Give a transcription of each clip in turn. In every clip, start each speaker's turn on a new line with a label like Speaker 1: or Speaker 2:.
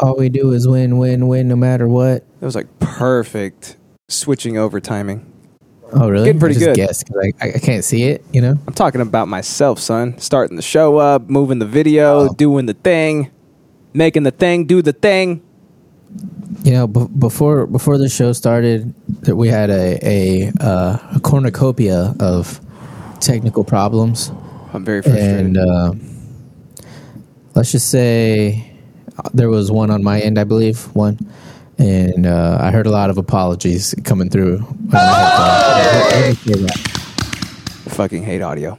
Speaker 1: All we do is win, win, win, no matter what.
Speaker 2: It was like perfect switching over timing.
Speaker 1: Oh, really?
Speaker 2: Getting pretty
Speaker 1: I just
Speaker 2: good.
Speaker 1: guessed 'cause I, I, I can't see it. You know.
Speaker 2: I'm talking about myself, son. Starting the show up, moving the video,
Speaker 1: Oh.
Speaker 2: doing the thing, making the thing, do the thing.
Speaker 1: You know, b- before before the show started, that we had a a, uh, a cornucopia of technical problems,
Speaker 2: I'm very
Speaker 1: and
Speaker 2: frustrated.
Speaker 1: uh, let's just say uh, there was one on my end, I believe one, and uh, I heard a lot of apologies coming through. on my headphones. Let- let me say that.
Speaker 2: I fucking hate audio,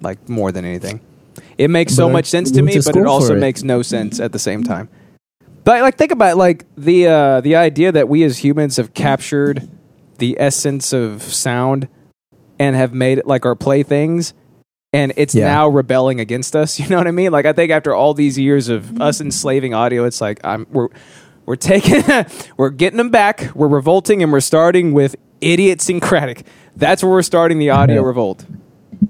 Speaker 2: like more than anything. It makes so
Speaker 1: But I
Speaker 2: much sense to
Speaker 1: went
Speaker 2: me,
Speaker 1: to
Speaker 2: but
Speaker 1: school
Speaker 2: it also
Speaker 1: for it.
Speaker 2: makes no sense at the same time. But like, think about it, like the uh, the idea that we as humans have captured the essence of sound and have made it like our playthings, and it's
Speaker 1: Yeah.
Speaker 2: now rebelling against us. You know what I mean? Like, I think after all these years of us enslaving audio, it's like I'm we're we're taking we're getting them back. We're revolting, and we're starting with idiosyncratic. That's where we're starting the audio
Speaker 1: Yeah.
Speaker 2: revolt.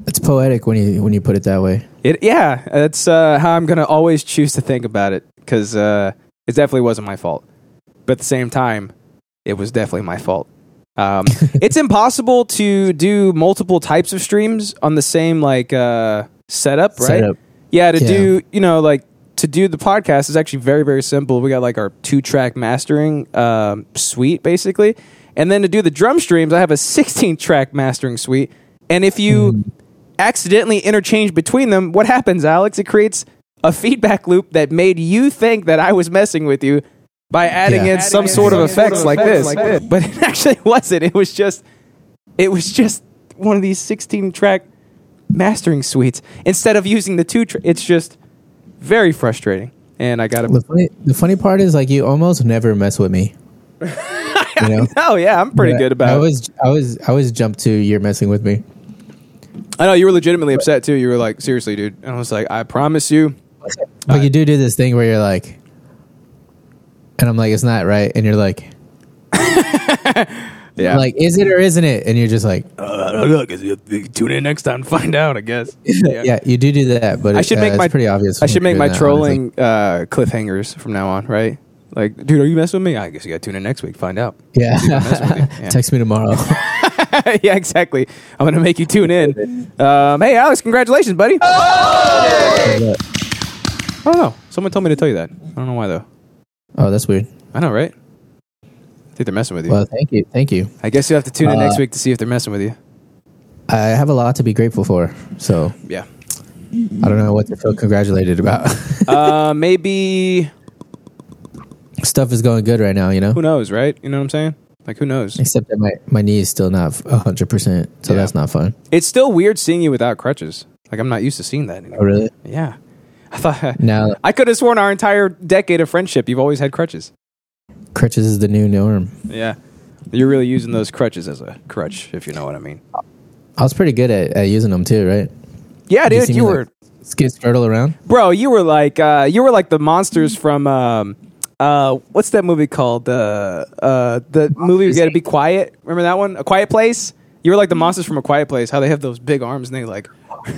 Speaker 1: It's poetic when you when you put it that way.
Speaker 2: It yeah, that's uh, how I'm gonna always choose to think about it because uh, it definitely wasn't my fault. But at the same time, it was definitely my fault. Um, it's impossible to do multiple types of streams on the same like uh, setup, right?
Speaker 1: Setup.
Speaker 2: Yeah, to
Speaker 1: Yeah.
Speaker 2: do you know like to do the podcast is actually very very simple. We got like our two track mastering um, suite basically, and then to do the drum streams, I have a sixteen track mastering suite. And if you
Speaker 1: Mm.
Speaker 2: accidentally interchange between them, what happens, Alex? It creates a feedback loop that made you think that I was messing with you by adding
Speaker 1: Yeah.
Speaker 2: in some sort of effects like this. But it actually wasn't. It was just it was just one of these 16 track mastering suites instead of using the two tr it's just very frustrating. And I got
Speaker 1: The
Speaker 2: to
Speaker 1: funny, the funny part is like you almost never mess with me. you know,
Speaker 2: Oh yeah, I'm pretty good
Speaker 1: I
Speaker 2: about it.
Speaker 1: always, I always, I always jump to you're messing with me.
Speaker 2: I know you were legitimately upset too. You were like, "Seriously, dude." And I was like, "I promise you."
Speaker 1: But you do do this thing where you're like, and I'm like, it's not right, and you're like,
Speaker 2: Yeah.
Speaker 1: like, is it or isn't it? And you're just like,
Speaker 2: look, tune in next time, find out. I guess.
Speaker 1: yeah, you do do that, but
Speaker 2: I should
Speaker 1: uh,
Speaker 2: make
Speaker 1: it's
Speaker 2: my
Speaker 1: pretty obvious.
Speaker 2: I
Speaker 1: when
Speaker 2: should
Speaker 1: you're
Speaker 2: make my
Speaker 1: doing that,
Speaker 2: trolling uh, cliffhangers from now on, right? Like, dude, are you messing with me? I guess you got to tune in next week, find out.
Speaker 1: honestly. Yeah,
Speaker 2: with you. Yeah.
Speaker 1: text me tomorrow.
Speaker 2: yeah, exactly. I'm gonna make you tune in. Um, hey, Alex, congratulations, buddy. I don't know. Someone told me to tell you that. I don't know why though.
Speaker 1: oh, that's weird.
Speaker 2: I know, right? I think they're messing with you.
Speaker 1: Well, thank you, thank you.
Speaker 2: I guess you will have to tune in
Speaker 1: uh,
Speaker 2: next week to see if they're messing with you.
Speaker 1: I have a lot to be grateful for, so
Speaker 2: Yeah.
Speaker 1: I don't know what to feel congratulated about.
Speaker 2: uh, maybe
Speaker 1: Stuff is going good right now, you know.
Speaker 2: who knows, right? You know what I'm saying? Like, who knows?
Speaker 1: Except that my, my knee is still not 100%, so
Speaker 2: Yeah.
Speaker 1: that's not fun.
Speaker 2: It's still weird seeing you without crutches. Like, I'm not used to seeing that anymore.
Speaker 1: Oh, really?
Speaker 2: Yeah. I thought
Speaker 1: Now,
Speaker 2: I could have sworn our entire decade of friendship you've always had crutches.
Speaker 1: crutches is the new norm.
Speaker 2: Yeah. You're really using those crutches as a crutch, if you know what I mean.
Speaker 1: I was pretty good at, at using them too, right?
Speaker 2: Yeah, dude,
Speaker 1: see
Speaker 2: you
Speaker 1: me,
Speaker 2: were
Speaker 1: like- Skid straddle around.
Speaker 2: bro, you were like uh you were like the monsters from um uh what's that movie called? Uh uh the movie You Gotta Be Quiet. Remember that one? A Quiet Place? You were like the monsters from A Quiet Place, how they have those big arms and they like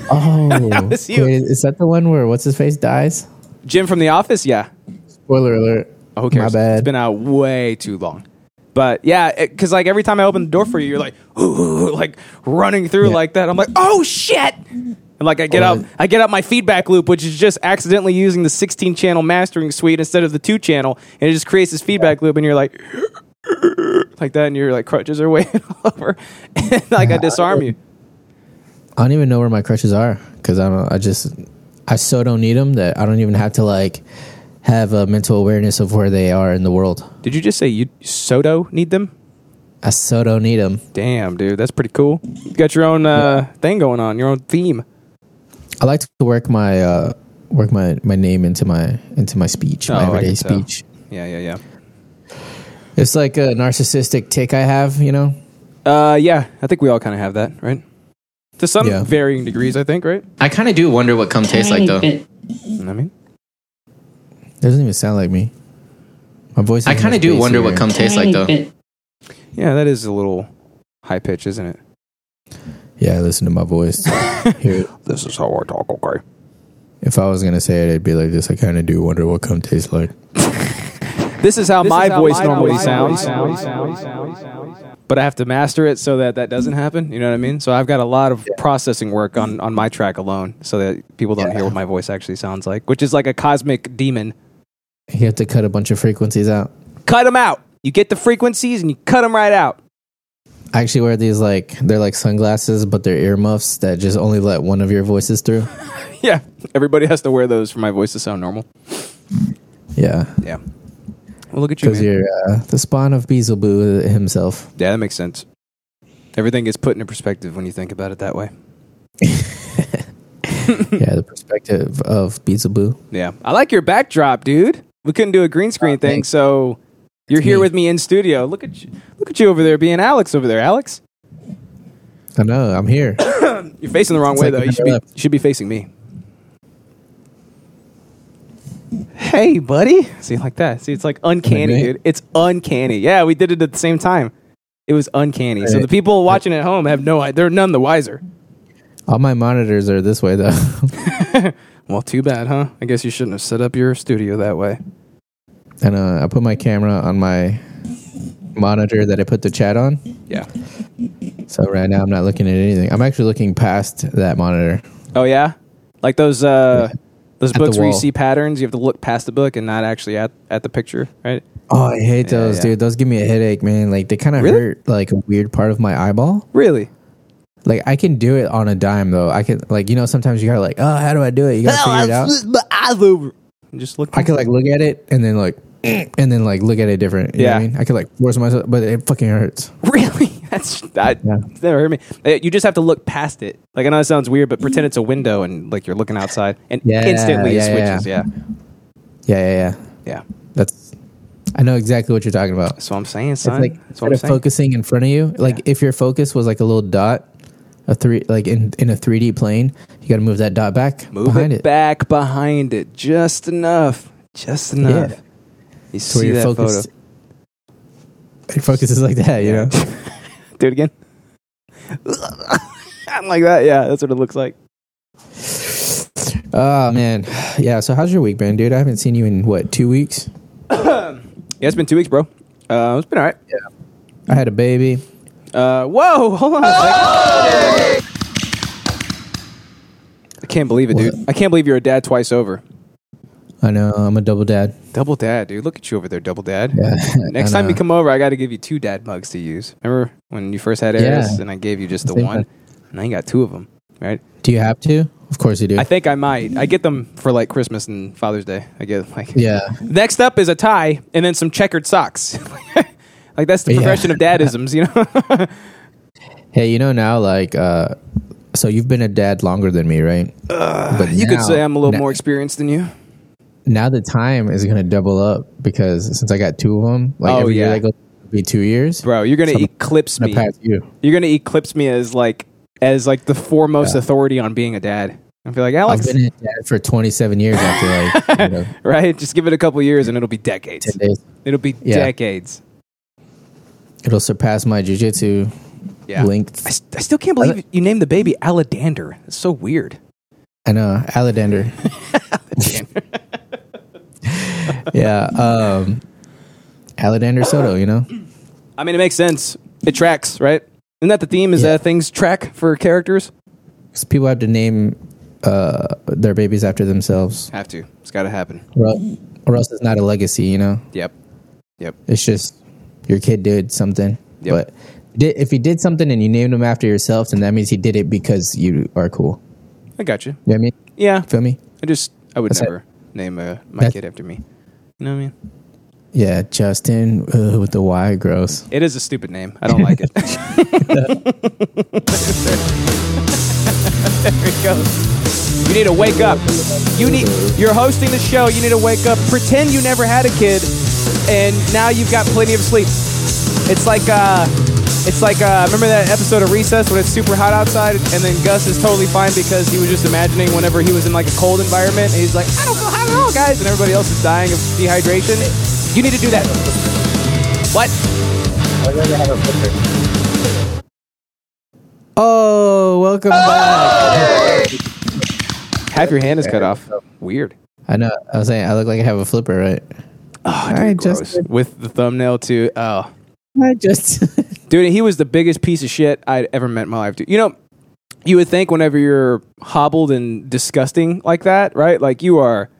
Speaker 1: Oh,
Speaker 2: That was you.
Speaker 1: wait, is that the one where what's his face dies?
Speaker 2: Jim from the office, yeah.
Speaker 1: Spoiler alert.
Speaker 2: Oh, who cares?
Speaker 1: My bad.
Speaker 2: It's been out way too long. But yeah, because like every time I open the door for you, you're like, ooh, like running through
Speaker 1: Yeah.
Speaker 2: like that. I'm like, oh shit! And like I get
Speaker 1: Well,
Speaker 2: out, I get out my feedback loop, which is just accidentally using the 16 channel mastering suite instead of the two channel, and it just creates this feedback loop, and you're like, like that, and your like crutches are way over, and like I disarm you.
Speaker 1: I don't even know where my crutches are because I don't. I just I so don't need them that I don't even have to like have a mental awareness of where they are in the world.
Speaker 2: Did you just say you Soto need them?
Speaker 1: I so don't need them.
Speaker 2: Damn, dude, that's pretty cool. You got your own uh, thing going on, your own theme.
Speaker 1: I like to work my uh, work my, my name into my into my speech,
Speaker 2: Oh, I
Speaker 1: my everyday
Speaker 2: can tell.
Speaker 1: speech.
Speaker 2: Yeah, yeah, yeah.
Speaker 1: It's like a narcissistic tick I have, you know.
Speaker 2: Uh, yeah, I think we all kind of have that, right? To some
Speaker 1: Yeah.
Speaker 2: varying degrees, I think, right?
Speaker 1: I kind of do wonder what cum tastes like, though. It
Speaker 2: You know what I mean,
Speaker 1: doesn't even sound like me. My voice. is
Speaker 3: I kind of
Speaker 1: much
Speaker 3: do wonder
Speaker 1: bassier.
Speaker 3: what cum tastes like, though.
Speaker 2: yeah, that is a little high pitch, isn't it?
Speaker 1: Yeah, listen to my voice. Hear it.
Speaker 2: This is how I talk, okay?
Speaker 1: If I was gonna say it, I'd be like this. I kind of do wonder what cum tastes like.
Speaker 2: This is how
Speaker 3: This
Speaker 2: my
Speaker 3: is how
Speaker 2: voice
Speaker 3: my
Speaker 2: normally
Speaker 3: voice
Speaker 2: sounds.
Speaker 3: normally sounds.
Speaker 2: But I have to master it so that that doesn't happen. You know what I mean? So I've got a lot of processing work on, on my track alone so that people don't hear what my voice actually sounds like, which is like a cosmic demon.
Speaker 1: You have to cut a bunch of frequencies out.
Speaker 2: Cut them out. You get the frequencies and you cut them right out.
Speaker 1: I actually wear these like they're like sunglasses, but they're earmuffs that just only let one of your voices through.
Speaker 2: Yeah. Everybody has to wear those for my voice to sound normal.
Speaker 1: Yeah,
Speaker 2: Yeah. Well, look at you.
Speaker 1: because
Speaker 2: Man.
Speaker 1: you're uh, the spawn of Beelzebub himself.
Speaker 2: Yeah, that makes sense. Everything gets put into perspective when you think about it that way.
Speaker 1: yeah, the perspective of Beelzebub.
Speaker 2: Yeah. I like your backdrop, dude. We couldn't do a green screen
Speaker 1: Oh,
Speaker 2: thing,
Speaker 1: thanks.
Speaker 2: so you're here
Speaker 1: me.
Speaker 2: with me in studio. Look at you look at you over there being Alex over there. Alex?
Speaker 1: I know. I'm here.
Speaker 2: You're facing the wrong
Speaker 1: It's
Speaker 2: way
Speaker 1: like
Speaker 2: though.
Speaker 1: you
Speaker 2: You should be
Speaker 1: never
Speaker 2: you should be facing me. Hey, buddy. See like that. See, it's like uncanny,
Speaker 1: Like me?
Speaker 2: dude. It's uncanny. Yeah, we did it at the same time. It was uncanny. So
Speaker 1: Right.
Speaker 2: the people watching at home have no they're none the wiser.
Speaker 1: All my monitors are this way though.
Speaker 2: Well, too bad, huh? I guess you shouldn't have set up your studio that way.
Speaker 1: and uh, I put my camera on my monitor that I put the chat on.
Speaker 2: Yeah.
Speaker 1: So right now I'm not looking at anything. I'm actually looking past that monitor.
Speaker 2: Oh yeah, like those uh, those
Speaker 1: the
Speaker 2: books where you
Speaker 1: wall.
Speaker 2: see patterns. You have to look past the book and not actually at, at the picture, right?
Speaker 1: Oh, I hate
Speaker 2: Yeah,
Speaker 1: those,
Speaker 2: yeah.
Speaker 1: dude. Those give me a headache, man. Like they kind of
Speaker 2: Really?
Speaker 1: hurt like a weird part of my eyeball.
Speaker 2: Really?
Speaker 1: Like I can do it on a dime though. I can like you know sometimes you gotta like oh how do I do it? You gotta figure it out.
Speaker 2: Just look.
Speaker 1: I could like look at it and then like and then like look at it different. You know what I
Speaker 2: Yeah.
Speaker 1: mean? I could like force myself, but it fucking hurts.
Speaker 2: really? That's that.
Speaker 1: Yeah.
Speaker 2: It's never hurt me. Uh, You just have to look past it. Like I know it sounds weird, but pretend it's a window and like you're looking outside, and
Speaker 1: Yeah,
Speaker 2: instantly
Speaker 1: yeah,
Speaker 2: it
Speaker 1: yeah.
Speaker 2: switches. Yeah.
Speaker 1: Yeah, yeah, yeah.
Speaker 2: yeah,
Speaker 1: That's I know exactly what you're talking about.
Speaker 2: That's what I'm saying, son.
Speaker 1: It's like
Speaker 2: That's
Speaker 1: instead
Speaker 2: what I'm
Speaker 1: of
Speaker 2: saying.
Speaker 1: focusing in front of you, like if your focus was like a little dot, a three like in in a 3D plane, you got to move that dot back
Speaker 2: Move
Speaker 1: behind
Speaker 2: it,
Speaker 1: it.
Speaker 2: back behind it, just enough, just
Speaker 1: Yeah.
Speaker 2: enough. You
Speaker 1: to where
Speaker 2: see
Speaker 1: your
Speaker 2: that
Speaker 1: focus,
Speaker 2: photo?
Speaker 1: your focus is like that, you know.
Speaker 2: Do it again. I'm like that. Yeah, that's what it looks like.
Speaker 1: Oh man, yeah. So how's your week been, dude? I haven't seen you in what two weeks.
Speaker 2: Yeah, it's been two weeks, bro. Uh, it's been all right.
Speaker 1: I had a baby.
Speaker 2: Uh, whoa, hold on. I can't believe it, dude. I can't believe you're a dad twice over.
Speaker 1: I know I'm a double dad.
Speaker 2: Double dad, dude. Look at you over there, double dad.
Speaker 1: Yeah.
Speaker 2: Next
Speaker 1: I
Speaker 2: time you
Speaker 1: know.
Speaker 2: come over, I got to give you two dad mugs to use. Remember when you first had Eris
Speaker 1: Yeah.
Speaker 2: and I gave you just the
Speaker 1: Same
Speaker 2: one?
Speaker 1: thing.
Speaker 2: And I ain't got two of them, right?
Speaker 1: do you have to? Of course you do.
Speaker 2: I think I might. I get them for like Christmas and Father's Day. I get like
Speaker 1: yeah,
Speaker 2: Next up is a tie and then some checkered socks. like that's the
Speaker 1: Yeah.
Speaker 2: progression of dadisms, you know?
Speaker 1: Hey, you know now, like, uh, so you've been a dad longer than me, right? but
Speaker 2: you could
Speaker 1: now-
Speaker 2: say I'm a little
Speaker 1: now-
Speaker 2: more experienced than you.
Speaker 1: Now the time is going to double up because since I got two of them, like
Speaker 2: Oh,
Speaker 1: every
Speaker 2: yeah.
Speaker 1: year that goes will be two years.
Speaker 2: Bro, you're going to
Speaker 1: Some-
Speaker 2: eclipse
Speaker 1: I'm
Speaker 2: me.
Speaker 1: gonna pass you.
Speaker 2: You're going to eclipse me as like as like the foremost authority on being a dad. I feel like
Speaker 1: I've
Speaker 2: Alex,
Speaker 1: been a dad for 27 years after like you know,
Speaker 2: right? Just give it a couple years and it'll be
Speaker 1: 10
Speaker 2: decades.
Speaker 1: days.
Speaker 2: It'll be
Speaker 1: Yeah.
Speaker 2: decades.
Speaker 1: It'll surpass my jujitsu
Speaker 2: Yeah. I,
Speaker 1: length.
Speaker 2: s- I still can't believe you named the baby Aladander. It's so weird.
Speaker 1: I know, Aladander. yeah, um, Aladander Soto. You know,
Speaker 2: I mean, it makes sense. It tracks, right? Isn't that the theme? Is
Speaker 1: Yeah.
Speaker 2: that things track for characters?
Speaker 1: 'Cause people have to name uh, their babies after themselves,
Speaker 2: Have to. It's got to happen.
Speaker 1: or el- or else it's not a legacy. You know.
Speaker 2: Yep.
Speaker 1: It's just your kid did something.
Speaker 2: Yep.
Speaker 1: But di if he did something and you named him after yourself, then that means he did it because you are cool.
Speaker 2: I got you.
Speaker 1: You know what I mean?
Speaker 2: Yeah.
Speaker 1: Feel me?
Speaker 2: I just, I would
Speaker 1: That's it.
Speaker 2: never name uh, my
Speaker 1: That's-
Speaker 2: kid after me. You know what I mean?
Speaker 1: Yeah, Justin uh, with the Y, gross.
Speaker 2: It is a stupid name. I don't like it. there it goes. You need to wake up. You need. You're hosting the show. You need to wake up. Pretend you never had a kid, and now you've got plenty of sleep. It's like uh, it's like uh, remember that episode of Recess when it's super hot outside, and then Gus is totally fine because he was just imagining whenever he was in like a cold environment, and he's like, I don't feel hot at all, guys, and everybody else is dying of dehydration. You need to do that. What?
Speaker 1: Oh, welcome back.
Speaker 2: half your hand is cut off. Weird.
Speaker 1: I know. I was saying I look like I have a flipper, right?
Speaker 2: Oh,
Speaker 1: I
Speaker 2: dude,
Speaker 1: just-
Speaker 2: gross. with the thumbnail too. Oh,
Speaker 1: I just
Speaker 2: dude, he was the biggest piece of shit I'd ever met in my life. Dude, you know, you would think whenever you're hobbled and disgusting like that, right? Like you are,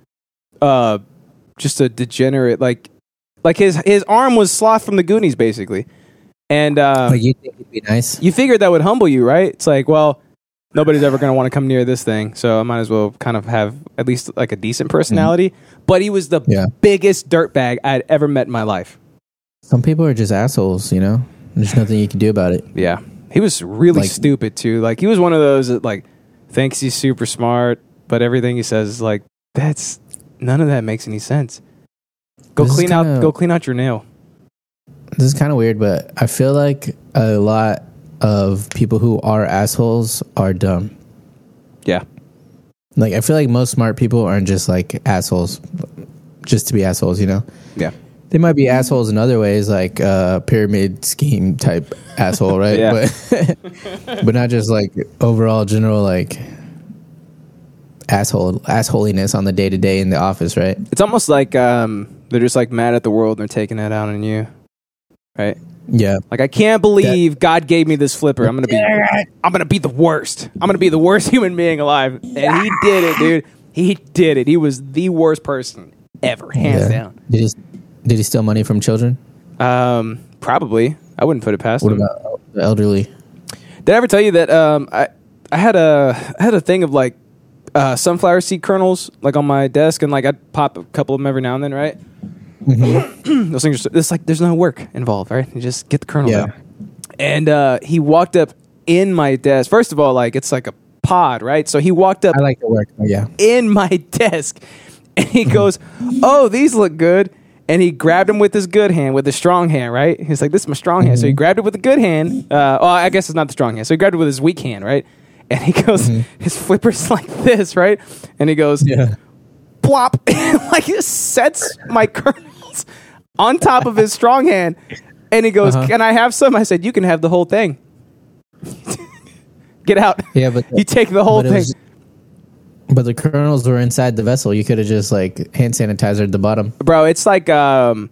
Speaker 2: uh, just a degenerate. Like, like his his arm was sloth from the Goonies, basically. And uh,
Speaker 1: like you think it'd be nice.
Speaker 2: you figured that would humble you, right? It's like, well, nobody's ever going to want to come near this thing, so I might as well kind of have at least like a decent personality. But he was the
Speaker 1: Yeah.
Speaker 2: biggest dirtbag I'd ever met in my life.
Speaker 1: Some people are just assholes, you know. There's nothing you can do about it.
Speaker 2: Yeah, he was really
Speaker 1: Like-
Speaker 2: stupid too. Like he was one of those that like thinks he's super smart, but everything he says is like that's none of that makes any sense. Go
Speaker 1: This is
Speaker 2: clean out,
Speaker 1: kinda-
Speaker 2: go clean out your nail.
Speaker 1: This is kind of weird, but I feel like a lot of people who are assholes are dumb.
Speaker 2: Yeah,
Speaker 1: Like I feel like most smart people aren't just like assholes, just to be assholes, you know.
Speaker 2: yeah,
Speaker 1: They might be assholes in other ways, like uh, pyramid scheme type asshole, right?
Speaker 2: Yeah.
Speaker 1: But but not just like overall general like asshole assholiness on the day to day in the office, right?
Speaker 2: it's almost like um, they're just like mad at the world and they're taking that out on you, right?
Speaker 1: Yeah.
Speaker 2: Like I can't believe God gave me this flipper. I'm gonna be I'm gonna be the worst. I'm gonna be the worst human being alive. And he did it, dude. He did it. He was the worst person ever, hands
Speaker 1: yeah. Did he did he steal money from children?
Speaker 2: down. Um, probably. I wouldn't put it past
Speaker 1: What
Speaker 2: him.
Speaker 1: about the elderly?
Speaker 2: Did I ever tell you that um I I had a I had a thing of like uh, sunflower seed kernels like on my desk and like I'd pop a couple of them every now and then, right? Those things are so, it's like there's no work involved, right? You just get the kernels
Speaker 1: Yeah.
Speaker 2: out. And uh, he walked up in my desk. First of all, like it's like a pod, right? So he walked up
Speaker 1: I like to work. but yeah.
Speaker 2: in my desk and he goes, Oh, these look good. And he grabbed him with his good hand, with his strong hand, right? He's like, This is my strong hand.
Speaker 1: Mm-hmm.
Speaker 2: So he grabbed it with the good hand. Uh, oh, I guess it's not the strong hand. So he grabbed it with his weak hand, right? And he goes, His flipper's like this, right? And he goes,
Speaker 1: Mm-hmm. Yeah.
Speaker 2: plop, like he just sets my kernels on top of his strong hand. And he goes,
Speaker 1: Uh-huh.
Speaker 2: Can I have some? I said, You can have the whole thing. Get out.
Speaker 1: Yeah, but
Speaker 2: you take the whole
Speaker 1: but it
Speaker 2: thing.
Speaker 1: was- but the kernels were inside the vessel. You could have just like hand sanitizer at the bottom.
Speaker 2: bro it's like um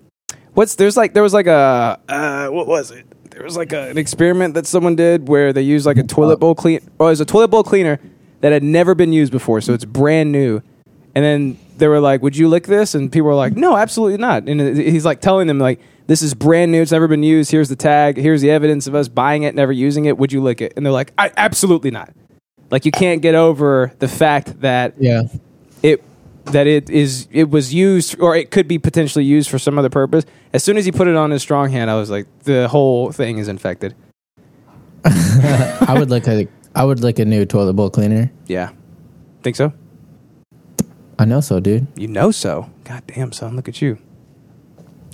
Speaker 2: what's there's like there was like a uh what was it there was like a, an experiment that someone did where they used like a toilet bowl clean or it was a toilet bowl cleaner that had never been used before so it's brand new and then they were like would you lick this and people were like no absolutely not and it- he's like telling them like this is brand new it's never been used here's the tag here's the evidence of us buying it never using it would you lick it and they're like I, absolutely not like you can't get over the fact that
Speaker 1: Yeah.
Speaker 2: it that it is it was used or it could be potentially used for some other purpose. As soon as he put it on his strong hand, I was like, the whole thing is infected.
Speaker 1: I would like a I would like a new toilet bowl cleaner.
Speaker 2: Yeah, think so?
Speaker 1: I know so, dude.
Speaker 2: You know so? God damn, son, look at you.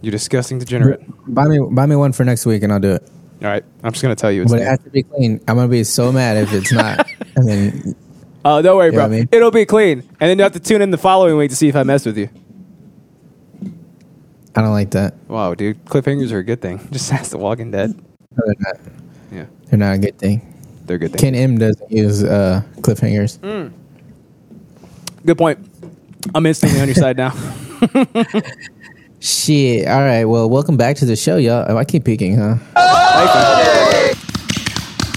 Speaker 2: You're disgusting degenerate.
Speaker 1: Buy me buy me one for next week and I'll do it.
Speaker 2: All right, I'm just gonna tell you. It's
Speaker 1: But it has to be clean. I'm gonna be so mad if it's not. and then
Speaker 2: oh, don't worry, bro.
Speaker 1: what I mean?
Speaker 2: It'll be clean, and then you have to tune in the following week to see if I mess with you.
Speaker 1: I don't like that.
Speaker 2: Wow, dude, cliffhangers are a good thing. Just ask The Walking Dead.
Speaker 1: No, they're not.
Speaker 2: Yeah,
Speaker 1: They're not a good thing.
Speaker 2: they're a good thing.
Speaker 1: Ken M doesn't use uh, cliffhangers.
Speaker 2: Good point. I'm instantly on your side now.
Speaker 1: Shit. All right. Well, welcome back to the show, y'all. Oh, I keep peeking, huh?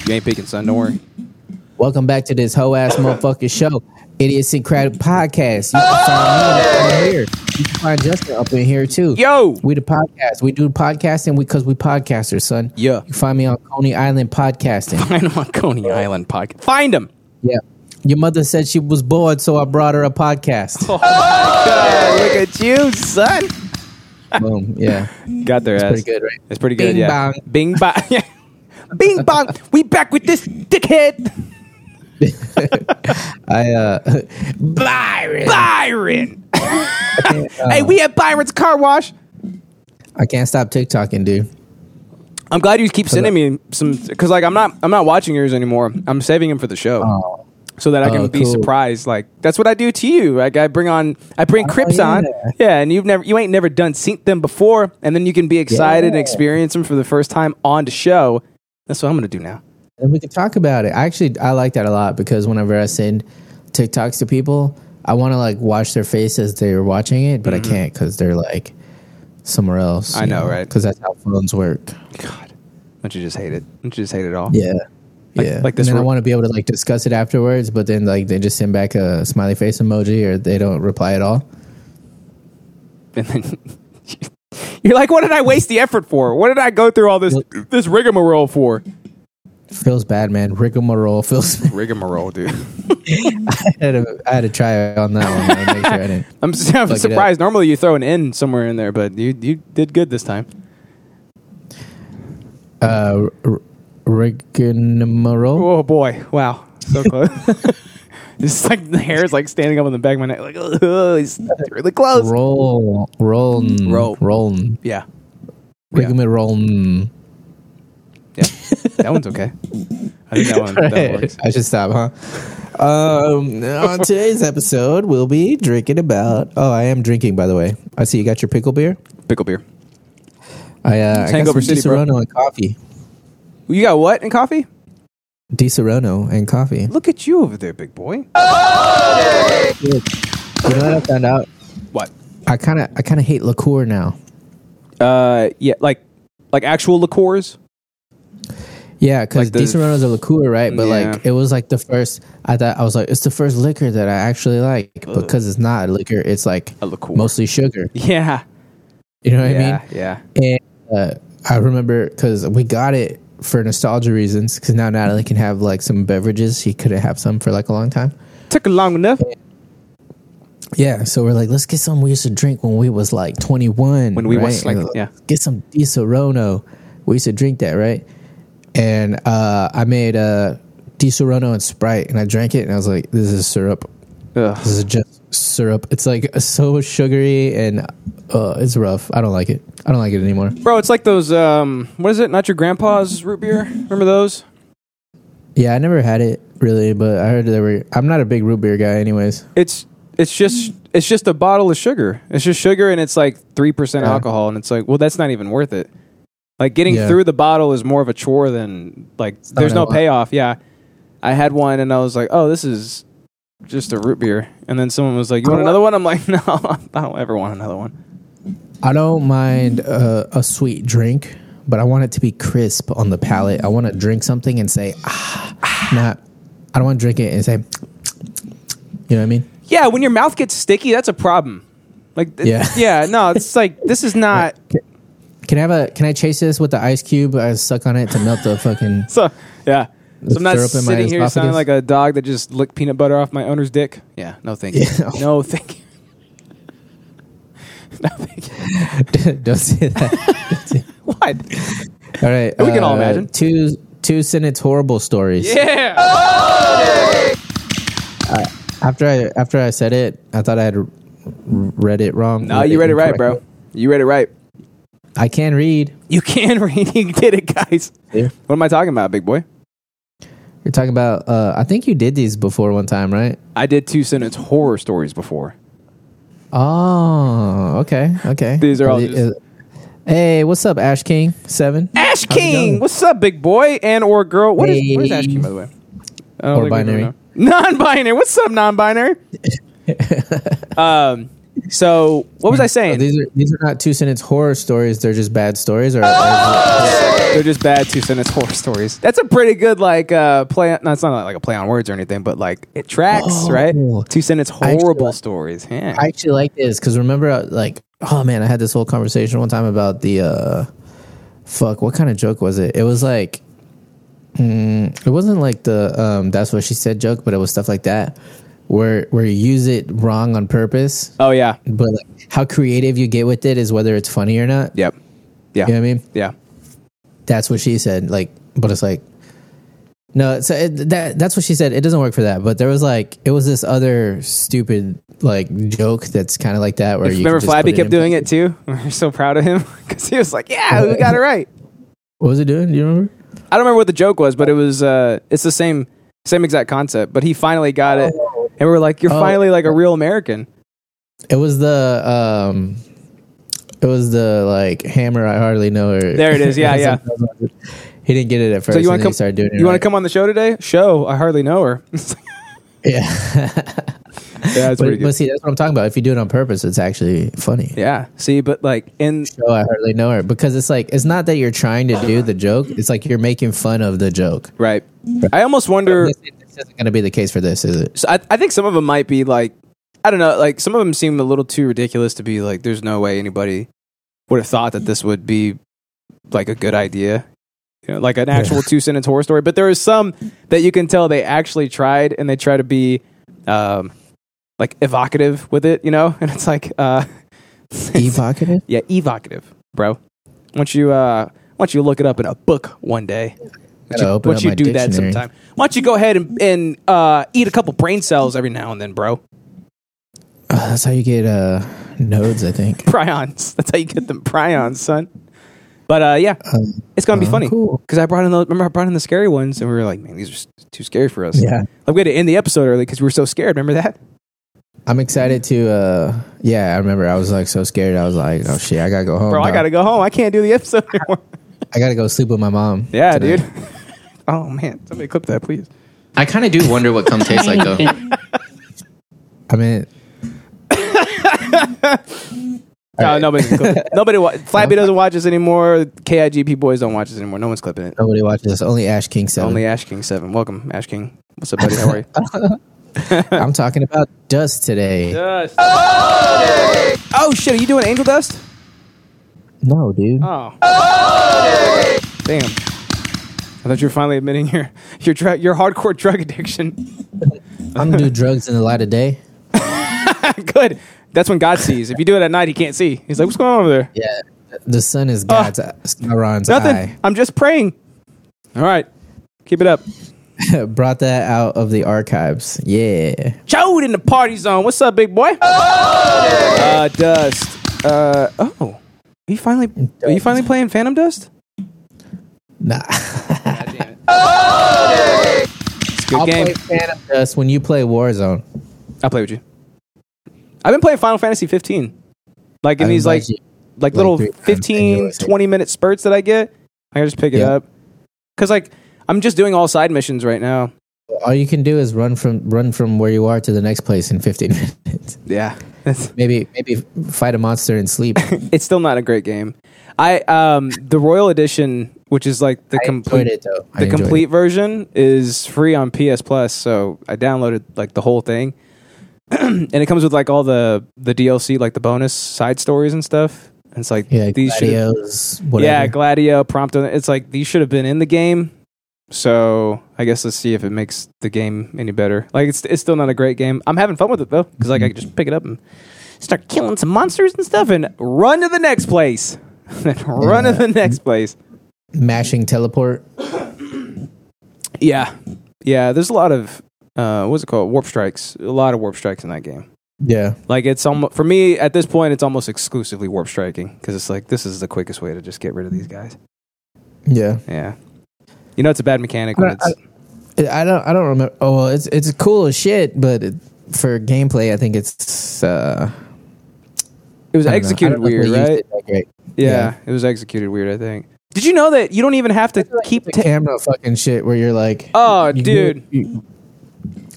Speaker 2: you ain't peeking, son. Don't worry.
Speaker 1: Welcome back to this hoe ass motherfucking show, Idiosyncratic Podcast. You can find me up in here. You can find Justin up in here too.
Speaker 2: Yo.
Speaker 1: we the podcast. We do podcasting because we podcasters, son.
Speaker 2: Yeah.
Speaker 1: you can find me on Coney Island podcasting.
Speaker 2: Find him on Coney
Speaker 1: Oh.
Speaker 2: Island podcast. Find him.
Speaker 1: yeah, your mother said she was bored, so I brought her a podcast.
Speaker 2: look at you, son.
Speaker 1: Boom. Yeah,
Speaker 2: Got their ass.
Speaker 1: pretty good, right?
Speaker 2: It's pretty good.
Speaker 1: Bing
Speaker 2: yeah.
Speaker 1: bong.
Speaker 2: Bing bong. Yeah. Bing bong. We back with this dickhead
Speaker 1: I uh,
Speaker 2: Byron. Byron.
Speaker 1: uh,
Speaker 2: hey, we at Byron's car wash.
Speaker 1: I can't stop TikToking, dude.
Speaker 2: I'm glad you keep sending me some because like I'm not I'm not watching yours anymore. I'm saving them for the show.
Speaker 1: Oh.
Speaker 2: So that I can
Speaker 1: Oh,
Speaker 2: be
Speaker 1: cool.
Speaker 2: surprised, like that's what I do to you. Like I bring on, I bring Crips on,
Speaker 1: Oh, yeah.
Speaker 2: yeah. And you've never, you ain't never done seen them before, and then you can be excited and
Speaker 1: Yeah.
Speaker 2: experience them for the first time on the show. That's what I'm gonna do now.
Speaker 1: And we can talk about it. I actually I like that a lot because whenever I send TikToks to people, I want to like watch their face as they're watching it, but I can't because they're like somewhere else.
Speaker 2: Mm-hmm. I know, right?
Speaker 1: Because that's how phones work.
Speaker 2: God, don't you just hate it? Don't you just hate it all?
Speaker 1: Yeah.
Speaker 2: Like-
Speaker 1: yeah.
Speaker 2: like this
Speaker 1: And then I
Speaker 2: re-
Speaker 1: want to be able to like discuss it afterwards, but then like they just send back a smiley face emoji or they don't reply at all.
Speaker 2: And then you're like, what did I waste the effort for? What did I go through all this this rigmarole for?
Speaker 1: Feels bad, man. Rigmarole feels.
Speaker 2: Rigmarole, dude.
Speaker 1: I had a, I had to try on that one. man, Make sure I didn't.
Speaker 2: I'm, s- I'm
Speaker 1: Look it
Speaker 2: surprised. Normally you throw an N somewhere in there, but you you did good this time.
Speaker 1: Uh, r- rigmarole.
Speaker 2: Oh boy! Wow, so close. it's like the hair is like standing up on the back of my neck. Like, oh, he's really close.
Speaker 1: Roll, roll,
Speaker 2: Mm. Roll.
Speaker 1: roll, roll,
Speaker 2: Yeah, Yeah.
Speaker 1: rigmarole.
Speaker 2: yeah. That one's okay. I think that one that one works.
Speaker 1: I should stop, huh? Um, on today's episode, we'll be drinking about. Oh, I am drinking, by the way. I see you got your pickle beer.
Speaker 2: Pickle beer.
Speaker 1: I, uh, I got
Speaker 2: Hangover
Speaker 1: some
Speaker 2: City, bro.
Speaker 1: Disaronno and coffee.
Speaker 2: You got what in coffee?
Speaker 1: Disaronno and coffee.
Speaker 2: Look at you over there, big boy.
Speaker 1: You know what I found out?
Speaker 2: What?
Speaker 1: I kind of, I kind of hate liqueur now.
Speaker 2: Uh, yeah, like like actual liqueurs.
Speaker 1: Yeah, because
Speaker 2: Like the-
Speaker 1: Disaronno's a liqueur, right? But
Speaker 2: Yeah.
Speaker 1: like, it was like the first. I thought I was like, it's the first liquor that I actually like because it's not a liquor. It's like
Speaker 2: A liqueur.
Speaker 1: mostly sugar.
Speaker 2: Yeah.
Speaker 1: You know what I mean?
Speaker 2: yeah. yeah.
Speaker 1: And uh, I remember because we got it for nostalgia reasons. Because now Natalie can have like some beverages. She couldn't have some for like a long time.
Speaker 2: Took long enough.
Speaker 1: Yeah, so we're like, let's get some we used to drink when we was like twenty one.
Speaker 2: When we was, like, yeah.
Speaker 1: get some Disaronno. We used to drink that, right? And uh, I made uh, Disaronno and Sprite, and I drank it, and I was like, this is syrup.
Speaker 2: Ugh.
Speaker 1: This is just syrup. It's like so sugary, and uh, it's rough. I don't like it. I don't like it anymore.
Speaker 2: Bro, it's like those um what is it? Not your grandpa's root beer? Remember those?
Speaker 1: Yeah, I never had it really, but I heard they were. I'm not a big root beer guy, anyways.
Speaker 2: It's it's just it's just a bottle of sugar. It's just sugar and it's like 3%
Speaker 1: Yeah.
Speaker 2: alcohol and it's like, well that's not even worth it. Like getting
Speaker 1: Yeah.
Speaker 2: through the bottle is more of a chore than like
Speaker 1: not
Speaker 2: there's
Speaker 1: what I
Speaker 2: no
Speaker 1: want.
Speaker 2: payoff. Yeah. I had one and I was like, "Oh, this is just a root beer." And then someone was like, "You want another one?" I'm like, "No, I don't ever want another one."
Speaker 1: I don't mind uh, a sweet drink, but I want it to be crisp on the palate. I want to drink something and say, ah, not. I don't want to drink it and say, you know what I mean?
Speaker 2: Yeah, when your mouth gets sticky, that's a problem. Like it-
Speaker 1: Yeah.
Speaker 2: yeah, no, it's like this is not
Speaker 1: Can I have a? Can I chase this with the ice cube? I suck on it to melt the fucking.
Speaker 2: So yeah. So I'm not
Speaker 1: syrup in my
Speaker 2: sitting here sounding
Speaker 1: esophagus.
Speaker 2: like a dog that just licked peanut butter off my owner's dick. Yeah, no thank you.
Speaker 1: Yeah.
Speaker 2: No thank you. no thank you.
Speaker 1: don't say that.
Speaker 2: What?
Speaker 1: All right, uh,
Speaker 2: We can all imagine.
Speaker 1: two two sentence horrible stories. Oh.
Speaker 2: Yeah.
Speaker 1: After I after I said it, I thought I had r- read it wrong.
Speaker 2: No, you read it right, bro. You read it right.
Speaker 1: I can read.
Speaker 2: You can read. You did it, guys.
Speaker 1: Yeah.
Speaker 2: What am I talking about, big boy?
Speaker 1: You're talking about. Uh, I think you did these before one time, right?
Speaker 2: I did two sentence horror stories before.
Speaker 1: Oh, okay, okay.
Speaker 2: These are all
Speaker 1: Uh,
Speaker 2: just-
Speaker 1: hey, what's up, Ash King Seven?
Speaker 2: Ash
Speaker 1: How's it
Speaker 2: King,
Speaker 1: going?
Speaker 2: what's up, big boy and or girl? What is, what is Ash King by the way? I don't
Speaker 1: Or
Speaker 2: think we
Speaker 1: binary.
Speaker 2: know. Non-binary. What's up, non-binary? um. So what was I
Speaker 1: Oh,
Speaker 2: saying?
Speaker 1: these are these are not two sentence horror stories. They're just bad stories. Or
Speaker 2: Oh! They're just bad two sentence horror stories. That's a pretty good like uh play. No, it's not like a play on words or anything, but like it tracks,
Speaker 1: Oh.
Speaker 2: right? Two sentence
Speaker 1: actually
Speaker 2: horrible
Speaker 1: like-
Speaker 2: stories. Yeah.
Speaker 1: I actually like this because remember, I- like, oh man, I had this whole conversation one time about the uh, fuck. What kind of joke was it? It was like, mm, it wasn't like the um, that's what she said joke, but it was stuff like that where where you use it wrong on purpose.
Speaker 2: oh yeah.
Speaker 1: But like, how creative you get with it is whether it's funny or not.
Speaker 2: Yep. Yeah.
Speaker 1: You know what I mean?
Speaker 2: Yeah.
Speaker 1: That's what she said. Like, but it's like, no. So it, that that's what she said. It doesn't work for that. But there was like, it was this other stupid like joke that's kind of like that. Where you can
Speaker 2: Remember,
Speaker 1: just put
Speaker 2: Flabby
Speaker 1: it
Speaker 2: kept
Speaker 1: in-
Speaker 2: doing it too. We're so proud of him because he was like, "Yeah, we got it right."
Speaker 1: What was it doing? Do you remember?
Speaker 2: I don't remember what the joke was, but it was uh it's the same same exact concept. But he finally got it, and we were like, "You're
Speaker 1: Oh.
Speaker 2: finally like a real American."
Speaker 1: It was the um, it was the like hammer. I hardly know her.
Speaker 2: There it is. Yeah, yeah.
Speaker 1: He didn't get it at first.
Speaker 2: So you
Speaker 1: want
Speaker 2: want
Speaker 1: to
Speaker 2: to come?
Speaker 1: Started doing it
Speaker 2: You want
Speaker 1: right.
Speaker 2: to come on the show today? Show I hardly know her.
Speaker 1: Yeah.
Speaker 2: Yeah, it's pretty
Speaker 1: But,
Speaker 2: good.
Speaker 1: but see, that's what I'm talking about. If you do it on purpose, it's actually funny.
Speaker 2: yeah. See, but like in
Speaker 1: Oh, I hardly know her because it's like it's not that you're trying to do the joke. It's like you're making fun of the joke.
Speaker 2: right, I almost wonder.
Speaker 1: This this isn't going to be the case for this, is it?
Speaker 2: So I, I think some of them might be like, I don't know, like some of them seem a little too ridiculous to be like, there's no way anybody would have thought that this would be like a good idea. You know, like an actual two sentence horror story. But there is some that you can tell they actually tried and they try to be um, like evocative with it, you know? And it's like, uh,
Speaker 1: Evocative.
Speaker 2: yeah, evocative, bro. Once you, uh, once you look it up in a book one day, once
Speaker 1: Gotta
Speaker 2: you,
Speaker 1: open
Speaker 2: once
Speaker 1: up
Speaker 2: you
Speaker 1: my
Speaker 2: do
Speaker 1: dictionary.
Speaker 2: that sometime, why don't you go ahead and, and uh, eat a couple brain cells every now and then, bro?
Speaker 1: Uh, that's how you get uh, nodes, I think.
Speaker 2: prions. That's how you get them prions, son. But uh, yeah,
Speaker 1: Um,
Speaker 2: it's gonna be
Speaker 1: uh,
Speaker 2: funny because
Speaker 1: Cool.
Speaker 2: I brought in the remember I brought in the scary ones and we were like, man, these are s- too scary for us.
Speaker 1: Yeah.
Speaker 2: I'm going to end the episode early because we were so scared. Remember that?
Speaker 1: I'm excited to. uh Yeah, I remember. I was like so scared. I was like, oh shit, I gotta go home.
Speaker 2: Bro, I
Speaker 1: dog.
Speaker 2: gotta go home. I can't do the episode anymore.
Speaker 1: I gotta go sleep with my mom.
Speaker 2: yeah,
Speaker 1: tonight.
Speaker 2: dude. oh man, somebody clip that, please.
Speaker 3: I kind of do wonder what cum tastes like though.
Speaker 1: I mean,
Speaker 2: No, nobody. Can clip it. Nobody. Wa- Flappy doesn't watch us anymore. KIGP boys don't watch us anymore. No one's clipping it.
Speaker 1: nobody watches this. Only Ash King Seven.
Speaker 2: Only Ash King Seven. Welcome, Ash King. What's up, buddy? How are you?
Speaker 1: I'm talking about dust today.
Speaker 2: oh shit! Are you doing angel dust?
Speaker 1: No, dude.
Speaker 2: Oh. Damn. I thought you were finally admitting your your drug your hardcore drug addiction.
Speaker 1: I'm gonna do drugs in the light of day.
Speaker 2: Good. That's when God sees. If you do it at night, he can't see. He's like, "What's going on over there?"
Speaker 1: Yeah, the sun is God's Sauron's
Speaker 2: Uh, Nothing.
Speaker 1: eye.
Speaker 2: I'm just praying. All right. Keep it up.
Speaker 1: Brought that out of the archives. Yeah.
Speaker 2: Jode in the party zone. What's up, big boy? Uh, Dust. Uh, oh. Are you finally are you finally playing Phantom Dust?
Speaker 1: Nah.
Speaker 2: It's a good
Speaker 1: I'll
Speaker 2: game.
Speaker 1: play Phantom Dust when you play Warzone.
Speaker 2: I'll play with you. I've been playing Final Fantasy 15. Like in
Speaker 1: I've
Speaker 2: these like
Speaker 1: invited
Speaker 2: like
Speaker 1: like
Speaker 2: little
Speaker 1: three times and
Speaker 2: 15
Speaker 1: you're like-
Speaker 2: 20 minute spurts that i get i can just pick it
Speaker 1: Yeah.
Speaker 2: up because like i'm just doing all side missions right now
Speaker 1: you. All you can do is run from run from where you are to the next place in 15 minutes.
Speaker 2: yeah
Speaker 1: Maybe maybe fight a monster and sleep.
Speaker 2: it's still not a great game i um the royal edition which is like the
Speaker 1: I enjoyed
Speaker 2: complete
Speaker 1: it though. I
Speaker 2: the
Speaker 1: enjoyed
Speaker 2: complete version is free on ps plus so i downloaded like the whole thing and it comes with like all the the dlc like the bonus side stories and stuff and it's like
Speaker 1: It. Yeah,
Speaker 2: these should
Speaker 1: Gladios, whatever.
Speaker 2: Yeah, Gladio, Prompto. It's like these should have been in the game. So I guess let's see if it makes the game any better. Like it's it's still not a great game. I'm having fun with it though, because like I can just pick it up and start killing some monsters and stuff, and run to the next place, then run to the next place.
Speaker 1: Mashing teleport.
Speaker 2: Yeah, yeah. There's a lot of uh, what's it called? Warp strikes. A lot of warp strikes in that game.
Speaker 1: Yeah.
Speaker 2: Like it's almost for me at this point, it's almost exclusively warp striking because it's like this is the quickest way to just get rid of these guys.
Speaker 1: Yeah.
Speaker 2: Yeah. You know it's a bad mechanic
Speaker 1: I
Speaker 2: when
Speaker 1: don't,
Speaker 2: it's
Speaker 1: I, I don't I don't remember. Oh, well, it's it's cool as shit, but it, for gameplay, I think it's uh
Speaker 2: It
Speaker 1: I don't
Speaker 2: was
Speaker 1: know. I
Speaker 2: executed
Speaker 1: don't know if
Speaker 2: weird,
Speaker 1: they used
Speaker 2: right?
Speaker 1: it that great.
Speaker 2: Yeah,
Speaker 1: Yeah.
Speaker 2: it was executed weird. I think. Did you know that you don't even have to keep?
Speaker 1: the
Speaker 2: ta-
Speaker 1: camera fucking shit where you're like
Speaker 2: oh,
Speaker 1: you-
Speaker 2: dude,
Speaker 1: you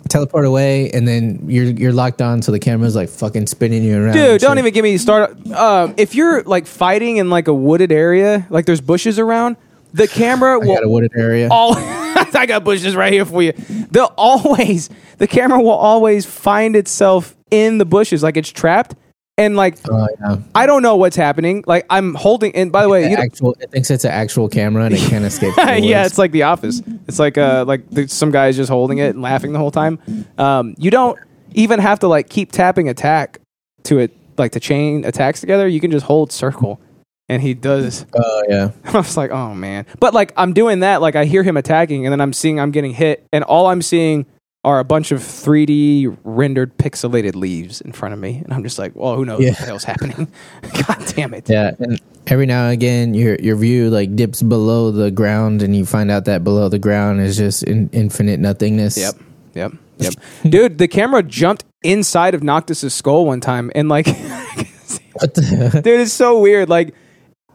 Speaker 1: teleport away and then you're you're locked on so the camera's like fucking spinning you around
Speaker 2: dude,
Speaker 1: and
Speaker 2: don't
Speaker 1: shit.
Speaker 2: even give me start. Um, if you're like fighting in like a wooded area, like there's bushes around, the camera
Speaker 1: I got a
Speaker 2: will
Speaker 1: wooded area
Speaker 2: all. I got bushes right here for you. They'll always the camera will always find itself in the bushes, like it's trapped, and like
Speaker 1: Oh, yeah.
Speaker 2: I don't know what's happening. Like I'm holding. And by the way,
Speaker 1: The
Speaker 2: you know,
Speaker 1: actual it thinks it's an actual camera and it can't escape the
Speaker 2: yeah,
Speaker 1: woods.
Speaker 2: it's like The Office. It's like uh, like there's some guys just holding it and laughing the whole time. Um, you don't even have to like keep tapping attack to it, like to chain attacks together. You can just hold circle, and he does.
Speaker 1: oh yeah
Speaker 2: I was like, oh man. But like I'm doing that, like I hear him attacking, and then I'm seeing I'm getting hit, and all I'm seeing are a bunch of 3D rendered pixelated leaves in front of me, and I'm just like, well, who knows
Speaker 1: Yeah.
Speaker 2: what the hell's happening? God damn it!
Speaker 1: yeah and every now and again your your view like dips below the ground and you find out that below the ground is just in, infinite nothingness
Speaker 2: Yep. Yep. Yep. Dude, the camera jumped inside of Noctis's skull one time and like dude,
Speaker 1: what the
Speaker 2: it's so weird. Like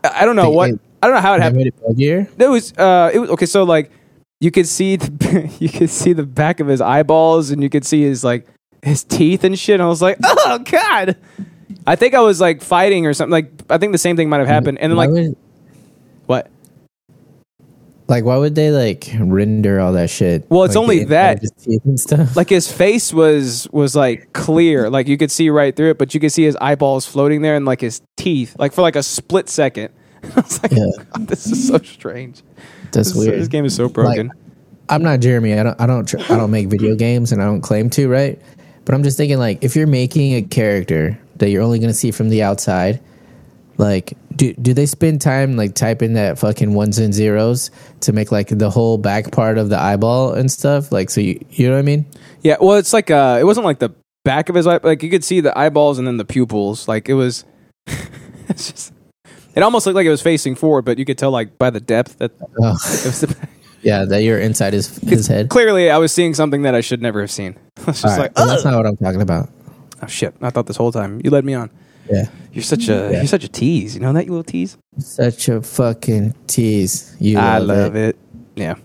Speaker 2: I I don't know
Speaker 1: They-
Speaker 2: what
Speaker 1: they-
Speaker 2: I don't know how it
Speaker 1: I
Speaker 2: happened.
Speaker 1: made it buggier
Speaker 2: It was uh it was okay, so like you could see the, you could see the back of his eyeballs and you could see his like his teeth and shit. And I was like, oh god. I think I was like fighting or something. Like I think the same thing might have happened. And then
Speaker 1: Why
Speaker 2: like
Speaker 1: would-
Speaker 2: what?
Speaker 1: like why would they like render all that shit?
Speaker 2: Well, it's
Speaker 1: Like, the
Speaker 2: only
Speaker 1: inside
Speaker 2: that-
Speaker 1: of his teeth and stuff.
Speaker 2: Like his face was was like clear. Like you could see right through it, but you could see his eyeballs floating there and like his teeth. Like for like a split second. I was like,
Speaker 1: Yeah.
Speaker 2: god, this is so strange.
Speaker 1: That's
Speaker 2: This,
Speaker 1: weird.
Speaker 2: this game is so broken.
Speaker 1: I'm not Jeremy. I don't. I don't. Tr- I don't make video games, and I don't claim to, right? But I'm just thinking, like, if you're making a character that you're only going to see from the outside, like, do do they spend time like typing that fucking ones and zeros to make like the whole back part of the eyeball and stuff? Like, so you you know what I mean?
Speaker 2: Yeah, well, it's like uh, it wasn't like the back of his eye, like you could see the eyeballs and then the pupils. Like it was, it's just, it almost looked like it was facing forward, but you could tell like by the depth that it
Speaker 1: Oh,
Speaker 2: was the,
Speaker 1: yeah, that you're inside his his head.
Speaker 2: clearly I was seeing something that I should never have seen. I was just
Speaker 1: All right,
Speaker 2: like,
Speaker 1: well,
Speaker 2: oh
Speaker 1: that's not what I'm talking about.
Speaker 2: shit! I thought this whole time you led me on.
Speaker 1: Yeah,
Speaker 2: You're such a you're such a tease. You know that you little tease.
Speaker 1: such a fucking tease. You,
Speaker 2: I love it. Yeah.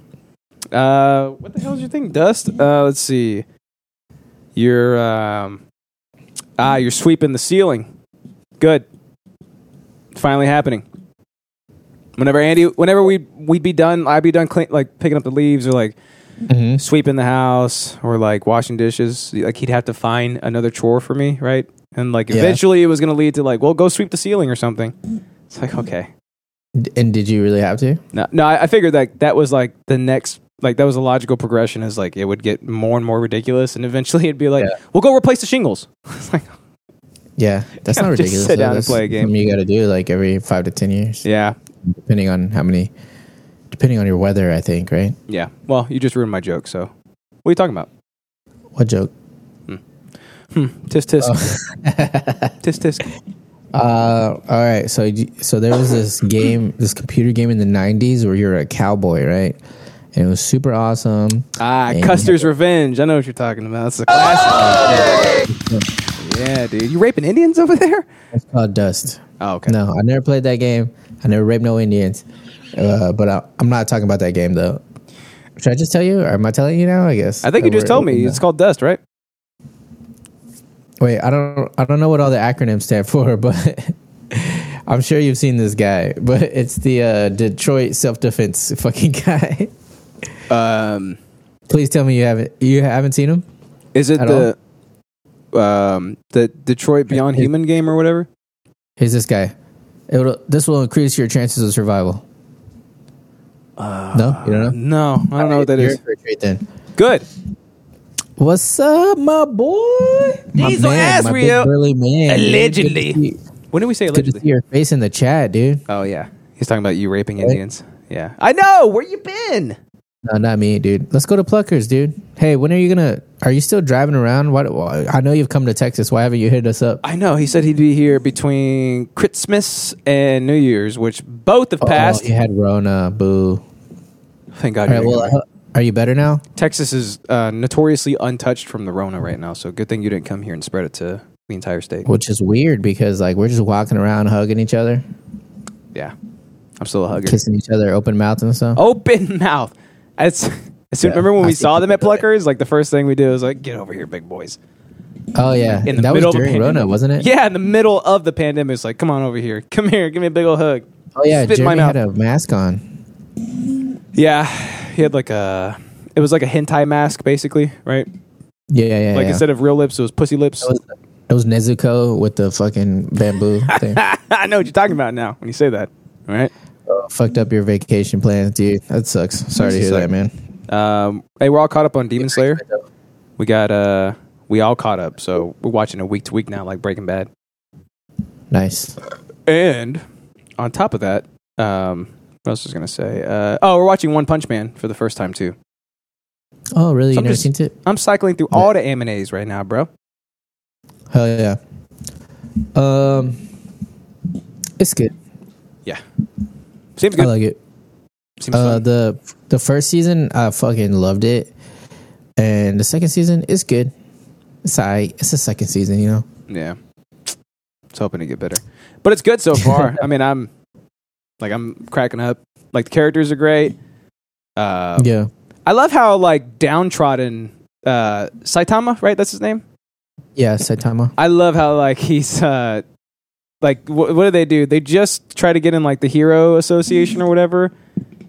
Speaker 2: Uh, what the hell is your thing, Dust? Uh, let's see. You're um, ah, you're sweeping the ceiling. Good. It's finally happening. Whenever Andy, whenever we we'd be done, I'd be done clean, like picking up the leaves or like
Speaker 1: Mhm.
Speaker 2: sweeping the house or like washing dishes. Like he'd have to find another chore for me, right? And like
Speaker 1: Yeah.
Speaker 2: eventually it was gonna lead to like, well, go sweep the ceiling or something. It's like okay.
Speaker 1: D- And did you really have to?
Speaker 2: No, no, I, I figured like that was like the next, like that was a logical progression. Is like it would get more and more ridiculous, and eventually it'd be like, we'll go replace the shingles. It's like,
Speaker 1: Yeah, that's not
Speaker 2: Just
Speaker 1: ridiculous.
Speaker 2: sit
Speaker 1: though.
Speaker 2: down and
Speaker 1: That's
Speaker 2: play a game.
Speaker 1: something You got to do like every five to ten years,
Speaker 2: yeah,
Speaker 1: depending on how many, depending on your weather. I think, right?
Speaker 2: yeah. Well, you just ruined my joke. So, what are you talking about?
Speaker 1: What joke?
Speaker 2: Hmm. Tisk tisk.
Speaker 1: uh,
Speaker 2: Tisk tisk.
Speaker 1: all right. So, you- so there was this game, this computer game in the '90s where you're a cowboy, right? And it was super awesome.
Speaker 2: Ah,
Speaker 1: Yeah.
Speaker 2: Custer's Revenge. I know what you're talking about. It's a classic.
Speaker 1: Oh!
Speaker 2: Yeah, dude. You raping Indians over there?
Speaker 1: It's called Dust.
Speaker 2: Oh, okay.
Speaker 1: No, I never played that game. I never raped no Indians. Uh, but I, I'm not talking about that game though. Should I just tell you, or am I telling you now? I guess.
Speaker 2: I think you
Speaker 1: Or
Speaker 2: just
Speaker 1: we're-
Speaker 2: told me. It's called Dust, right?
Speaker 1: Wait, I don't I don't know what all the acronyms stand for, but I'm sure you've seen this guy, but it's the uh, Detroit self defense fucking guy.
Speaker 2: Um,
Speaker 1: Please tell me you haven't you haven't seen him?
Speaker 2: is it
Speaker 1: At
Speaker 2: the um the Detroit Beyond
Speaker 1: It- it-
Speaker 2: Human game or whatever?
Speaker 1: Here's this guy. It'll, this will increase your chances of survival. no, you don't know.
Speaker 2: No, I don't know what that
Speaker 1: You're
Speaker 2: is.
Speaker 1: in for a treat then.
Speaker 2: Good.
Speaker 1: What's up, my boy? My
Speaker 2: Diesel
Speaker 1: man, my big
Speaker 2: Asriel.
Speaker 1: burly man.
Speaker 2: Allegedly.
Speaker 1: Good to see-
Speaker 2: When did we say
Speaker 1: Good to see
Speaker 2: allegedly?
Speaker 1: your face in the chat, dude.
Speaker 2: Oh yeah, he's talking about you raping Indians. Yeah, I know. Where you been?
Speaker 1: No, not me, dude. Let's go to Pluckers, dude. Hey, when are you gonna? Are you still driving around? What? I know you've come to Texas. Why haven't you hit us up?
Speaker 2: I know. He said he'd be here between Christmas and New Year's, which both have passed.
Speaker 1: Oh, you had Rona. Boo.
Speaker 2: Thank God.
Speaker 1: All right.
Speaker 2: you
Speaker 1: Well,
Speaker 2: didn't.
Speaker 1: uh, are you better now?
Speaker 2: Texas is uh, notoriously untouched from the Rona right now, so good thing you didn't come here and spread it to the entire state.
Speaker 1: Which is weird because like we're just walking around hugging each other,
Speaker 2: Yeah, I'm still a hugger.
Speaker 1: kissing each other, open mouth and
Speaker 2: Oh,
Speaker 1: stuff.
Speaker 2: Open mouth. As, as soon,
Speaker 1: Yeah,
Speaker 2: remember when
Speaker 1: I
Speaker 2: we
Speaker 1: see
Speaker 2: saw them at
Speaker 1: people do
Speaker 2: Pluckers? Like the first thing we did was like, "Get over here, big boys."
Speaker 1: Oh yeah,
Speaker 2: in the
Speaker 1: that was
Speaker 2: middle of a
Speaker 1: during
Speaker 2: pandemic.
Speaker 1: Rona, wasn't it?
Speaker 2: Yeah, in the middle of the pandemic, it's like, come on over here, come here, give me a big old hug.
Speaker 1: Oh yeah,
Speaker 2: spit in my
Speaker 1: Jeremy
Speaker 2: mouth.
Speaker 1: had a mask on.
Speaker 2: Yeah, he had like a, it was like a hentai mask basically, right?
Speaker 1: Yeah, yeah, yeah.
Speaker 2: Like
Speaker 1: yeah.
Speaker 2: instead of real lips, it was pussy lips.
Speaker 1: it was, it was Nezuko with the fucking bamboo thing.
Speaker 2: I know what you're talking about now when you say that, all right?
Speaker 1: Oh, Fucked up your vacation plans, dude. That sucks. Sorry to
Speaker 2: This
Speaker 1: hear
Speaker 2: is
Speaker 1: that,
Speaker 2: like-
Speaker 1: man.
Speaker 2: Um, hey, we're all caught up on Demon Slayer. We got uh, we all caught up, so we're watching it week to week now, like Breaking Bad.
Speaker 1: Nice.
Speaker 2: And on top of that, um, what else was I gonna say? Uh, oh, we're watching One Punch Man for the first time too.
Speaker 1: Oh really?
Speaker 2: So
Speaker 1: You
Speaker 2: I'm
Speaker 1: never
Speaker 2: just-
Speaker 1: seen it?
Speaker 2: I'm cycling through all the animes right now, bro.
Speaker 1: Hell yeah. Um, it's good.
Speaker 2: Seems
Speaker 1: I
Speaker 2: good.
Speaker 1: like it.
Speaker 2: Seems
Speaker 1: Uh,
Speaker 2: fun.
Speaker 1: the the first season I fucking loved it, and the second season is good. It's alright. It's the second season, you know.
Speaker 2: Yeah. It's hoping to get better. But it's good so far. I mean, I'm like I'm cracking up. Like the characters are great. Uh
Speaker 1: yeah,
Speaker 2: I love how like downtrodden uh, Saitama, right? That's his name.
Speaker 1: Yeah, Saitama.
Speaker 2: I love how like he's uh like wh- what do they do? They just try to get in like the hero association or whatever.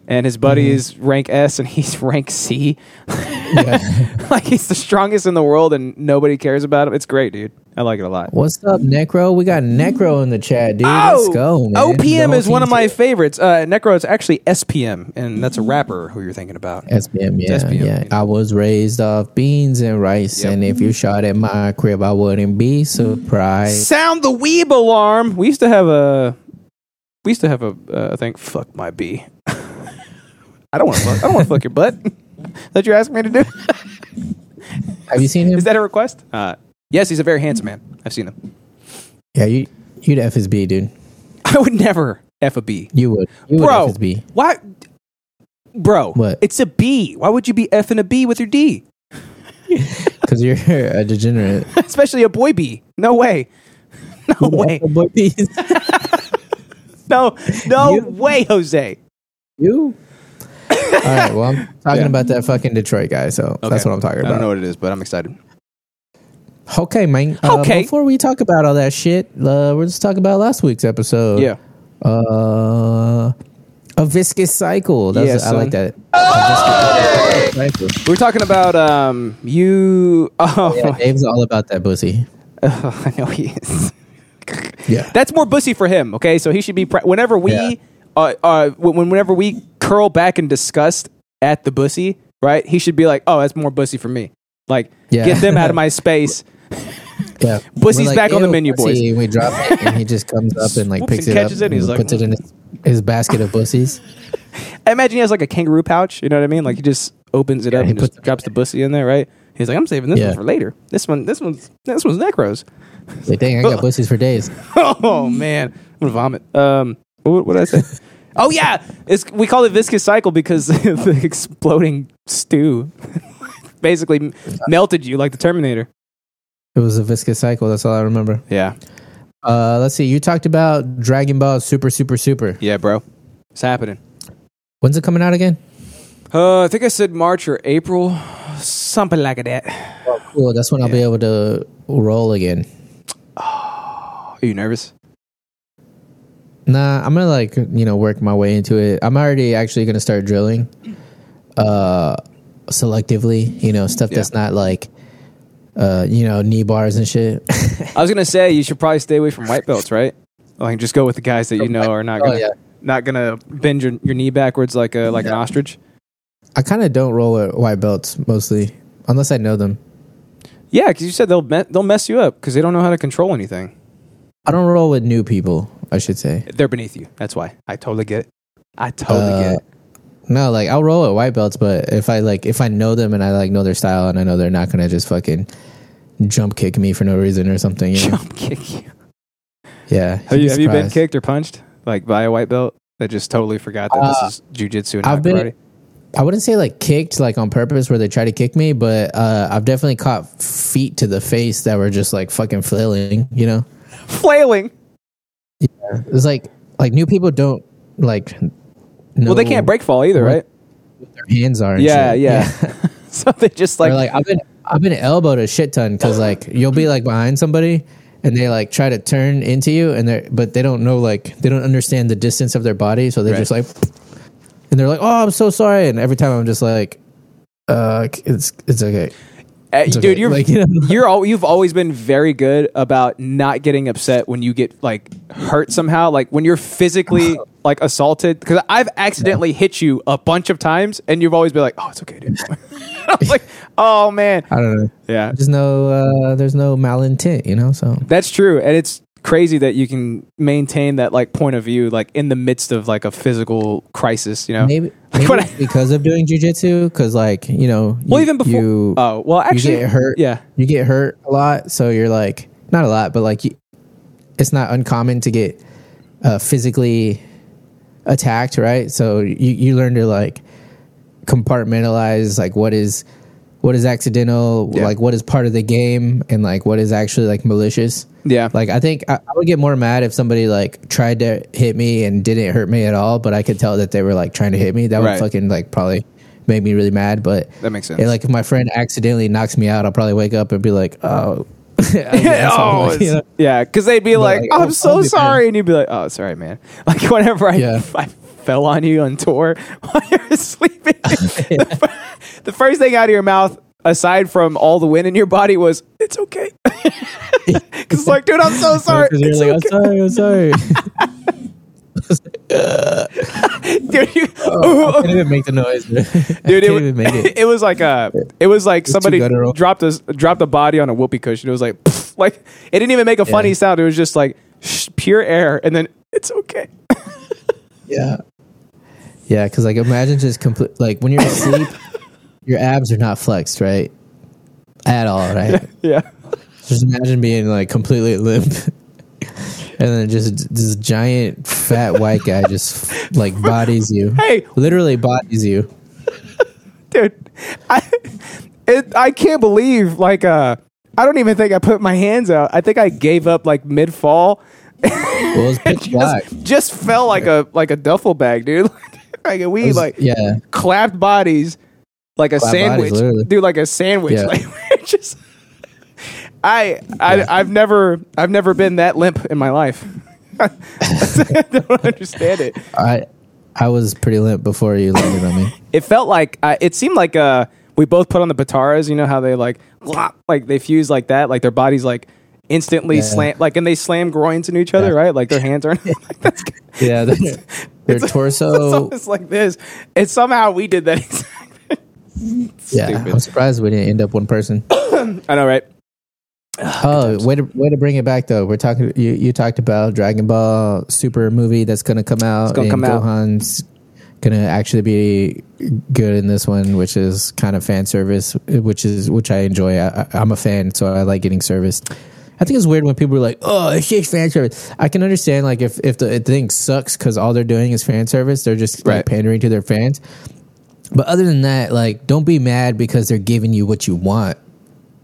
Speaker 2: And his
Speaker 1: Mm-hmm.
Speaker 2: buddy is rank S and he's rank C. like he's the strongest in the world and nobody cares about him. It's great, dude. I like it a lot.
Speaker 1: What's up, Necro? We got Necro in the chat, dude.
Speaker 2: Oh!
Speaker 1: Let's go, man. The
Speaker 2: OPM
Speaker 1: whole
Speaker 2: is one of
Speaker 1: team's
Speaker 2: my favorites. Uh, Necro, it's actually SPM, and that's a
Speaker 1: Mm-hmm.
Speaker 2: rapper who you're thinking about.
Speaker 1: SPM, yeah,
Speaker 2: SPM,
Speaker 1: yeah.
Speaker 2: you know.
Speaker 1: I was raised off beans and rice,
Speaker 2: Yep.
Speaker 1: and if you shot at my crib, I wouldn't be surprised.
Speaker 2: Sound the weeb alarm. We used to have a. We used to have a uh, thing. Fuck my bee. I don't want to. fuck I don't want to fuck your butt. Is that you're asking me to do?
Speaker 1: Have you seen him?
Speaker 2: Is that a request? Uh, yes, he's a very handsome man. I've seen him.
Speaker 1: yeah, you, you'd F his B, dude.
Speaker 2: I would never f a bee,
Speaker 1: You would. You would F
Speaker 2: bro.
Speaker 1: his B.
Speaker 2: Why, bro?
Speaker 1: What?
Speaker 2: It's a bee. Why would you be effing a bee with your D?
Speaker 1: Because you're a degenerate.
Speaker 2: Especially a boy bee. No way. No way.
Speaker 1: Boy, please.
Speaker 2: No. No
Speaker 1: You-
Speaker 2: way, Jose.
Speaker 1: you? All right, well, I'm talking
Speaker 2: Yeah.
Speaker 1: about that fucking Detroit guy, so that's
Speaker 2: Okay.
Speaker 1: what I'm talking
Speaker 2: I don't
Speaker 1: about.
Speaker 2: know what it is, but I'm excited.
Speaker 1: Okay, man. Uh,
Speaker 2: Okay.
Speaker 1: Before we talk about all that shit, uh, we're just talking about last week's episode.
Speaker 2: Yeah.
Speaker 1: Uh, a viscous cycle. That's
Speaker 2: Yeah,
Speaker 1: I like
Speaker 2: son.
Speaker 1: that. A viscous cycle.
Speaker 2: We We're talking about um you. Oh,
Speaker 1: Yeah, Dave's all about that pussy.
Speaker 2: I know he is.
Speaker 1: Yeah.
Speaker 2: That's more bussy for him. Okay, so he should be. Pre- whenever we,
Speaker 1: Yeah.
Speaker 2: uh, uh, when- when- whenever we curl back in disgust at the bussy, right? He should be like, oh, that's more bussy for me. Like,
Speaker 1: Yeah.
Speaker 2: get them out of my space.
Speaker 1: yeah.
Speaker 2: Pussy's
Speaker 1: We're
Speaker 2: back on the
Speaker 1: "Ew,
Speaker 2: menu,
Speaker 1: pussy," and we drop it, and he just comes up and like
Speaker 2: Swoops
Speaker 1: picks
Speaker 2: and
Speaker 1: it up,
Speaker 2: catches it, and he's
Speaker 1: and
Speaker 2: like,
Speaker 1: puts it in his, his basket of pussies.
Speaker 2: I imagine he has like a kangaroo pouch. You know what I mean? Like he just opens it up
Speaker 1: he
Speaker 2: and just
Speaker 1: puts-
Speaker 2: drops the bussy in there, right? He's like, I'm saving this
Speaker 1: Yeah.
Speaker 2: one for later. This one, this one's, this one's necros.
Speaker 1: He's Like, dang, I got pussies for days.
Speaker 2: oh man, I'm gonna vomit. Um, what, what did I say? oh yeah, it's, we call it viscous cycle because the exploding stew basically m- melted you like the Terminator.
Speaker 1: It was a viscous cycle. That's all I remember.
Speaker 2: Yeah,
Speaker 1: Uh, let's see. You talked about Dragon Ball Super, Super, Super.
Speaker 2: yeah, bro, it's happening.
Speaker 1: When's it coming out again?
Speaker 2: Uh, I think I said March or April, something like that.
Speaker 1: Oh, Cool. That's when I'll be able to roll again.
Speaker 2: Are you nervous?
Speaker 1: Nah, I'm gonna like you know work my way into it. I'm already actually gonna start drilling, uh, selectively. You know stuff that's not like, uh, you know knee bars and shit.
Speaker 2: I was gonna say you should probably stay away from white belts, right? Like just go with the guys that you know are not
Speaker 1: Oh,
Speaker 2: gonna
Speaker 1: yeah.
Speaker 2: not gonna bend your, your knee backwards like a like an ostrich.
Speaker 1: I kind of don't roll with white belts mostly, unless I know them.
Speaker 2: Yeah, because you said they'll me- they'll mess you up because they don't know how to control anything.
Speaker 1: I don't roll with new people. I should say
Speaker 2: they're beneath you. That's why. I totally get it. I totally
Speaker 1: Uh,
Speaker 2: get it.
Speaker 1: no. Like I'll roll with white belts, but if I like if I know them and I like know their style and I know they're not gonna just fucking jump kick me for no reason or something. You know?
Speaker 2: Jump kick you.
Speaker 1: yeah.
Speaker 2: Have you, have you been
Speaker 1: Surprise.
Speaker 2: kicked or punched like by a white belt that just totally forgot that
Speaker 1: Uh,
Speaker 2: this is jujitsu and
Speaker 1: I've
Speaker 2: not
Speaker 1: been-
Speaker 2: karate?
Speaker 1: I wouldn't say like kicked like on purpose where they try to kick me, but uh, I've definitely caught feet to the face that were just like fucking flailing. You know,
Speaker 2: Flailing.
Speaker 1: it's like like new people don't like. Know
Speaker 2: Well, they can't break fall either,
Speaker 1: What?
Speaker 2: right?
Speaker 1: their hands are. and
Speaker 2: Yeah,
Speaker 1: shit.
Speaker 2: yeah. so they just
Speaker 1: They're
Speaker 2: like,
Speaker 1: like I've been I've been elbowed a shit ton because like you'll be like behind somebody and they like try to turn into you and they're but they don't know like they don't understand the distance of their body so they're
Speaker 2: Right.
Speaker 1: just like and they're like oh I'm so sorry and every time I'm just like uh it's it's okay
Speaker 2: eh,
Speaker 1: it's
Speaker 2: dude,
Speaker 1: okay.
Speaker 2: you're
Speaker 1: Like,
Speaker 2: you
Speaker 1: you know?
Speaker 2: are all, you've always been very good about not getting upset when you get like hurt somehow, like when you're physically like assaulted. Because I've accidentally hit you a bunch of times, and you've always been like, "Oh, it's okay, dude." I was like, "Oh man,
Speaker 1: I don't know.
Speaker 2: yeah."
Speaker 1: there's no uh there's no malintent you know so
Speaker 2: That's true, and it's crazy that you can maintain that like point of view like in the midst of like a physical crisis. You know,
Speaker 1: maybe,
Speaker 2: Like,
Speaker 1: maybe
Speaker 2: what
Speaker 1: it's
Speaker 2: I-
Speaker 1: because of doing jujitsu because like you know
Speaker 2: well,
Speaker 1: you-
Speaker 2: even before.
Speaker 1: you,
Speaker 2: oh, well, actually,
Speaker 1: you get hurt
Speaker 2: Yeah,
Speaker 1: you get hurt a lot so you're like not a lot but like you, it's not uncommon to get uh physically attacked right so you you learn to like compartmentalize like what is what is accidental
Speaker 2: Yeah.
Speaker 1: like what is part of the game and like what is actually like malicious
Speaker 2: yeah.
Speaker 1: Like I think I, I would get more mad if somebody like tried to hit me and didn't hurt me at all, but I could tell that they were like trying to hit me. That would
Speaker 2: Right.
Speaker 1: fucking like probably make me really mad. But
Speaker 2: That makes sense.
Speaker 1: and, like if my friend accidentally knocks me out, I'll probably wake up and be like, oh, yeah,
Speaker 2: oh, it's- yeah, because they'd be like,
Speaker 1: like,
Speaker 2: "I'm
Speaker 1: I'll-
Speaker 2: so
Speaker 1: I'll be
Speaker 2: sorry," and you'd be like, "Oh, it's all right, man." Like whenever I,
Speaker 1: Yeah.
Speaker 2: I fell on you on tour while you were sleeping, the, fir- the first thing out of your mouth, aside from all the wind in your body, was "It's okay." Because like, dude, I'm so sorry.
Speaker 1: because you're
Speaker 2: It's
Speaker 1: like, I'm
Speaker 2: okay."
Speaker 1: sorry, I'm sorry.
Speaker 2: dude, you-
Speaker 1: I didn't even make the noise. Dude, I
Speaker 2: dude,
Speaker 1: Oh, can't
Speaker 2: it,
Speaker 1: even make it.
Speaker 2: it. was like a, it was like
Speaker 1: too
Speaker 2: somebody
Speaker 1: guttural.
Speaker 2: dropped a dropped a body on a whoopee cushion. It was like, pfft, like it didn't even make a funny
Speaker 1: Yeah.
Speaker 2: sound. It was just like sh- pure air, and then it's okay.
Speaker 1: Yeah. Yeah, because like imagine just complete like when you're asleep, your abs are not flexed, right? At all, right?
Speaker 2: yeah.
Speaker 1: Just imagine being like completely limp, and then just this giant fat white guy just like bodies you.
Speaker 2: Hey.
Speaker 1: literally bodies you.
Speaker 2: dude i it, i can't believe like uh i don't even think i put my hands out i think i gave up like mid-fall
Speaker 1: Well, it was pitch black.
Speaker 2: just, just fell like a like a duffel bag dude like we
Speaker 1: It was-
Speaker 2: like
Speaker 1: yeah,
Speaker 2: clapped bodies like a
Speaker 1: Clapped bodies,
Speaker 2: sandwich
Speaker 1: literally.
Speaker 2: dude like a sandwich
Speaker 1: Yeah.
Speaker 2: like we're just I, I I've never I've never been that limp in my life. I don't understand it.
Speaker 1: I I was pretty limp before you landed on me.
Speaker 2: it felt like uh, it seemed like uh, we both put on the pataras. You know how they like glop, like they fuse like that, like their bodies like instantly
Speaker 1: Yeah.
Speaker 2: slam, like and they slam groins into each other, right? Like their hands aren't like that's
Speaker 1: Yeah, that's, their
Speaker 2: it's
Speaker 1: torso.
Speaker 2: almost like this. And somehow we did that. exact-
Speaker 1: Yeah,
Speaker 2: stupid.
Speaker 1: I'm surprised we didn't end up one person.
Speaker 2: I know, right?
Speaker 1: Oh, way to way to bring it back though. We're talking. You, you talked about Dragon Ball Super movie that's gonna come out.
Speaker 2: gonna
Speaker 1: and
Speaker 2: come out.
Speaker 1: Gohan's gonna actually be good in this one, which is kind of fan service, which is which I enjoy. I, I, I'm a fan, so I like getting serviced. I think it's weird when people are like, "Oh, it's just fan service." I can understand like if if the thing sucks because all they're doing is fan service, they're just
Speaker 2: Right.
Speaker 1: like pandering to their fans. But other than that, like, don't be mad because they're giving you what you want.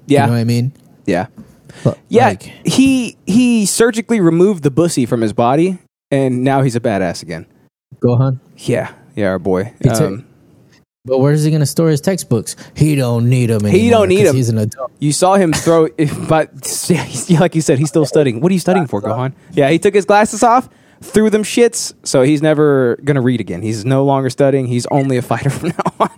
Speaker 2: Yeah,
Speaker 1: You know what I mean?
Speaker 2: yeah, yeah.
Speaker 1: Like-
Speaker 2: he he surgically removed the bussy from his body, and now he's a badass again.
Speaker 1: Gohan.
Speaker 2: Yeah, yeah, our boy. Um,
Speaker 1: He took- But where's he going to store his textbooks? He don't need them anymore.
Speaker 2: He don't need
Speaker 1: 'cause
Speaker 2: 'em.
Speaker 1: He's an adult.
Speaker 2: You saw him throw, but yeah, he's- like you said, he's still studying. What are you studying for, Gohan? Yeah, he took his glasses off, threw them shits, so he's never gonna read again. He's no longer studying. He's only a fighter from now on.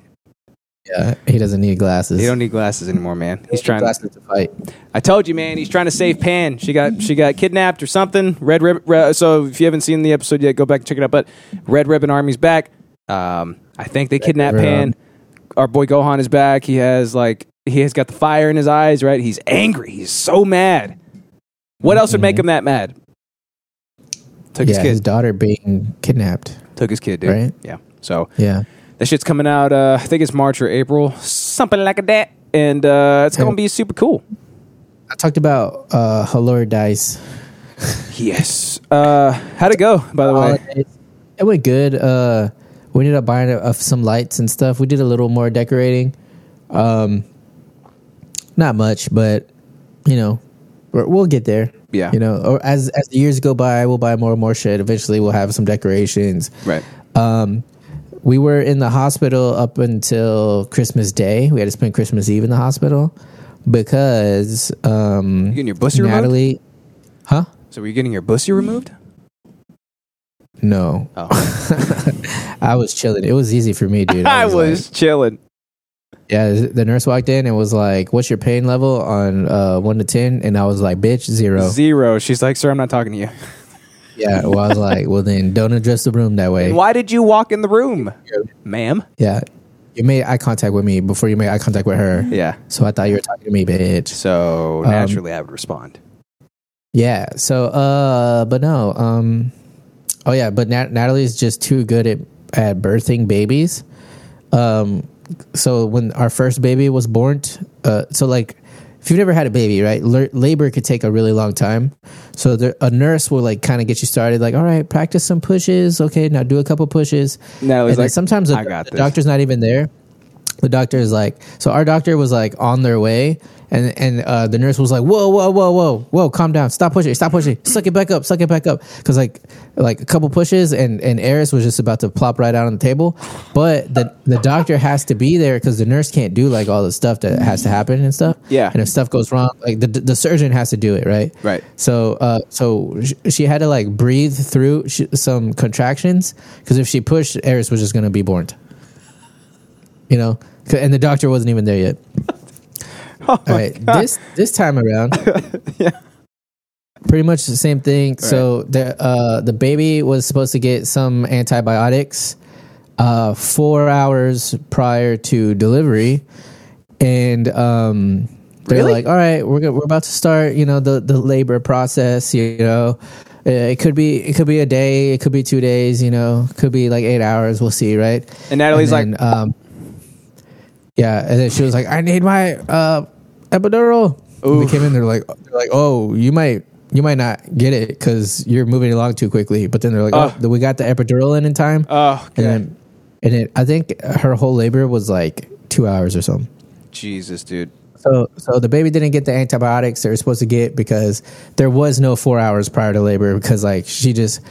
Speaker 1: Yeah, he doesn't need glasses.
Speaker 2: He don't need glasses anymore, man. He's
Speaker 1: He
Speaker 2: trying.
Speaker 1: needs glasses to fight.
Speaker 2: I told you, man. He's trying to save Pan. She got she got kidnapped or something. Red ribbon. Re, so if you haven't seen the episode yet, go back and check it out. But Red Ribbon Army's back. Um, I think they kidnapped
Speaker 1: Ribbon
Speaker 2: Pan.
Speaker 1: Army.
Speaker 2: Our boy Gohan is back. He has like he has got the fire in his eyes. Right? He's angry. He's so mad. What else would make him that mad? Took
Speaker 1: Mm-hmm. Yeah,
Speaker 2: his
Speaker 1: his
Speaker 2: kid.
Speaker 1: daughter being kidnapped.
Speaker 2: Took his kid, dude.
Speaker 1: Right.
Speaker 2: Yeah. So
Speaker 1: Yeah,
Speaker 2: that shit's coming out. Uh, I think it's March or April, something like that. And uh, it's gonna be super cool.
Speaker 1: I talked about uh, Halor Dice.
Speaker 2: Yes. Uh, how'd it go? By the way.
Speaker 1: Holidays. It went good. Uh, we ended up buying uh, some lights and stuff. We did a little more decorating. Um, not much, but you know, we're, we'll get there.
Speaker 2: Yeah.
Speaker 1: you know, or as as the years go by, we'll buy more and more shit. Eventually, we'll have some decorations.
Speaker 2: Right.
Speaker 1: Um, we were in the hospital up until Christmas Day. We had to spend Christmas Eve in the hospital because um,
Speaker 2: getting your bussy removed?
Speaker 1: Natalie, huh?
Speaker 2: So were you getting your bussy removed?
Speaker 1: No,
Speaker 2: Oh.
Speaker 1: I was chilling. It was easy for me, dude.
Speaker 2: I was chilling.
Speaker 1: like- yeah. The nurse walked in and was like, "What's your pain level on uh, one to 10? And I was like, "Bitch, zero.
Speaker 2: Zero. She's like, sir, I'm not talking to you.
Speaker 1: yeah. Well, I was like, "Well, then don't address the room that way."
Speaker 2: And why did you walk in the room? Ma'am?
Speaker 1: Yeah, you made eye contact with me before you made eye contact with her.
Speaker 2: Yeah.
Speaker 1: So I thought you were talking to me, bitch.
Speaker 2: So
Speaker 1: Um,
Speaker 2: naturally I would respond.
Speaker 1: Yeah. So, uh, but no. Um, oh yeah, but Nat- Natalie's just too good at at birthing babies. Um, so when our first baby was born, uh, so like if you've never had a baby, right? L- labor could take a really long time. So there, a nurse will like kind of get you started, like, all right, practice some pushes. Okay, now do a couple pushes.
Speaker 2: Natalie's
Speaker 1: and then
Speaker 2: like,
Speaker 1: sometimes the,
Speaker 2: "I got
Speaker 1: the
Speaker 2: this."
Speaker 1: doctor's not even there. the doctor is like, so our doctor was like on their way, and and uh, the nurse was like, whoa, whoa, whoa, whoa, whoa, calm down, stop pushing, stop pushing, suck it back up, suck it back up, because like like a couple pushes, and and Eris was just about to plop right out on the table, but the the doctor has to be there because the nurse can't do like all the stuff that has to happen and stuff.
Speaker 2: Yeah.
Speaker 1: and if stuff goes wrong, like the the surgeon has to do it, right?
Speaker 2: Right.
Speaker 1: So, uh, so sh- she had to like breathe through sh- some contractions because if she pushed, Eris was just going to be born. You know, 'Cause- and the doctor wasn't even there yet. All right, this this time around, pretty much the same thing. So the uh, the baby was supposed to get some antibiotics uh, four hours prior to delivery, and um, they're
Speaker 2: Really?
Speaker 1: like, "All right, we're go- we're about to start, you know, the the labor process, you know." Uh, It could be it could be a day, it could be two days, you know, could be like eight hours. We'll see, right?
Speaker 2: And Natalie's like,
Speaker 1: like, um, yeah, and then she was like, I need my uh, epidural. And they came in, they're like, they're like, oh, you might, you might not get it because you're moving along too quickly. But then they're like,
Speaker 2: Ugh.
Speaker 1: oh, we got the epidural in in time,
Speaker 2: oh,
Speaker 1: and
Speaker 2: God.
Speaker 1: then, and then I think her whole labor was like two hours or something.
Speaker 2: Jesus, dude.
Speaker 1: So, so the baby didn't get the antibiotics they were supposed to get because there was no four hours prior to labor because like she just,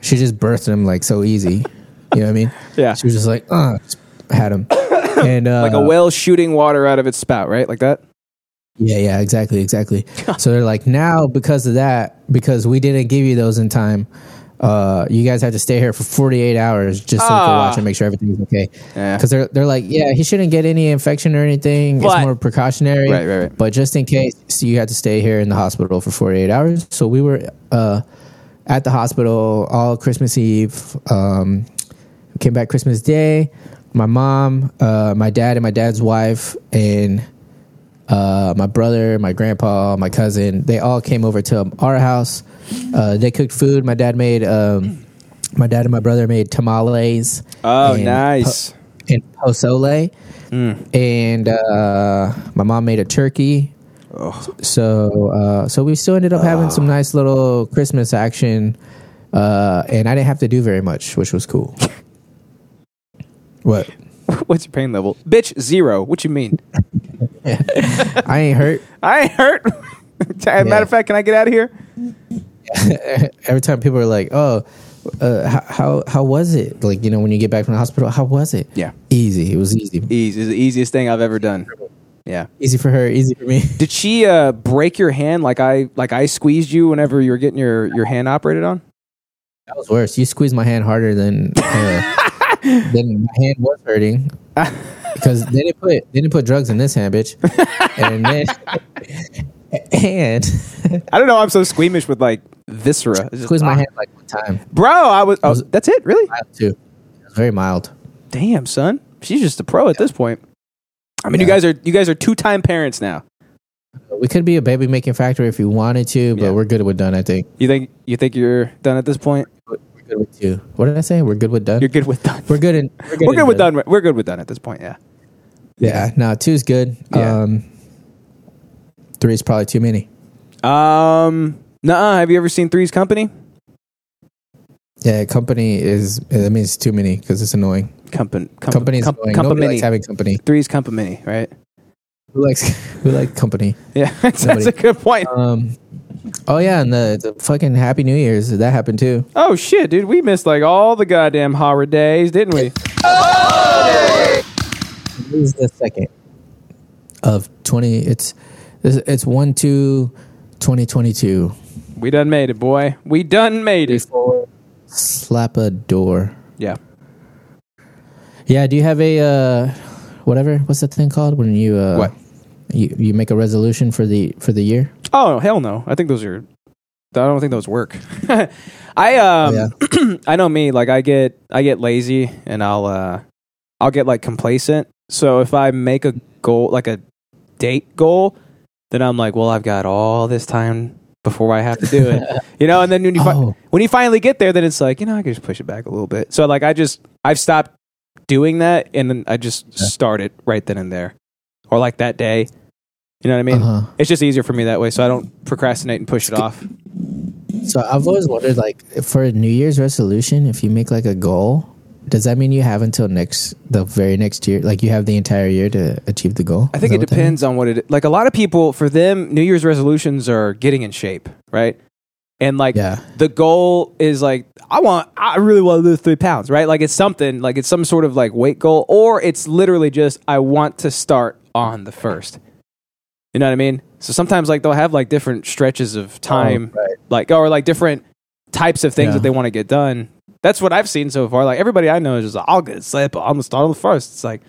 Speaker 1: she just birthed him like so easy, you know what I mean?
Speaker 2: Yeah.
Speaker 1: she was just like, uh, just had him, and uh,
Speaker 2: Like a whale shooting water out of its spout, right? Like that?
Speaker 1: Yeah, yeah, exactly, exactly. so they're like, now because of that, because we didn't give you those in time, uh, you guys have to stay here for 48 hours just so we can
Speaker 2: Ah.
Speaker 1: watch and make sure everything's okay.
Speaker 2: Yeah.
Speaker 1: Because they're they're like, yeah, he shouldn't get any infection or anything.
Speaker 2: But-
Speaker 1: it's more precautionary.
Speaker 2: Right, right, right.
Speaker 1: But just in case, so you had to stay here in the hospital for 48 hours. So we were uh, at the hospital all Christmas Eve. Um, came back Christmas Day. My mom, uh, my dad, and my dad's wife, and uh, my brother, my grandpa, my cousin, they all came over to our house. Uh, they cooked food. My dad made, um, my dad and my brother made tamales.
Speaker 2: Oh,
Speaker 1: and
Speaker 2: nice.
Speaker 1: po- and pozole. And uh, my mom made a turkey. So uh, so we still ended up having some nice little Christmas action. Uh, and I didn't have to do very much, which was cool. what?
Speaker 2: What's your pain level? Bitch, zero. What you mean?
Speaker 1: I ain't hurt.
Speaker 2: I ain't hurt. As a matter of fact, can I get out of here?
Speaker 1: every time people are like, "Oh, uh, how, how how was it?" Like you know, when you get back from the hospital, how was it?
Speaker 2: Yeah.
Speaker 1: easy. It was easy.
Speaker 2: Easy is the easiest thing I've ever done. Yeah.
Speaker 1: Easy for her. Easy for me.
Speaker 2: Did she uh, break your hand like I like I squeezed you whenever you were getting your, your hand operated on?
Speaker 1: That was worse. You squeezed my hand harder than uh, than my hand was hurting because they didn't put they didn't put drugs in this hand, bitch. And then and
Speaker 2: I don't know. I'm so squeamish with like viscera. It's just- ah.
Speaker 1: squeezed my hand like one time
Speaker 2: bro. I was. Oh, that's it. Really?
Speaker 1: mild too. It was very mild.
Speaker 2: Damn, son. She's just a pro at this point. I mean, you guys are you guys are two time parents now.
Speaker 1: We could be a baby making factory if we wanted to, but
Speaker 2: Yeah.
Speaker 1: we're good with done. I think
Speaker 2: You think you think you're done at this point?
Speaker 1: we're good with two. What did I say? We're good with done.
Speaker 2: You're good with done.
Speaker 1: We're good in. We're good,
Speaker 2: We're
Speaker 1: in
Speaker 2: good with
Speaker 1: the-
Speaker 2: done. We're good with done at this point. Yeah.
Speaker 1: Yeah, no, two's good.
Speaker 2: Yeah.
Speaker 1: Um, three's probably too many.
Speaker 2: Um. Nah. Have you ever seen Three's Company?
Speaker 1: Yeah, company is that means too many because it's annoying.
Speaker 2: Company.
Speaker 1: Company is annoying. Nobody likes
Speaker 2: Company.
Speaker 1: having company.
Speaker 2: Three's Company. Right.
Speaker 1: Who likes who likes company?
Speaker 2: Yeah. that's
Speaker 1: Nobody-
Speaker 2: a good point.
Speaker 1: Um, oh yeah, and the, the fucking Happy New Year's that happened too.
Speaker 2: Oh shit, dude. We missed like all the goddamn holidays, didn't we?
Speaker 1: It is the second of twenty. It's it's it's one two. 2022
Speaker 2: We done made it, boy. We done made it.
Speaker 1: slap a door
Speaker 2: Yeah.
Speaker 1: yeah do you have a uh whatever what's that thing called when you uh
Speaker 2: What?
Speaker 1: you you make a resolution for the for the year
Speaker 2: Oh hell no! I think those are. I don't think those work. I um, I know me. Like I get, I get lazy, and I'll, uh, I'll get like complacent. So if I make a goal, like a date goal, then I'm like, well, I've got all this time before I have to do it, you know. And then when you fi-
Speaker 1: Oh.
Speaker 2: when you finally get there, then it's like, you know, I can just push it back a little bit. So like, I just, I've stopped doing that, and then I just start it right then and there, or like that day. You know what I mean?
Speaker 1: Uh-huh.
Speaker 2: It's just easier for me that way, so I don't procrastinate and push it off.
Speaker 1: So I've always wondered, like, for a New Year's resolution, if you make like a goal, Does that mean you have until next the very next year? Like you have the entire year to achieve the goal?
Speaker 2: I
Speaker 1: Is
Speaker 2: think
Speaker 1: that
Speaker 2: it
Speaker 1: what that means?
Speaker 2: depends on what it like. A lot of people, for them, New Year's resolutions are getting in shape, right? And like
Speaker 1: Yeah.
Speaker 2: the goal is like I want, I really want to lose three pounds, right? Like it's something, like it's some sort of like weight goal, or it's literally just I want to start on the first. You know what I mean? So sometimes like they'll have like different stretches
Speaker 1: Oh,
Speaker 2: of time, like or like different types of things
Speaker 1: Yeah.
Speaker 2: that they want to get done. That's what I've seen so far. Like everybody I know is just like, I'll get sleep. I'm gonna start on the first. It's like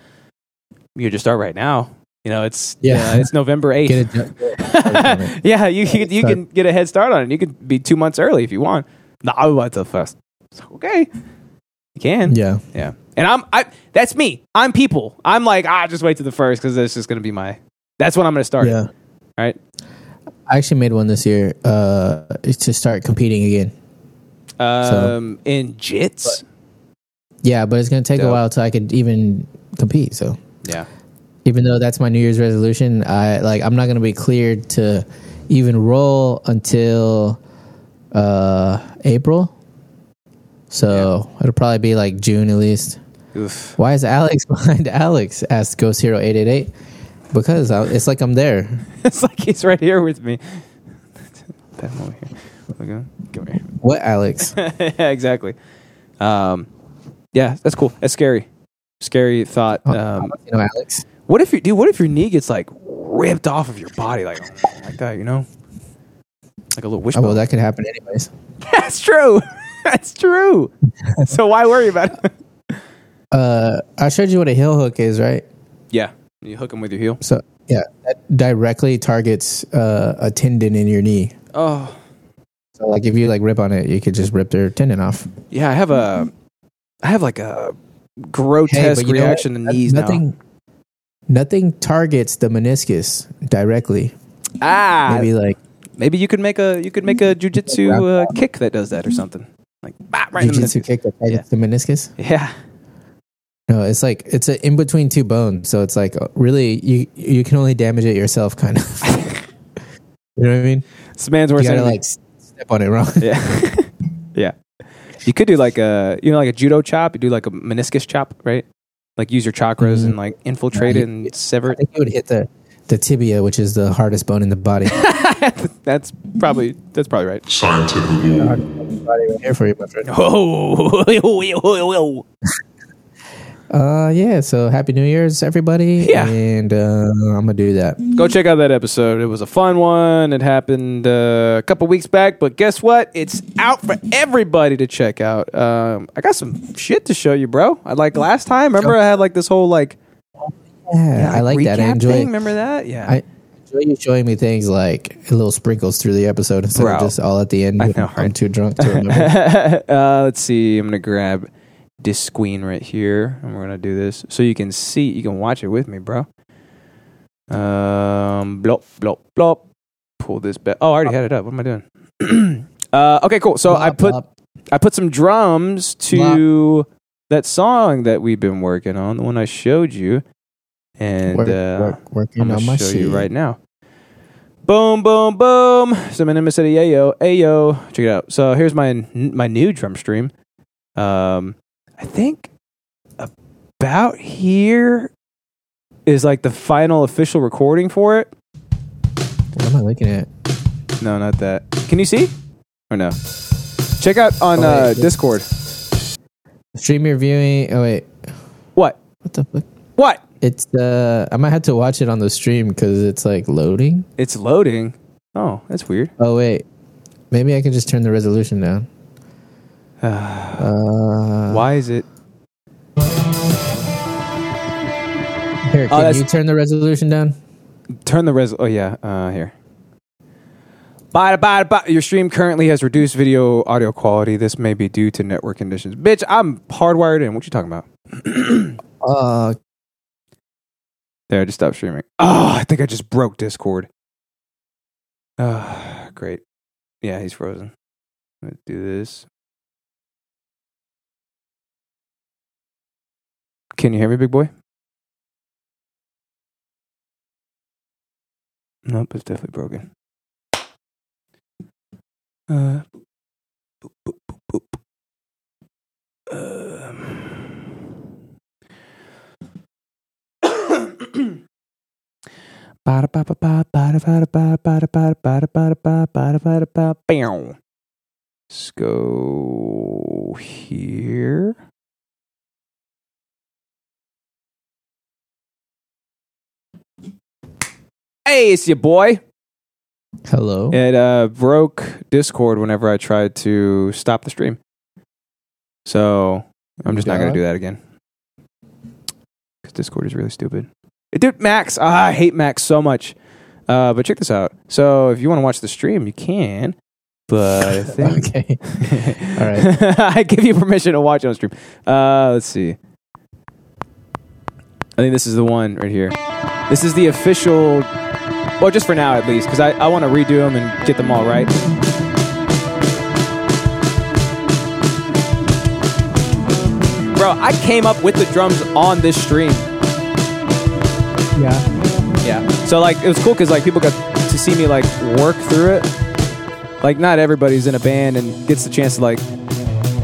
Speaker 2: you just start right now. You know, it's yeah,
Speaker 1: Yeah.
Speaker 2: it's November eighth.
Speaker 1: Get it done.
Speaker 2: yeah, you you, you
Speaker 1: start.
Speaker 2: can get a head start on it. You could be two months early if you want. No, I want the first. It's like, okay, you can.
Speaker 1: Yeah.
Speaker 2: yeah. And I'm I. That's me. I'm people. I'm like I just wait to the first because that's just gonna be my. That's when I'm gonna start.
Speaker 1: Yeah.
Speaker 2: Right.
Speaker 1: I actually made one this year uh, to start competing again.
Speaker 2: Um. In jits.
Speaker 1: Yeah, but it's going to take
Speaker 2: Dope.
Speaker 1: a while till I could even compete. So
Speaker 2: Yeah.
Speaker 1: even though that's my New Year's resolution, I like I'm not going to be cleared to even roll until uh, April. So it'll probably be like June at least.
Speaker 2: Oof.
Speaker 1: Why is Alex behind Alex? Asked Ghost Hero eight eight eight. Because I, it's like I'm there.
Speaker 2: it's like he's right here with me. Pat him over here. Look at him. Come here.
Speaker 1: What Alex?
Speaker 2: yeah, exactly. Um, yeah, that's cool. That's scary. Scary thought. Um,
Speaker 1: you know Alex.
Speaker 2: what if you dude? What if your knee gets like ripped off of your body like like that? You know, like a little
Speaker 1: Oh,
Speaker 2: wishbone.
Speaker 1: well, that could happen anyways.
Speaker 2: that's true. that's true. so why worry about it?
Speaker 1: Uh, I showed you what a heel hook is, right?
Speaker 2: yeah, you hook him with your heel.
Speaker 1: So yeah, that directly targets uh, a tendon in your knee.
Speaker 2: Oh,
Speaker 1: So like if you like rip on it, you could just rip their tendon off.
Speaker 2: yeah. I have a, I have like a grotesque
Speaker 1: you know what?
Speaker 2: reaction to knees now.
Speaker 1: nothing, nothing targets the meniscus directly.
Speaker 2: Ah,
Speaker 1: Maybe like
Speaker 2: Maybe you could make a you could make a jujitsu uh, kick that does that or something. Like bah, right in the
Speaker 1: jiu-jitsu
Speaker 2: meniscus.
Speaker 1: kick that targets the meniscus.
Speaker 2: Yeah.
Speaker 1: No, it's like it's a in between two bones. So it's like really you you can only damage it yourself, kind of. you know what I mean?
Speaker 2: This man's
Speaker 1: You
Speaker 2: worse
Speaker 1: gotta
Speaker 2: enemy.
Speaker 1: like s- step on it wrong.
Speaker 2: Yeah. yeah. You could do like a you know like a judo chop, you do like a meniscus chop, right? Like use your chakras
Speaker 1: Mhm.
Speaker 2: and like infiltrate
Speaker 1: Yeah,
Speaker 2: it and sever
Speaker 1: I
Speaker 2: it.
Speaker 1: think it would hit the the tibia, which is the hardest bone in the body.
Speaker 2: that's probably that's probably right.
Speaker 1: Here for you, my friend.
Speaker 2: Oh,
Speaker 1: Uh, yeah. So happy New Year's, everybody.
Speaker 2: Yeah.
Speaker 1: And uh, I'm gonna do that.
Speaker 2: Go check out that episode. It was a fun one. It happened uh, a couple weeks back, but guess what? It's out for everybody to check out. Um, I got some shit to show you, bro. I like last time. Remember, I had like this whole like
Speaker 1: Yeah, I like that. I
Speaker 2: recap
Speaker 1: enjoy.
Speaker 2: Thing? Remember that? Yeah,
Speaker 1: I enjoy you showing me things like little sprinkles through the episode instead
Speaker 2: Bro.
Speaker 1: of just all at the end.
Speaker 2: I know,
Speaker 1: I'm
Speaker 2: right?
Speaker 1: too drunk to remember.
Speaker 2: uh, let's see. I'm gonna grab this queen right here, and we're gonna do this so you can see. You can watch it with me, bro. Um, blop blop blop. Pull this back. Oh, I already had it up. What am I doing? uh, okay, cool. So I put I put some drums to that song that we've been working on, the one I showed you, and
Speaker 1: work,
Speaker 2: uh,
Speaker 1: work, working
Speaker 2: I'm
Speaker 1: on
Speaker 2: gonna
Speaker 1: my
Speaker 2: show
Speaker 1: shit.
Speaker 2: you right now. Boom, boom, boom. So my name is Eddie Ayo. Ayo. Check it out. So here's my my new drum stream. Um, I think about here is like the final official recording for it.
Speaker 1: What am I looking at?
Speaker 2: No, not that. Can you see? Or no? Check out on
Speaker 1: Oh, wait,
Speaker 2: uh,
Speaker 1: it's-
Speaker 2: Discord.
Speaker 1: Stream your viewing. Oh wait,
Speaker 2: What?
Speaker 1: what the fuck?
Speaker 2: What?
Speaker 1: It's uh, I might have to watch it on the stream because it's like loading.
Speaker 2: It's loading. Oh, that's weird.
Speaker 1: Oh wait, maybe I can just turn the resolution down. Uh,
Speaker 2: Why is it?
Speaker 1: Here,
Speaker 2: Oh,
Speaker 1: can
Speaker 2: that's-
Speaker 1: you turn the resolution down?
Speaker 2: Turn the res. Oh yeah, uh, here. Bada bada bada. Your stream currently has reduced video audio quality. This may be due to network conditions. Bitch, I'm hardwired in. What you talking about?
Speaker 1: Uh,
Speaker 2: There, I just stopped streaming. Oh, I think I just broke Discord. Ah, great. Yeah, he's frozen. Let's do this. Can you hear me, big boy? Nope, it's definitely broken. Uh, boop, boop, boop, boop. Um, Ba-da-ba-ba-ba, ba-da-ba-da-ba, ba-da-ba-da-ba, ba-da-ba-da-ba, ba-da-ba-da-ba, bow. Let's go here. Hey, it's your boy.
Speaker 1: Hello.
Speaker 2: It uh, broke Discord whenever I tried to stop the stream. So I'm just not going
Speaker 1: God.
Speaker 2: to do that again. Because Discord is really stupid. Dude, Max. Ah, I hate Max so much. Uh, but check this out. So if you want to watch the stream, you can. But I think.
Speaker 1: Okay.
Speaker 2: All right. I give you permission to watch on stream. Uh, let's see. I think this is the one right here. This is the official. Well, just for now at least, because I, I want to redo them and get them all right. Bro, I came up with the drums on this stream.
Speaker 1: Yeah.
Speaker 2: Yeah. So like it was cool because like people got to see me like work through it. Like not everybody's in a band and gets the chance to like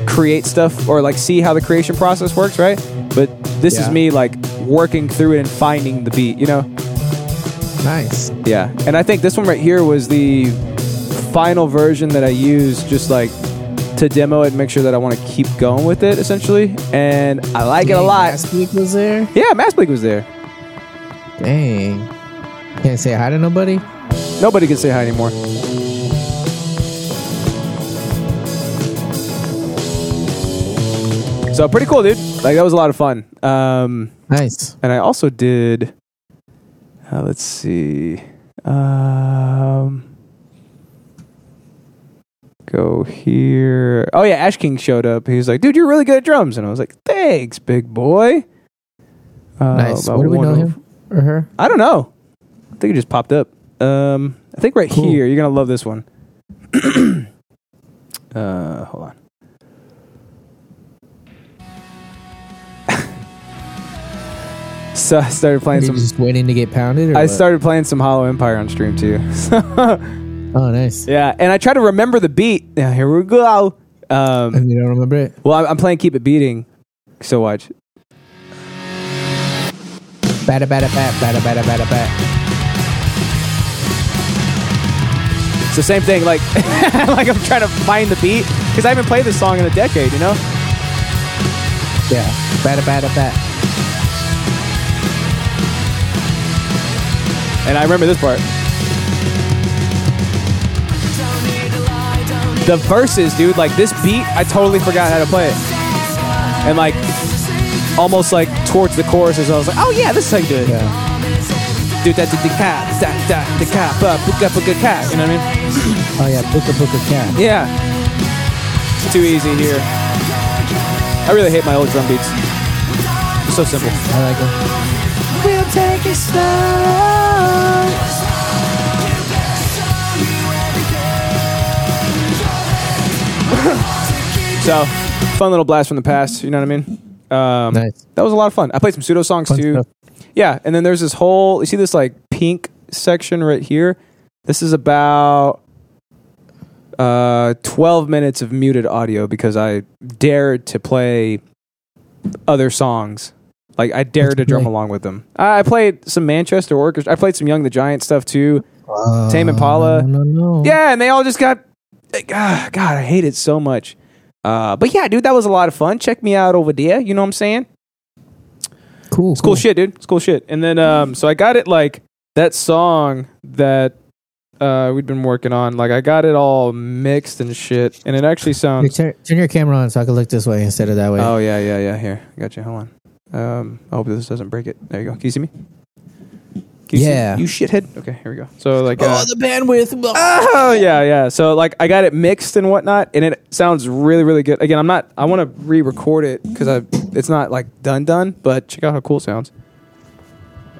Speaker 2: create stuff or like see how the creation process works, right? But this is
Speaker 1: Yeah.
Speaker 2: me like working through it and finding the beat, you know?
Speaker 1: Nice.
Speaker 2: Yeah. And I think this one right here was the final version that I used just like to demo it and make sure that I want to keep going with it essentially. And I like it a
Speaker 1: Dang,
Speaker 2: lot.
Speaker 1: Last week was there.
Speaker 2: Yeah, Mass Bleak was there.
Speaker 1: Dang. Can't say hi to nobody.
Speaker 2: Nobody can say hi anymore. So pretty cool, dude. Like that was a lot of fun. Um,
Speaker 1: Nice.
Speaker 2: and I also did. Uh, let's see. Um, go here. Oh yeah, Ash King showed up. He was like, "Dude, you're really good at drums," and I was like, "Thanks, big boy." Uh,
Speaker 1: nice.
Speaker 2: I
Speaker 1: Where do we know
Speaker 2: wonder-
Speaker 1: him or her?
Speaker 2: I don't know. I think it just popped up. Um, I think right
Speaker 1: Cool.
Speaker 2: here. You're gonna love this one. uh, hold on. so I started
Speaker 1: Are
Speaker 2: playing
Speaker 1: you
Speaker 2: some.
Speaker 1: just waiting to get pounded? Or
Speaker 2: I
Speaker 1: what?
Speaker 2: started playing some Hollow Empire on stream too. So,
Speaker 1: Oh, nice.
Speaker 2: yeah, and I try to remember the beat. Now here we go. Um,
Speaker 1: And you don't remember it?
Speaker 2: well, I'm- I'm playing Keep It Beating. So watch.
Speaker 1: Bada bada bat bada bada bada bat.
Speaker 2: So same thing, like like I'm trying to find the beat because I haven't played this song in a decade, you know.
Speaker 1: Yeah. Bada bada bat.
Speaker 2: And I remember this part. The verses, dude, like this beat, I totally forgot how to play it. And like almost like towards the choruses, I was like, oh yeah, this is how you do it.
Speaker 1: Yeah.
Speaker 2: Dude, that's a decap, da da decap, uh, buka buka cap. You know what I mean?
Speaker 1: Oh yeah. Booka booka cat.
Speaker 2: Yeah. It's too easy here. I really hate my old drum beats. It's so simple.
Speaker 1: I like him.
Speaker 2: We'll take it slow. So, fun little blast from the past. You know what I mean? Um,
Speaker 1: Nice.
Speaker 2: That was a lot of fun. I played some pseudo songs
Speaker 1: Fun
Speaker 2: too.
Speaker 1: stuff.
Speaker 2: Yeah, and then there's this whole. You see this like pink section right here. This is about uh, 12 minutes of muted audio because I dared to play other songs. Like I dared
Speaker 1: What'd
Speaker 2: to
Speaker 1: you
Speaker 2: drum
Speaker 1: play?
Speaker 2: along with them. I I played some Manchester Orchestra. I played some Young the Giant stuff too. Tame Impala.
Speaker 1: Uh, No, no, no.
Speaker 2: Yeah, and they all just got. like, ah, God, I hate it so much. Uh, but yeah, dude, that was a lot of fun. Check me out over there. You know what I'm saying?
Speaker 1: Cool.
Speaker 2: It's cool, shit, dude. It's cool shit. And then, um, so I got it like that song that uh we'd been working on. Like I got it all mixed and shit, and it actually
Speaker 1: Here,
Speaker 2: sounds.
Speaker 1: turn, turn your camera on so I can look this way instead of that way.
Speaker 2: Oh yeah, yeah, yeah. Here, I got you. Hold on. Um, I hope this doesn't break it. There you go. Can you see me? Can you see-
Speaker 1: Yeah.
Speaker 2: you shithead. Okay, here we go. So like, uh,
Speaker 1: the bandwidth.
Speaker 2: Oh yeah, yeah. So like I got it mixed and whatnot, and it sounds really, really good. Again, I'm not. I want to re-record it because I it's not like done, done. But check out how cool it sounds.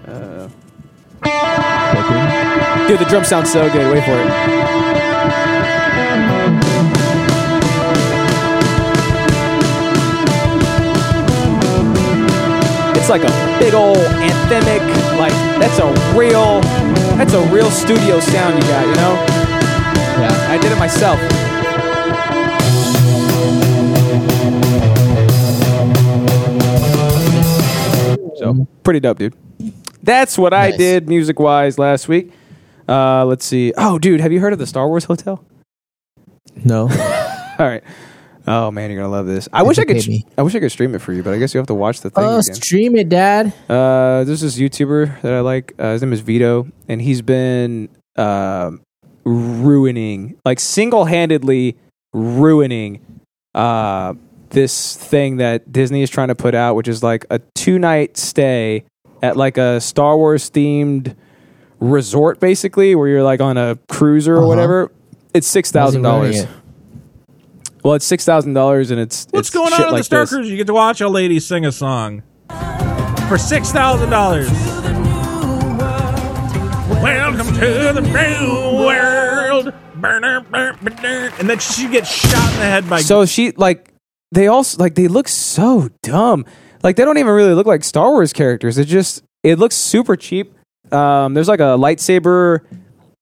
Speaker 2: Uh, dude, the drum sounds so good. Wait for it. It's like a big old anthemic. Like that's a real, that's a real studio sound you got. You know.
Speaker 1: Yeah.
Speaker 2: I did it myself. So pretty dope, dude. That's what I
Speaker 1: Nice.
Speaker 2: did music wise last week. Uh, let's see. Oh, dude, have you heard of the Star Wars Hotel?
Speaker 1: No.
Speaker 2: All right. Oh man, you're gonna love this. I wish I could.
Speaker 1: Educate me.
Speaker 2: I wish I could stream it for you, but I guess you have to watch the thing
Speaker 1: oh,
Speaker 2: again.
Speaker 1: stream it, Dad.
Speaker 2: Uh, there's this YouTuber that I like. Uh, his name is Vito, and he's been um ruining, like single-handedly ruining, uh, this thing that Disney is trying to put out, which is like a two-night stay at like a Star Wars themed resort, basically, where you're like on a cruiser or
Speaker 1: Uh-huh.
Speaker 2: whatever. It's six thousand
Speaker 1: How's he
Speaker 2: dollars.
Speaker 1: running
Speaker 2: Well, it's six thousand dollars, and it's
Speaker 4: What's
Speaker 2: it's
Speaker 4: going
Speaker 2: shit
Speaker 4: on on
Speaker 2: like
Speaker 4: the Star
Speaker 2: this.
Speaker 4: Cruiser? You get to watch a lady sing a song for six thousand dollars. Welcome to the new world. Burner, burn, burn. And then she gets shot in the head by.
Speaker 2: so she like they also like they look so dumb like they don't even really look like star wars characters it just it looks super cheap um there's like a lightsaber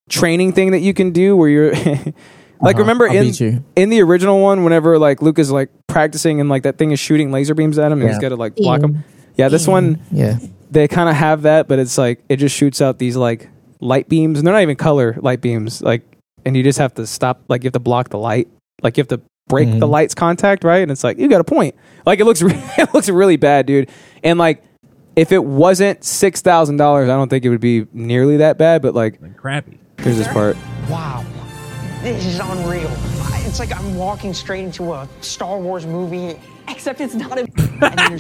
Speaker 2: training thing that you can do where you're like remember
Speaker 1: Uh-huh. I'll
Speaker 2: in
Speaker 1: beat you.
Speaker 2: in the original one whenever like luke is like practicing and like that thing is shooting laser beams at him and he's
Speaker 1: Yeah.
Speaker 2: got to like block him yeah this one
Speaker 1: Yeah.
Speaker 2: they kind of have that, but it's like it just shoots out these like light beams, and they're not even color light beams. Like, and you just have to stop. Like, you have to block the light. Like, you have to break the light's contact, right? And it's like you got a point. Like, it looks re- it looks really bad, dude. And like, if it wasn't six thousand dollars, I don't think it would be nearly that bad. But like,
Speaker 4: crappy.
Speaker 2: here's this part.
Speaker 5: Wow. This is unreal. It's like I'm walking straight into a Star Wars movie.
Speaker 6: Except it's not a.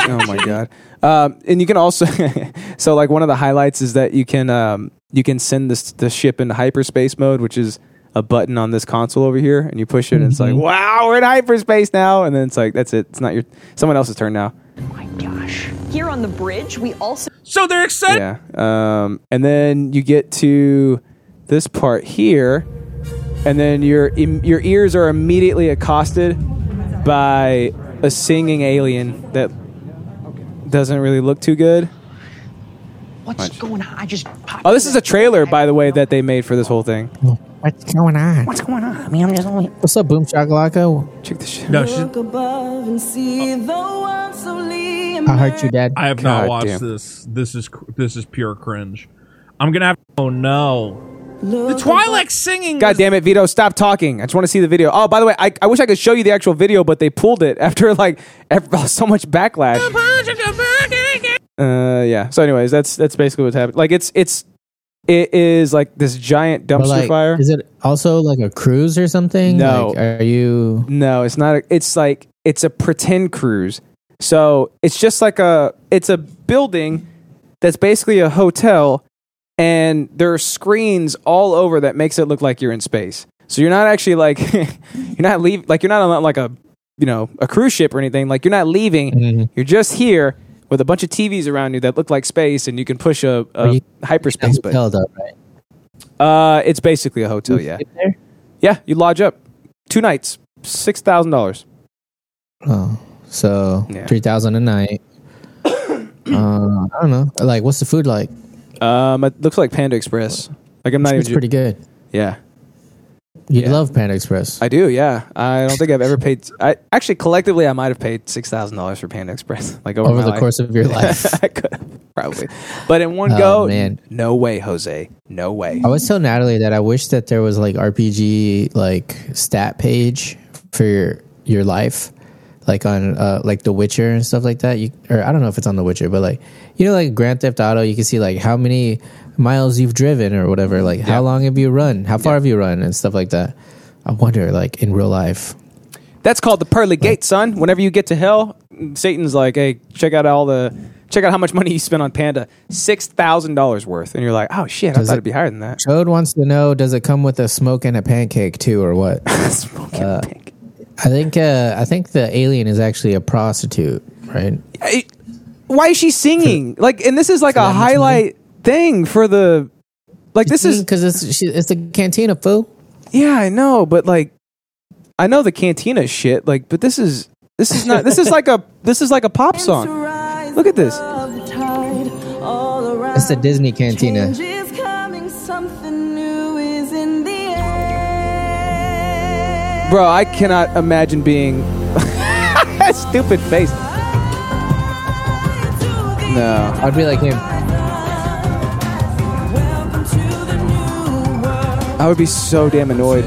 Speaker 2: Oh my god! Um, and you can also so like one of the highlights is that you can um, you can send this the ship into hyperspace mode, which is a button on this console over here, and you push it, and it's like, wow, we're in hyperspace now, and then it's like, that's it, it's not your someone else's turn now.
Speaker 6: My gosh. Here on the bridge, we also.
Speaker 4: So they're excited.
Speaker 2: Yeah. Um, and then you get to this part here, and then your im- your ears are immediately accosted by a singing alien that doesn't really look too good.
Speaker 6: What's going on? I just. Popped
Speaker 2: Oh, this is a trailer, by the way, that they made for this whole thing.
Speaker 1: What's going on?
Speaker 6: What's going on? I mean, I'm just only.
Speaker 1: What's up, Boom Chakalaka?
Speaker 2: Check this shit.
Speaker 4: No, she,
Speaker 7: above and see the one solely
Speaker 1: I hurt you, Dad.
Speaker 4: I have
Speaker 2: God
Speaker 4: not watched
Speaker 2: damn.
Speaker 4: this. This is cr- this is pure cringe. I'm gonna have. Oh no. The Twilight singing.
Speaker 2: God damn it, Vito, stop talking. I just want to see the video. Oh, by the way, I, I wish I could show you the actual video, but they pulled it after like after so much backlash. Uh, yeah. So, anyways, that's that's basically what's happened. Like, it's it's it is like this giant dumpster
Speaker 1: But, like,
Speaker 2: fire.
Speaker 1: Is it also like a cruise or something?
Speaker 2: No.
Speaker 1: Like, are you?
Speaker 2: No, it's not. A, it's like it's a pretend cruise. So it's just like a it's a building that's basically a hotel, and there are screens all over that makes it look like you're in space. So you're not actually like you're not leave like you're not on like a you know a cruise ship or anything. Like you're not leaving.
Speaker 1: Mm-hmm.
Speaker 2: You're just here with a bunch of TVs around you that look like space, and you can push a, a
Speaker 1: you-
Speaker 2: hyperspace button.
Speaker 1: held up, right?
Speaker 2: Uh, it's basically a hotel. Yeah,
Speaker 1: Get there?
Speaker 2: yeah. You lodge up two nights, six thousand dollars.
Speaker 1: Oh, so
Speaker 2: Yeah.
Speaker 1: three thousand a night. uh, I don't know. Like, what's the food like?
Speaker 2: Um, it looks like Panda Express. Like I'm not even.
Speaker 1: It's
Speaker 2: ju-
Speaker 1: pretty good.
Speaker 2: yeah,
Speaker 1: You
Speaker 2: Yeah.
Speaker 1: love Panda Express.
Speaker 2: I do. Yeah, I don't think I've ever paid. I actually collectively I might have paid six thousand dollars for Panda Express. Like over,
Speaker 1: over
Speaker 2: my
Speaker 1: the
Speaker 2: life.
Speaker 1: course of your life.
Speaker 2: I could have, probably, but in one
Speaker 1: Oh,
Speaker 2: go,
Speaker 1: man. Oh.
Speaker 2: no way, Jose, no way.
Speaker 1: I was telling Natalie that I wish that there was like RPG like stat page for your your life, like on uh, like The Witcher and stuff like that. You or I don't know if it's on The Witcher, but like you know, like Grand Theft Auto, you can see like how many miles you've driven or whatever. Like how long have you run? How far have you run and stuff like that. I wonder, like in real life,
Speaker 2: That's called the pearly gate, son. Whenever you get to hell, Satan's like, hey, check out all the, check out how much money you spent on Panda, six thousand dollars worth, and you're like, oh shit, I thought
Speaker 1: it-
Speaker 2: it'd be higher than that.
Speaker 1: Toad wants to know: Does it come with a smoke and a pancake too, or what? Uh,
Speaker 2: Smoking pink.
Speaker 1: I think uh, I think the alien is actually a prostitute, right?
Speaker 2: I- why is she singing? Like, and this is like a
Speaker 1: much money?
Speaker 2: highlight thing for the. Like this is
Speaker 1: because it's she, it's the cantina fool.
Speaker 2: yeah I know but like I know the cantina shit like but this is this is not this is like a this is like a pop song Look at this.
Speaker 7: That's
Speaker 1: That's the Disney cantina.
Speaker 7: Coming, something new is in the air.
Speaker 2: bro I cannot imagine being stupid face
Speaker 7: To the
Speaker 2: no
Speaker 1: I'd be like him.
Speaker 2: I would be so damn annoyed.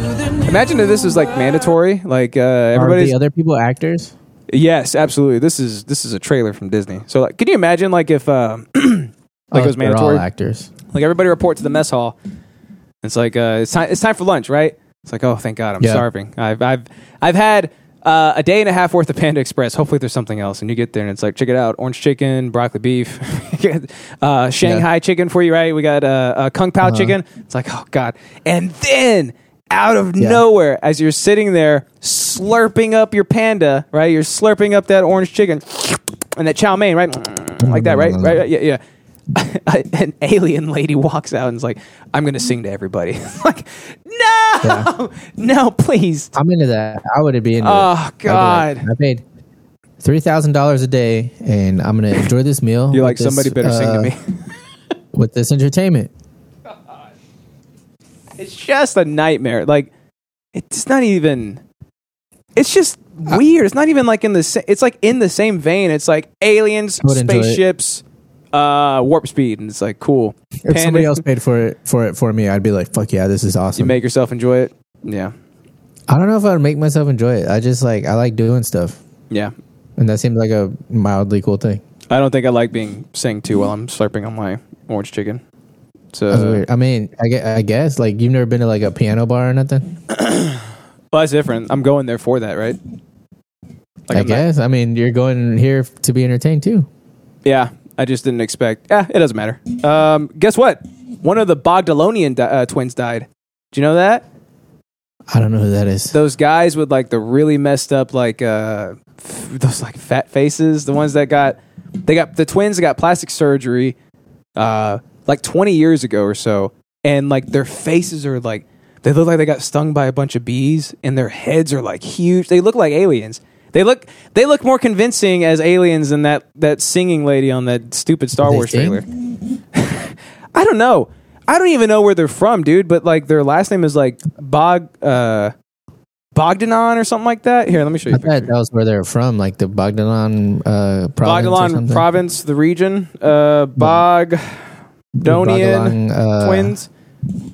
Speaker 2: Imagine if this was like mandatory. Like uh,
Speaker 1: Are
Speaker 2: everybody's
Speaker 1: the other people actors?
Speaker 2: yes, absolutely. This is this is a trailer from Disney. So like, can you imagine like if uh, like it was
Speaker 1: Oh, they're
Speaker 2: mandatory?
Speaker 1: all actors.
Speaker 2: like everybody report to the mess hall. It's like uh, it's time. It's time for lunch, right? It's like oh, thank God, I'm
Speaker 1: Yeah.
Speaker 2: starving. I've I've I've had uh, a day and a half worth of Panda Express. Hopefully, there's something else. And you get there, and it's like check it out: orange chicken, broccoli beef, uh, Shanghai chicken for you, right? We got uh, uh, kung pao
Speaker 1: Uh-huh.
Speaker 2: chicken. It's like oh God, and then. Out of
Speaker 1: Yeah.
Speaker 2: nowhere, as you're sitting there slurping up your panda, right? You're slurping up that orange chicken and that chow mein, right? Like that, right? Right? right? Yeah, yeah. An alien lady walks out and is like, "I'm going to sing to everybody." like, no, no, please.
Speaker 1: I'm into that. I wouldn't be into. it. I'd
Speaker 2: Oh,
Speaker 1: be like,
Speaker 2: God.
Speaker 1: I paid three thousand dollars a day, and I'm gonna enjoy this meal.
Speaker 2: You're
Speaker 1: with
Speaker 2: like,
Speaker 1: this,
Speaker 2: somebody better sing to
Speaker 1: uh,
Speaker 2: me.
Speaker 1: with this entertainment.
Speaker 2: it's just a nightmare. Like, it's not even. It's just weird. It's not even like in the. Sa- it's like in the same vein. It's like aliens,
Speaker 1: I would enjoy it.
Speaker 2: spaceships, uh, warp speed, and it's like cool.
Speaker 1: If somebody
Speaker 2: Panda-
Speaker 1: else paid for it for it for me, I'd be like, fuck yeah, this is
Speaker 2: you
Speaker 1: awesome.
Speaker 2: make yourself enjoy it. Yeah,
Speaker 1: I don't know if I'd make myself enjoy it. I just like I like doing stuff,
Speaker 2: yeah.
Speaker 1: and that seems like a mildly cool thing.
Speaker 2: I don't think I like being sang to while I'm slurping on my orange chicken. So
Speaker 1: That's weird. I mean, I guess, I guess like you've never been to like a piano bar or nothing.
Speaker 2: Well, that's different. I'm going there for that, right? Like,
Speaker 1: I
Speaker 2: I'm not-
Speaker 1: guess. I mean, you're going here to be entertained too.
Speaker 2: yeah, I just didn't expect. Yeah, it doesn't matter. Um, guess what? One of the Bogdalonian di- uh, twins died. Do you know that?
Speaker 1: I don't know who that is.
Speaker 2: Those guys with like the really messed up, like uh, f- those like fat faces. The ones that got they got the twins that got plastic surgery, uh, like 20 years ago or so, and like their faces are like they look like they got stung by a bunch of bees, and their heads are like huge. They look like aliens. They look they look more convincing as aliens than that that singing lady on that stupid Star
Speaker 1: They
Speaker 2: Wars
Speaker 1: sing?
Speaker 2: trailer. I don't know. I don't even know where they're from, dude. But like their last name is like Bog uh, Bogdanon or something like that. Here, let me show you.
Speaker 1: I
Speaker 2: a picture.
Speaker 1: thought that was where they're from, like the Bogdanon uh, province. or
Speaker 2: Bogdalan
Speaker 1: something.
Speaker 2: province, the region, uh, Bogdonian
Speaker 1: Bogdalan, uh,
Speaker 2: twins.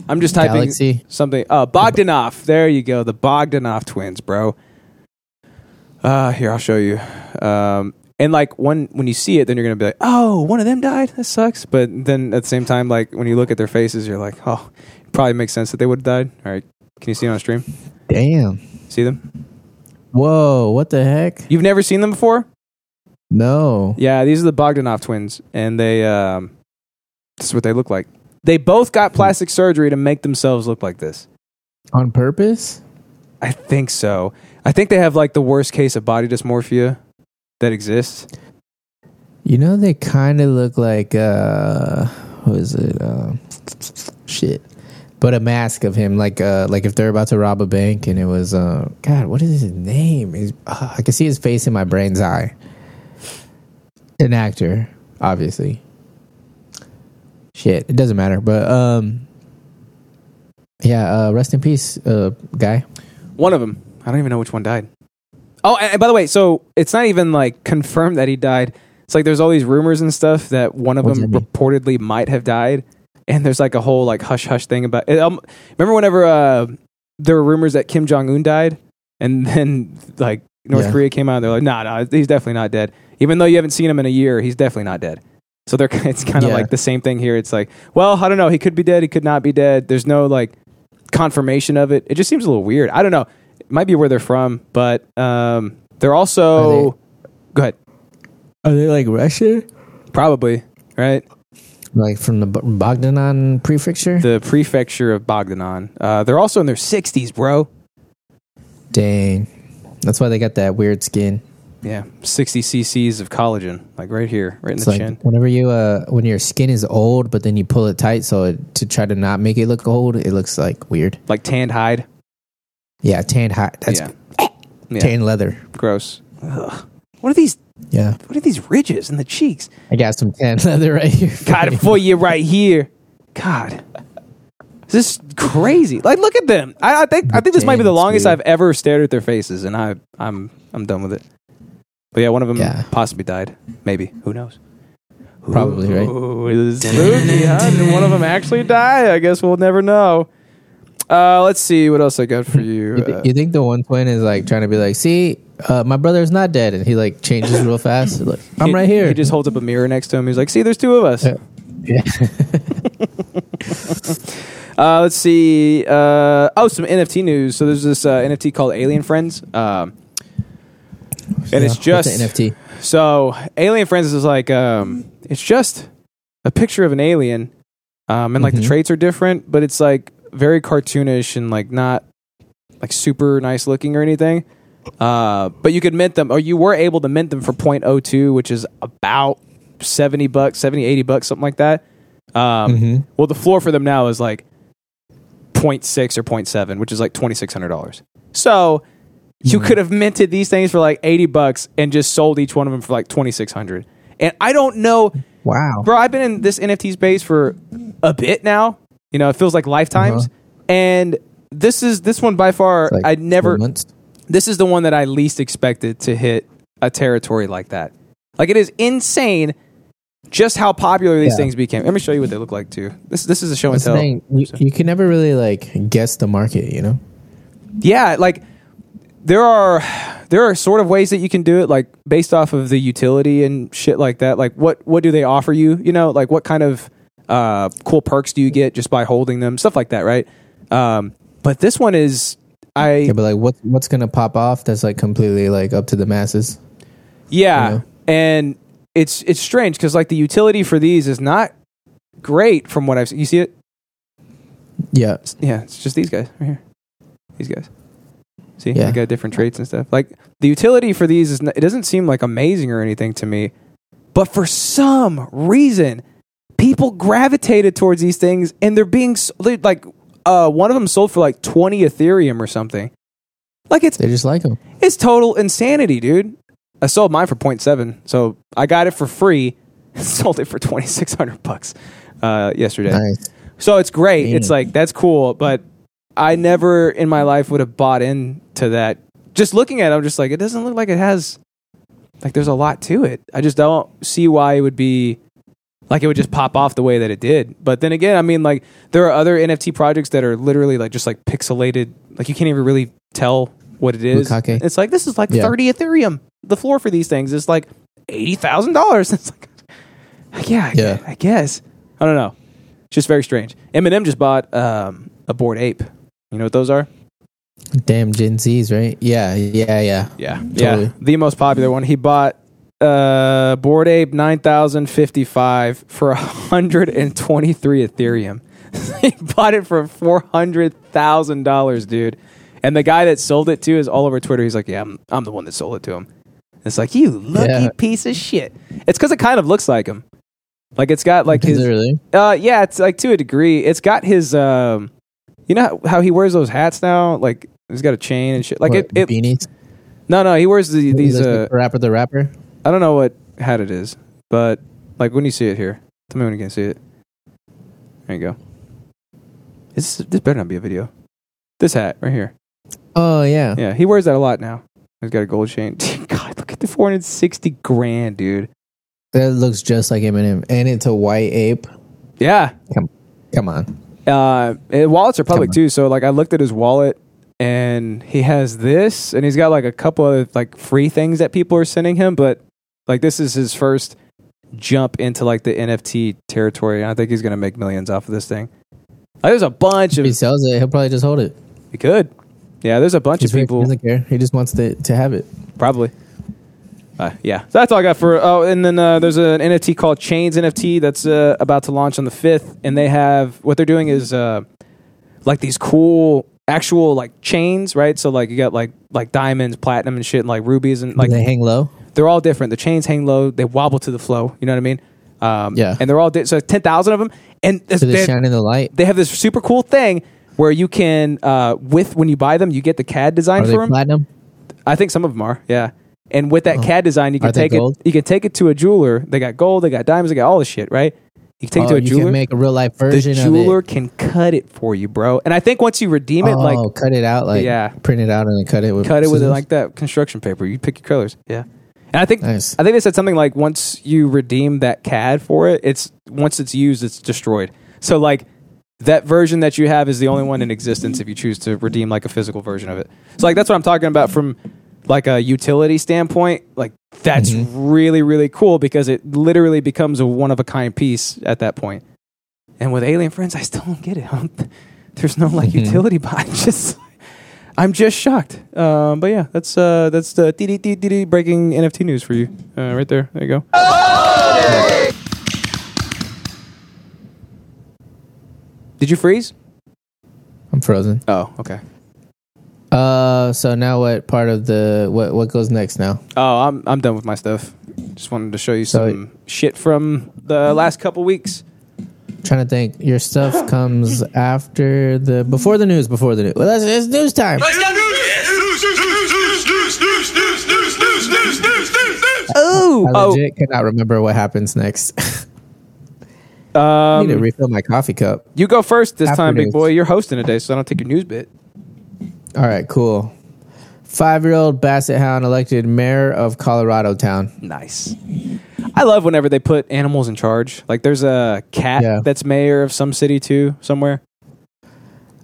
Speaker 2: I'm just typing
Speaker 1: Galaxy.
Speaker 2: something. Uh, Bogdanov. There you go. The Bogdanov twins, bro. Uh, here I'll show you. Um, and like when when you see it, then you're gonna be like, oh, one of them died. That sucks. But then at the same time, like when you look at their faces, you're like, oh, it probably makes sense that they would have died. All right, can you see it on stream?
Speaker 1: Damn.
Speaker 2: See them?
Speaker 1: Whoa, what the heck?
Speaker 2: You've never seen them before?
Speaker 1: No.
Speaker 2: Yeah, these are the Bogdanov twins, and they um, this is what they look like. They both got plastic surgery to make themselves look like this.
Speaker 1: On purpose?
Speaker 2: I think so. I think they have like the worst case of body dysmorphia that exists.
Speaker 1: You know, they kind of look like, uh, who is it? Uh, shit. But a mask of him, like, uh, like if they're about to rob a bank and it was, uh, God, what is his name? He's, uh, I can see his face in my brain's eye. An actor, obviously. Shit, it doesn't matter. But, um, yeah, uh, rest in peace, uh, guy.
Speaker 2: One of them, I don't even know which one died. Oh, and, and by the way, so it's not even like confirmed that he died. It's like there's all these rumors and stuff that one of
Speaker 1: What does
Speaker 2: them
Speaker 1: that mean?
Speaker 2: reportedly might have died, and there's like a whole like hush hush thing about. It, um, remember whenever uh, there were rumors that Kim Jong Un died, and then like North
Speaker 1: Yeah.
Speaker 2: Korea came out and they're like, nah, nah, he's definitely not dead. Even though you haven't seen him in a year, he's definitely not dead. So they're it's kind of
Speaker 1: Yeah.
Speaker 2: like the same thing here. It's like, well, I don't know, he could be dead, he could not be dead. There's no like confirmation of it. It just seems a little weird. I don't know. It might be where they're from, but um, they're also
Speaker 1: Are
Speaker 2: go ahead.
Speaker 1: Are they like Russia?
Speaker 2: Probably right.
Speaker 1: Like from the Bo- Bogdanon prefecture?
Speaker 2: The prefecture of Bogdanon. Uh, they're also in their 60s, bro.
Speaker 1: Dang. That's why they got that weird skin.
Speaker 2: Yeah, 60 cc's of collagen, like right here, right in
Speaker 1: It's
Speaker 2: the
Speaker 1: like
Speaker 2: chin.
Speaker 1: whenever you uh when your skin is old but then you pull it tight so it, to try to not make it look old, it looks like weird.
Speaker 2: Like tanned hide.
Speaker 1: Yeah, tan hot. That's
Speaker 2: yeah,
Speaker 1: tan leather.
Speaker 2: gross. Ugh. What are these?
Speaker 1: Yeah.
Speaker 2: What are these ridges in the cheeks?
Speaker 1: I got some tan leather right here.
Speaker 2: God, for you right here. God, this is crazy. Like, look at them. I, I think I think this might be the
Speaker 1: James,
Speaker 2: longest
Speaker 1: dude.
Speaker 2: I've ever stared at their faces, and I I'm I'm done with it. But yeah, one of them
Speaker 1: Yeah.
Speaker 2: possibly died. Maybe who knows?
Speaker 1: Probably, right?
Speaker 2: Ooh, this movie, huh? Did one of them actually die? I guess we'll never know. Uh, let's see what else I got for you.
Speaker 1: You, thi-
Speaker 2: Uh,
Speaker 1: you think the one twin is like trying to be like, see, uh, my brother's not dead, and he like changes real fast. Like, I'm
Speaker 2: he-
Speaker 1: right here.
Speaker 2: He just holds up a mirror next to him. He's like, "See, there's two of us."
Speaker 1: Yeah. Yeah.
Speaker 2: Uh, let's see. Uh, oh, some NFT news. So there's this uh, NFT called Alien Friends, um, and it's
Speaker 1: Yeah.
Speaker 2: just
Speaker 1: What's an NFT.
Speaker 2: So Alien Friends is like, um, it's just a picture of an alien, um, and like the
Speaker 1: Mhm.
Speaker 2: traits are different, but it's like very cartoonish and like not like super nice looking or anything. Uh, but you could mint them, or you were able to mint them for 0.02, which is about 70 bucks, 70, 80 bucks, something like that. Um,
Speaker 1: Mhm.
Speaker 2: Well, the floor for them now is like 0.6 or 0.7, which is like $2,600. So you
Speaker 1: Hmm.
Speaker 2: could have minted these things for like 80 bucks and just sold each one of them for like 2600 And I don't know,
Speaker 1: Wow.
Speaker 2: bro, I've been in this NFT space for a bit now. You know, it feels like lifetimes. And this is this one by far,
Speaker 1: Uh-huh. Like
Speaker 2: I never,
Speaker 1: four months.
Speaker 2: this is the one that I least expected to hit a territory like that. Like it is insane just how popular these
Speaker 1: Yeah.
Speaker 2: things became. Let me show you what they look like too. This this is a show and
Speaker 1: That's the
Speaker 2: tell.
Speaker 1: thing. You, you can never really like guess the market, you know?
Speaker 2: Yeah, like there are there are sort of ways that you can do it, like based off of the utility and shit like that. Like what what do they offer you? You know, like what kind of uh, cool perks do you get just by holding them? Stuff like that, right? Um, but this one is I
Speaker 1: Yeah, but like, what what's gonna pop off? That's like completely like up to the masses.
Speaker 2: Yeah,
Speaker 1: You know?
Speaker 2: and it's it's strange because like the utility for these is not great from what I've seen. You see it?
Speaker 1: Yeah,
Speaker 2: Yeah, it's just these guys right here. These guys. See,
Speaker 1: Yeah.
Speaker 2: they got different traits and stuff. Like the utility for these is n- it doesn't seem like amazing or anything to me, but for some reason, people gravitated towards these things, and they're being s- they- like uh, one of them sold for like twenty Ethereum or something. Like it's
Speaker 1: they just like them.
Speaker 2: it's total insanity, dude. I sold mine for 0.7, so I got it for free. sold it for 2600 bucks uh, yesterday.
Speaker 1: Nice.
Speaker 2: So it's great.
Speaker 1: Damn.
Speaker 2: It's like that's cool, but I never in my life would have bought into that. Just looking at it, I'm just like it doesn't look like it has like there's a lot to it. I just don't see why it would be like it would just pop off the way that it did. But then again, I mean like there are other NFT projects that are literally like just like pixelated, like you can't even really tell what it is.
Speaker 1: Bukake.
Speaker 2: It's like this is like
Speaker 1: Yeah.
Speaker 2: 30 Ethereum. The floor for these things is like $80,000. It's like yeah, I,
Speaker 1: Yeah.
Speaker 2: yeah. I guess. I don't know. It's just very strange. Eminem just bought um, a board ape. You know what those are?
Speaker 1: Damn Gen Z's, right? Yeah, yeah, yeah.
Speaker 2: Yeah, yeah.
Speaker 1: Totally.
Speaker 2: The most popular one. He bought uh, board ape nine thousand fifty five for hundred and twenty three Ethereum. he bought it for four hundred thousand dollars, dude. And the guy that sold it to is all over Twitter. He's like, "Yeah, I'm, I'm the one that sold it to him." It's like you lucky
Speaker 1: Yeah.
Speaker 2: piece of shit. It's because it kind of looks like him. Like it's got like
Speaker 1: Is
Speaker 2: his
Speaker 1: it really?
Speaker 2: Uh, yeah, it's like to a degree. It's got his um, you know how- how he wears those hats now. Like he's got a chain and shit. Like
Speaker 1: What,
Speaker 2: it, it.
Speaker 1: beanies.
Speaker 2: No, no, he wears the, these.
Speaker 1: Is
Speaker 2: Uh,
Speaker 1: this the rapper, the rapper.
Speaker 2: I don't know what hat it is, but like when you see it here, tell me when you can see it. There you go. This this better not be a video. This hat right here.
Speaker 1: Oh yeah.
Speaker 2: Yeah, he wears that a lot now. He's got a gold chain. God, look at the four hundred sixty grand, dude.
Speaker 1: that looks just like Eminem, and it's a white ape.
Speaker 2: Yeah,
Speaker 1: Come on.
Speaker 2: uh, and wallets are public
Speaker 1: Come on.
Speaker 2: too. So like, I looked at his wallet, and he has this, and he's got like a couple of like free things that people are sending him. But like, this is his first jump into like the NFT territory, and I think he's gonna make millions off of this thing. Like, there's a bunch
Speaker 1: If
Speaker 2: of
Speaker 1: he sells it, he'll probably just hold it.
Speaker 2: he could, yeah. There's a bunch
Speaker 1: He's
Speaker 2: of
Speaker 1: rich, He
Speaker 2: people
Speaker 1: doesn't care. He just wants to to have it.
Speaker 2: probably. Uh, yeah, so that's all I got for. Oh, and then uh, there's an NFT called Chains NFT that's uh, about to launch on the fifth, and they have what they're doing is uh, like these cool actual like chains, right? So like you got like like diamonds, platinum, and shit, and like rubies, and like
Speaker 1: they hang low.
Speaker 2: they're all different. The chains hang low, they wobble to the flow. You know what I mean? Um,
Speaker 1: Yeah.
Speaker 2: and they're all di- so ten thousand of them, and
Speaker 1: So they
Speaker 2: they're-
Speaker 1: shine in the light.
Speaker 2: they have this super cool thing where you can uh, with when you buy them, you get the CAD design
Speaker 1: Are
Speaker 2: for
Speaker 1: they
Speaker 2: them.
Speaker 1: platinum?
Speaker 2: I think some of them are. Yeah. And with that CAD design, you can
Speaker 1: Oh. Are they
Speaker 2: take it.
Speaker 1: gold?
Speaker 2: You can take it to a jeweler. They got gold. They got diamonds. They got all this shit, right? You can take
Speaker 1: Oh,
Speaker 2: it to a
Speaker 1: you
Speaker 2: jeweler.
Speaker 1: can make a real life
Speaker 2: the
Speaker 1: version
Speaker 2: jeweler
Speaker 1: of it.
Speaker 2: can cut it for you, bro. And I think once you redeem it,
Speaker 1: oh,
Speaker 2: like
Speaker 1: cut it out, like
Speaker 2: Yeah.
Speaker 1: print it out and then cut it with
Speaker 2: cut it with
Speaker 1: scissors?
Speaker 2: like that construction paper. You pick your colors. Yeah. And I think
Speaker 1: Nice.
Speaker 2: I think they said something like once you redeem that CAD for it, it's once it's used, it's destroyed. So like that version that you have is the only one in existence if you choose to redeem like a physical version of it. So like that's what I'm talking about from like a utility standpoint. Like that's
Speaker 1: Mm-hmm.
Speaker 2: really really cool because it literally becomes a one of a kind piece at that point. And with Alien Friends, I still don't get it. I don't- there's no
Speaker 1: Mm-hmm.
Speaker 2: like utility behind. it. Just I'm just shocked. Um, but yeah, that's uh, that's the dee dee dee dee dee breaking NFT news for you uh, right there. There you go. Did you freeze?
Speaker 1: I'm frozen.
Speaker 2: Oh, okay.
Speaker 1: Uh, so now what part of the what what goes next now?
Speaker 2: Oh, I'm I'm done with my stuff. Just wanted to show you
Speaker 1: So-
Speaker 2: some shit from the last couple weeks.
Speaker 1: trying to think. Your stuff comes after the before the news, before the news. Well, that's it's news time.
Speaker 2: Ooh,
Speaker 1: I
Speaker 2: oh,
Speaker 1: legit cannot remember what happens next. I need to
Speaker 2: um,
Speaker 1: refill my coffee cup.
Speaker 2: you go first this time, big
Speaker 1: Afternoons.
Speaker 2: boy. You're hosting today, so I don't take your news bit.
Speaker 1: All right, cool. Five-year-old basset hound elected mayor of Colorado Town.
Speaker 2: Nice. I love whenever they put animals in charge. Like there's a cat
Speaker 1: Yeah.
Speaker 2: that's mayor of some city too, somewhere.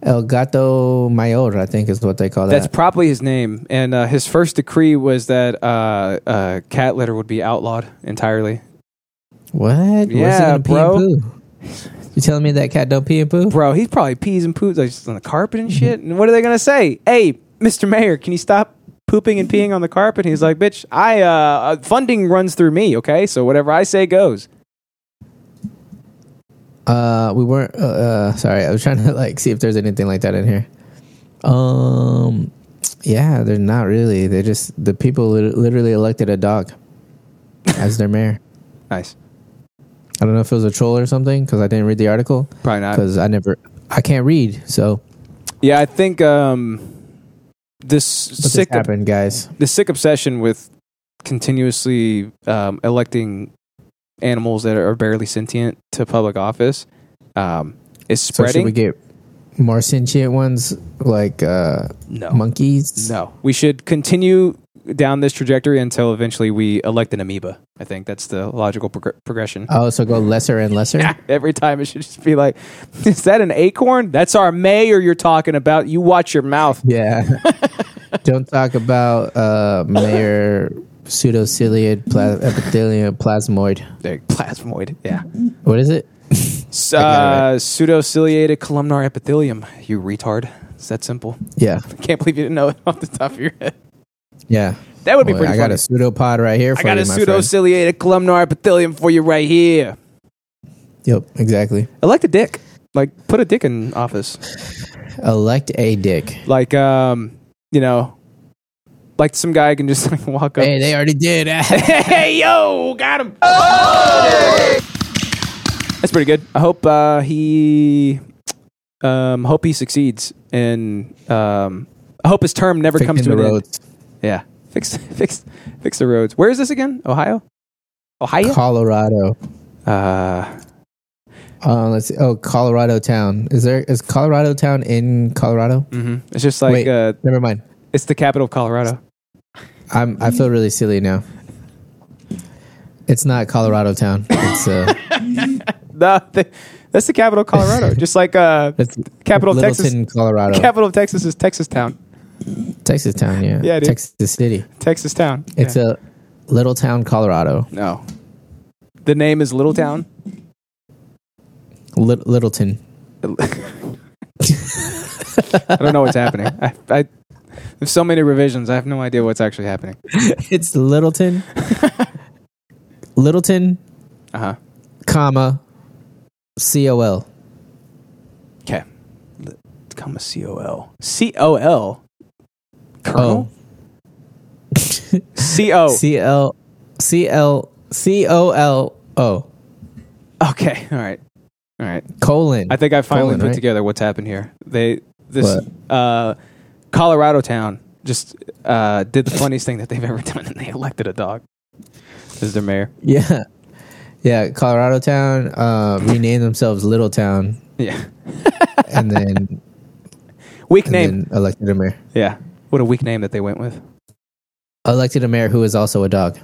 Speaker 1: El Gato Mayor, I think, is what they call
Speaker 2: That's
Speaker 1: that.
Speaker 2: probably his name. And uh, his first decree was that uh, uh, cat litter would be outlawed entirely.
Speaker 1: what? Where's he
Speaker 2: Yeah,
Speaker 1: gonna pee
Speaker 2: bro.
Speaker 1: and poo? You telling me that cat don't pee and poo?
Speaker 2: Bro, he's probably pees and poos like, just on the carpet and shit. And what are they gonna say? Hey, Mr. Mayor, can you stop pooping and peeing on the carpet? he's like, bitch, I uh, uh, funding runs through me. Okay, so whatever I say goes.
Speaker 1: Uh, we weren't. Uh, uh, sorry, I was trying to like see if there's anything like that in here. Um, yeah, they're not really. They just the people lit- literally elected a dog as their mayor.
Speaker 2: Nice.
Speaker 1: I don't know if it was a troll or something because I didn't read the article
Speaker 2: Probably not.
Speaker 1: because I never. I can't read, so
Speaker 2: Yeah, I think um, this
Speaker 1: but
Speaker 2: sick
Speaker 1: this happened, guys.
Speaker 2: the sick obsession with continuously um, electing animals that are barely sentient to public office um, is
Speaker 1: So should
Speaker 2: spreading.
Speaker 1: we get more sentient ones like uh,
Speaker 2: no,
Speaker 1: monkeys?
Speaker 2: no, we should continue down this trajectory until eventually we elect an amoeba. I think that's the logical progr- progression.
Speaker 1: Oh, so go lesser and lesser.
Speaker 2: Every time it should just be like, is that an acorn? That's our mayor you're talking about. You watch your mouth.
Speaker 1: Yeah. Don't talk about uh, Mayor pseudociliate pla- epithelium plasmoid.
Speaker 2: Like, Plasmoid. Yeah.
Speaker 1: What is it?
Speaker 2: S-
Speaker 1: got it
Speaker 2: Uh, pseudociliated columnar epithelium. You retard. It's that simple.
Speaker 1: Yeah.
Speaker 2: Can't believe you didn't know it off the top of your head.
Speaker 1: Yeah.
Speaker 2: That would be
Speaker 1: Boy,
Speaker 2: pretty
Speaker 1: I
Speaker 2: funny.
Speaker 1: got a pseudopod right here for
Speaker 2: I got
Speaker 1: you,
Speaker 2: a
Speaker 1: my
Speaker 2: pseudociliated columnar epithelium for you right here.
Speaker 1: friend. Yep, exactly.
Speaker 2: Elect a dick. Like, put a dick in office.
Speaker 1: Elect a dick.
Speaker 2: Like, um, you know, like some guy can just like walk up.
Speaker 1: Hey, they already did.
Speaker 2: Hey, yo, got him. That's pretty good. I hope uh, he, um, hope he succeeds, and um, I hope his term never
Speaker 1: Fixing
Speaker 2: comes to
Speaker 1: the
Speaker 2: an end.
Speaker 1: roads.
Speaker 2: Yeah, fix, fix, fix the roads. Where is this again? Ohio, Ohio.
Speaker 1: Colorado.
Speaker 2: Uh,
Speaker 1: Uh, let's see. Oh, Colorado Town. Is there is Colorado Town in Colorado?
Speaker 2: it's just Mm-hmm. like
Speaker 1: Wait.
Speaker 2: uh,
Speaker 1: Never mind.
Speaker 2: it's the capital of Colorado.
Speaker 1: I'm I feel really silly now. It's not Colorado Town. It's uh
Speaker 2: No, th- that's the capital of Colorado. just like uh,
Speaker 1: That's
Speaker 2: capital of Texas.
Speaker 1: Littleton, Colorado.
Speaker 2: Capital of Texas is Texas Town.
Speaker 1: Texas town, yeah.
Speaker 2: Yeah, dude.
Speaker 1: Texas city.
Speaker 2: Texas Town.
Speaker 1: It's
Speaker 2: Yeah.
Speaker 1: a little town, Colorado.
Speaker 2: no. The name is Little Town.
Speaker 1: Lit Littleton.
Speaker 2: I don't know what's happening. I, I there's so many revisions. I have no idea what's actually happening.
Speaker 1: It's Littleton. Littleton,
Speaker 2: Uh huh.
Speaker 1: comma, C O L.
Speaker 2: Okay. Comma C O L C O
Speaker 1: Oh.
Speaker 2: L. Colonel. Oh. C O.
Speaker 1: C L C L C O L O.
Speaker 2: Okay. All right. All right.
Speaker 1: Colon.
Speaker 2: I think I finally
Speaker 1: Colon,
Speaker 2: put
Speaker 1: right?
Speaker 2: together what's happened here. They this uh, Colorado town just uh, did the funniest thing that they've ever done, and they elected a dog as their mayor.
Speaker 1: Yeah. Yeah. Colorado Town uh renamed themselves Little Town
Speaker 2: Yeah,
Speaker 1: and then,
Speaker 2: weak
Speaker 1: and
Speaker 2: name.
Speaker 1: then elected a mayor.
Speaker 2: yeah, what a weak name that they went with.
Speaker 1: Elected a mayor who is also a dog.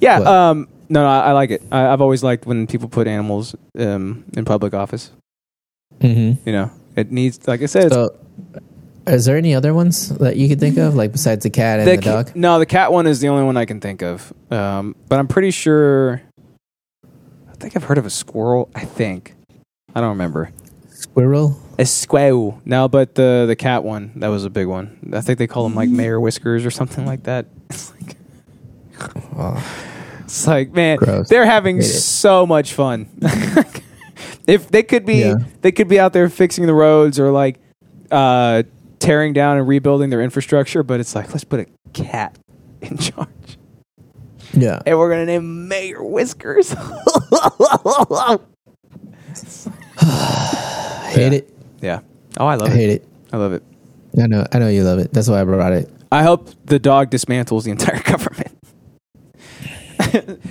Speaker 2: Yeah,
Speaker 1: What?
Speaker 2: um, No, no, I, I like it. I, I've always liked when people put animals um, in public office.
Speaker 1: Mm-hmm.
Speaker 2: You know, it needs, like I said, it's-
Speaker 1: So, is there any other ones that you could think of, like besides the cat and the,
Speaker 2: ca-
Speaker 1: dog?
Speaker 2: No, the cat one is the only one I can think of. Um, but I'm pretty sure. I think I've heard of a squirrel. I think. I don't remember.
Speaker 1: Squirrel?
Speaker 2: A squirrel. No, but the the cat one that was a big one. I think they call him like Mayor Whiskers or something like that. It's like, it's like man,
Speaker 1: Gross.
Speaker 2: they're having
Speaker 1: Hate it.
Speaker 2: so much fun. if they could be,
Speaker 1: Yeah.
Speaker 2: they could be out there fixing the roads or like uh, tearing down and rebuilding their infrastructure. But it's like let's put a cat in charge,
Speaker 1: Yeah.
Speaker 2: and we're gonna name Mayor Whiskers.
Speaker 1: I hate it.
Speaker 2: yeah. Oh, I love
Speaker 1: I
Speaker 2: it.
Speaker 1: hate it.
Speaker 2: I love it.
Speaker 1: I know. I know you love it. That's why I brought it.
Speaker 2: I hope the dog dismantles the entire government.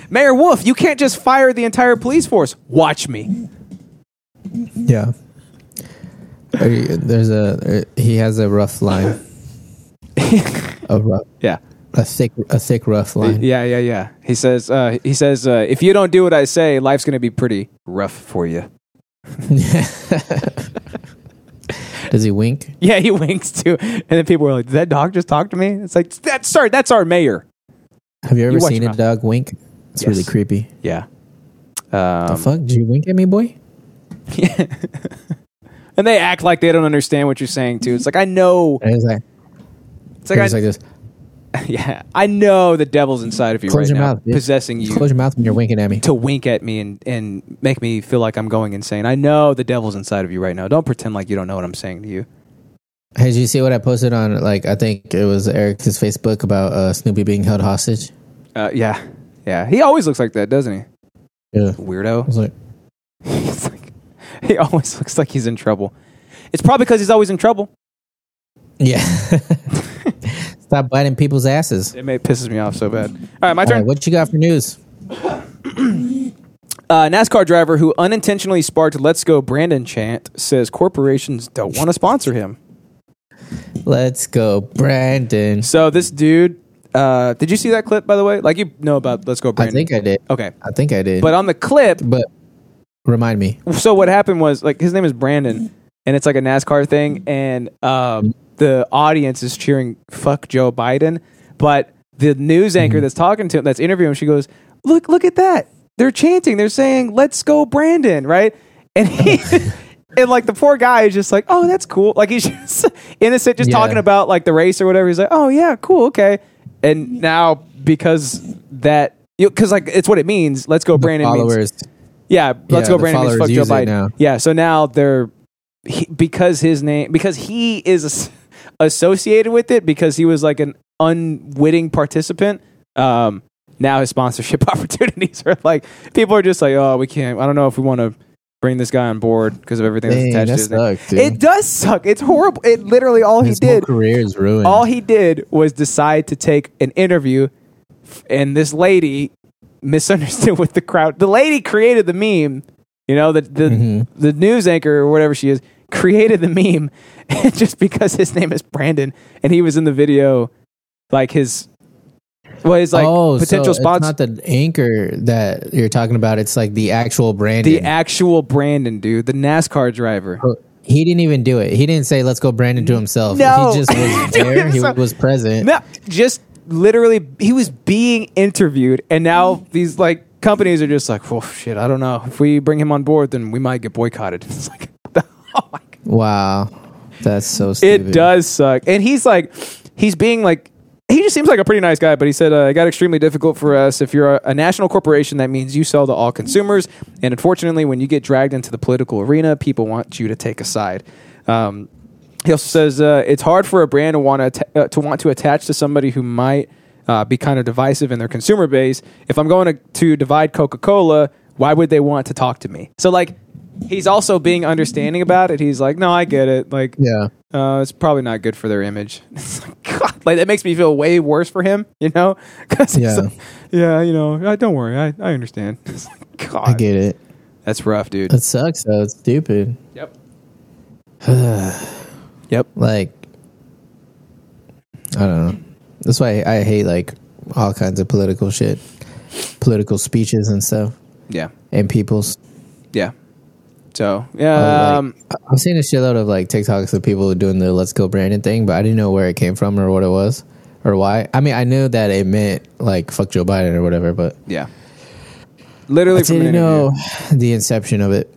Speaker 2: Mayor Wolf, you can't just fire the entire police force. Watch me.
Speaker 1: Yeah. Are you- There's a uh, he has a rough line, a rough,
Speaker 2: yeah.
Speaker 1: a thick, a thick rough line.
Speaker 2: Yeah, yeah, yeah. He says uh, he says uh, if you don't do what I say, life's going to be pretty rough for you.
Speaker 1: Does he wink?
Speaker 2: Yeah, he winks too. And then people were like, "Did that dog just talk to me?" It's like, "That's sorry, that's our mayor."
Speaker 1: Have you ever
Speaker 2: You watch
Speaker 1: seen
Speaker 2: your
Speaker 1: a
Speaker 2: mouth.
Speaker 1: dog wink? It's
Speaker 2: Yes.
Speaker 1: really creepy.
Speaker 2: Yeah. Um,
Speaker 1: the fuck? Did you wink at me, boy?
Speaker 2: and they act like they don't understand what you're saying too. It's like, "I know."
Speaker 1: And he's like,
Speaker 2: It's like, I,
Speaker 1: he's like this.
Speaker 2: yeah, I know the devil's inside of you
Speaker 1: Close
Speaker 2: right
Speaker 1: your
Speaker 2: now,
Speaker 1: mouth, bitch.
Speaker 2: possessing you.
Speaker 1: Close your mouth when you're winking at me.
Speaker 2: to wink at me and, and make me feel like I'm going insane. I know the devil's inside of you right now. Don't pretend like you don't know what I'm saying to you.
Speaker 1: Hey, did you see what I posted on? Like, I think it was Eric's Facebook about uh, Snoopy being held hostage.
Speaker 2: Uh, yeah. Yeah. He always looks like that, doesn't he?
Speaker 1: Yeah, I
Speaker 2: Weirdo.
Speaker 1: was like,
Speaker 2: He's like- he always looks like he's in trouble. It's probably because he's always in trouble.
Speaker 1: yeah. Stop biting people's asses.
Speaker 2: It may, pisses me off so bad. All right, my
Speaker 1: All right,
Speaker 2: turn.
Speaker 1: what you got for news?
Speaker 2: Uh, NASCAR driver who unintentionally sparked Let's Go Brandon chant says corporations don't want to sponsor him.
Speaker 1: Let's go, Brandon.
Speaker 2: So this dude, uh, did you see that clip, by the way? Like, you know about Let's Go
Speaker 1: I
Speaker 2: Brandon.
Speaker 1: think I did.
Speaker 2: Okay.
Speaker 1: I think I did.
Speaker 2: But uh, on the clip,
Speaker 1: but remind me.
Speaker 2: so what happened was like his name is Brandon, and it's like a NASCAR thing, and um, the audience is cheering "fuck Joe Biden," but the news anchor that's talking to him, that's interviewing him, she goes, "Look, look at that! They're chanting, they're saying, let's go Brandon,' right?" And he. And like the poor guy is just like, oh, that's cool. Like he's just innocent, just
Speaker 1: Yeah.
Speaker 2: talking about like the race or whatever. He's like, oh yeah, cool, okay. And now because that, because like it's what it means. Let's go, Brandon. means-
Speaker 1: Followers.
Speaker 2: yeah, let's
Speaker 1: Yeah,
Speaker 2: go
Speaker 1: the
Speaker 2: Brandon means
Speaker 1: followers
Speaker 2: fuck Joe
Speaker 1: use it
Speaker 2: Biden.
Speaker 1: now.
Speaker 2: Yeah, so now they're he, because his name because he is as- associated with it because he was like an unwitting participant. Um, now his sponsorship opportunities are like people are just like, oh, we can't. I don't know if we want to bring this guy on board because of everything
Speaker 1: Dang, that
Speaker 2: that's attached to his name.
Speaker 1: sucked, dude.
Speaker 2: It does suck. It's horrible. It literally all
Speaker 1: His
Speaker 2: he
Speaker 1: whole
Speaker 2: did
Speaker 1: career is ruined.
Speaker 2: all he did was decide to take an interview, f- and this lady misunderstood with the crowd. The lady created the meme. You know, the the,
Speaker 1: Mm-hmm.
Speaker 2: the news anchor or whatever she is created the meme just because his name is Brandon and he was in the video, like his. Well, his like
Speaker 1: oh,
Speaker 2: potential
Speaker 1: so
Speaker 2: sponsor,
Speaker 1: It's not the anchor that you're talking about. It's like the actual Brandon.
Speaker 2: the actual Brandon dude, the NASCAR driver.
Speaker 1: he didn't even do it. He didn't say, "Let's go, Brandon," to himself.
Speaker 2: No.
Speaker 1: he just was
Speaker 2: To
Speaker 1: there. he
Speaker 2: himself.
Speaker 1: was present.
Speaker 2: No, just literally, he was being interviewed, and now these like companies are just like, "Oh shit, I don't know. If we bring him on board, then we might get boycotted." It's like, oh my god,
Speaker 1: Wow, that's so
Speaker 2: it
Speaker 1: stupid.
Speaker 2: does suck. And he's like, he's being like. He just seems like a pretty nice guy, but he said uh, it got extremely difficult for us. If you're a, a national corporation, that means you sell to all consumers, and unfortunately, when you get dragged into the political arena, people want you to take a side. Um, he also says uh, it's hard for a brand to want to atta- uh, to want to attach to somebody who might uh, be kind of divisive in their consumer base. If I'm going to, to divide Coca Cola, why would they want to talk to me? So like, he's also being understanding about it. He's like, no, I get it. Like,
Speaker 1: Yeah.
Speaker 2: uh, it's probably not good for their image. It's like, God, like that makes me feel way worse for him. You know, 'Cause he's
Speaker 1: Yeah.
Speaker 2: like, yeah, you know, "Uh, don't worry, I, I understand. It's like, God,
Speaker 1: I get it.
Speaker 2: that's rough, dude.
Speaker 1: That sucks. though. It's stupid.
Speaker 2: yep,
Speaker 1: Like, I don't know. That's why I hate like all kinds of political shit. political speeches and stuff
Speaker 2: Yeah.
Speaker 1: and people's.
Speaker 2: Yeah. So yeah, um,
Speaker 1: like, I- I've seen a shitload of like TikToks of people doing the "Let's Go Brandon" thing, but I didn't know where it came from or what it was or why. I mean, I knew that it meant like "fuck Joe Biden" or whatever, but
Speaker 2: yeah. Literally
Speaker 1: I
Speaker 2: from an
Speaker 1: didn't
Speaker 2: interview.
Speaker 1: know the inception of it.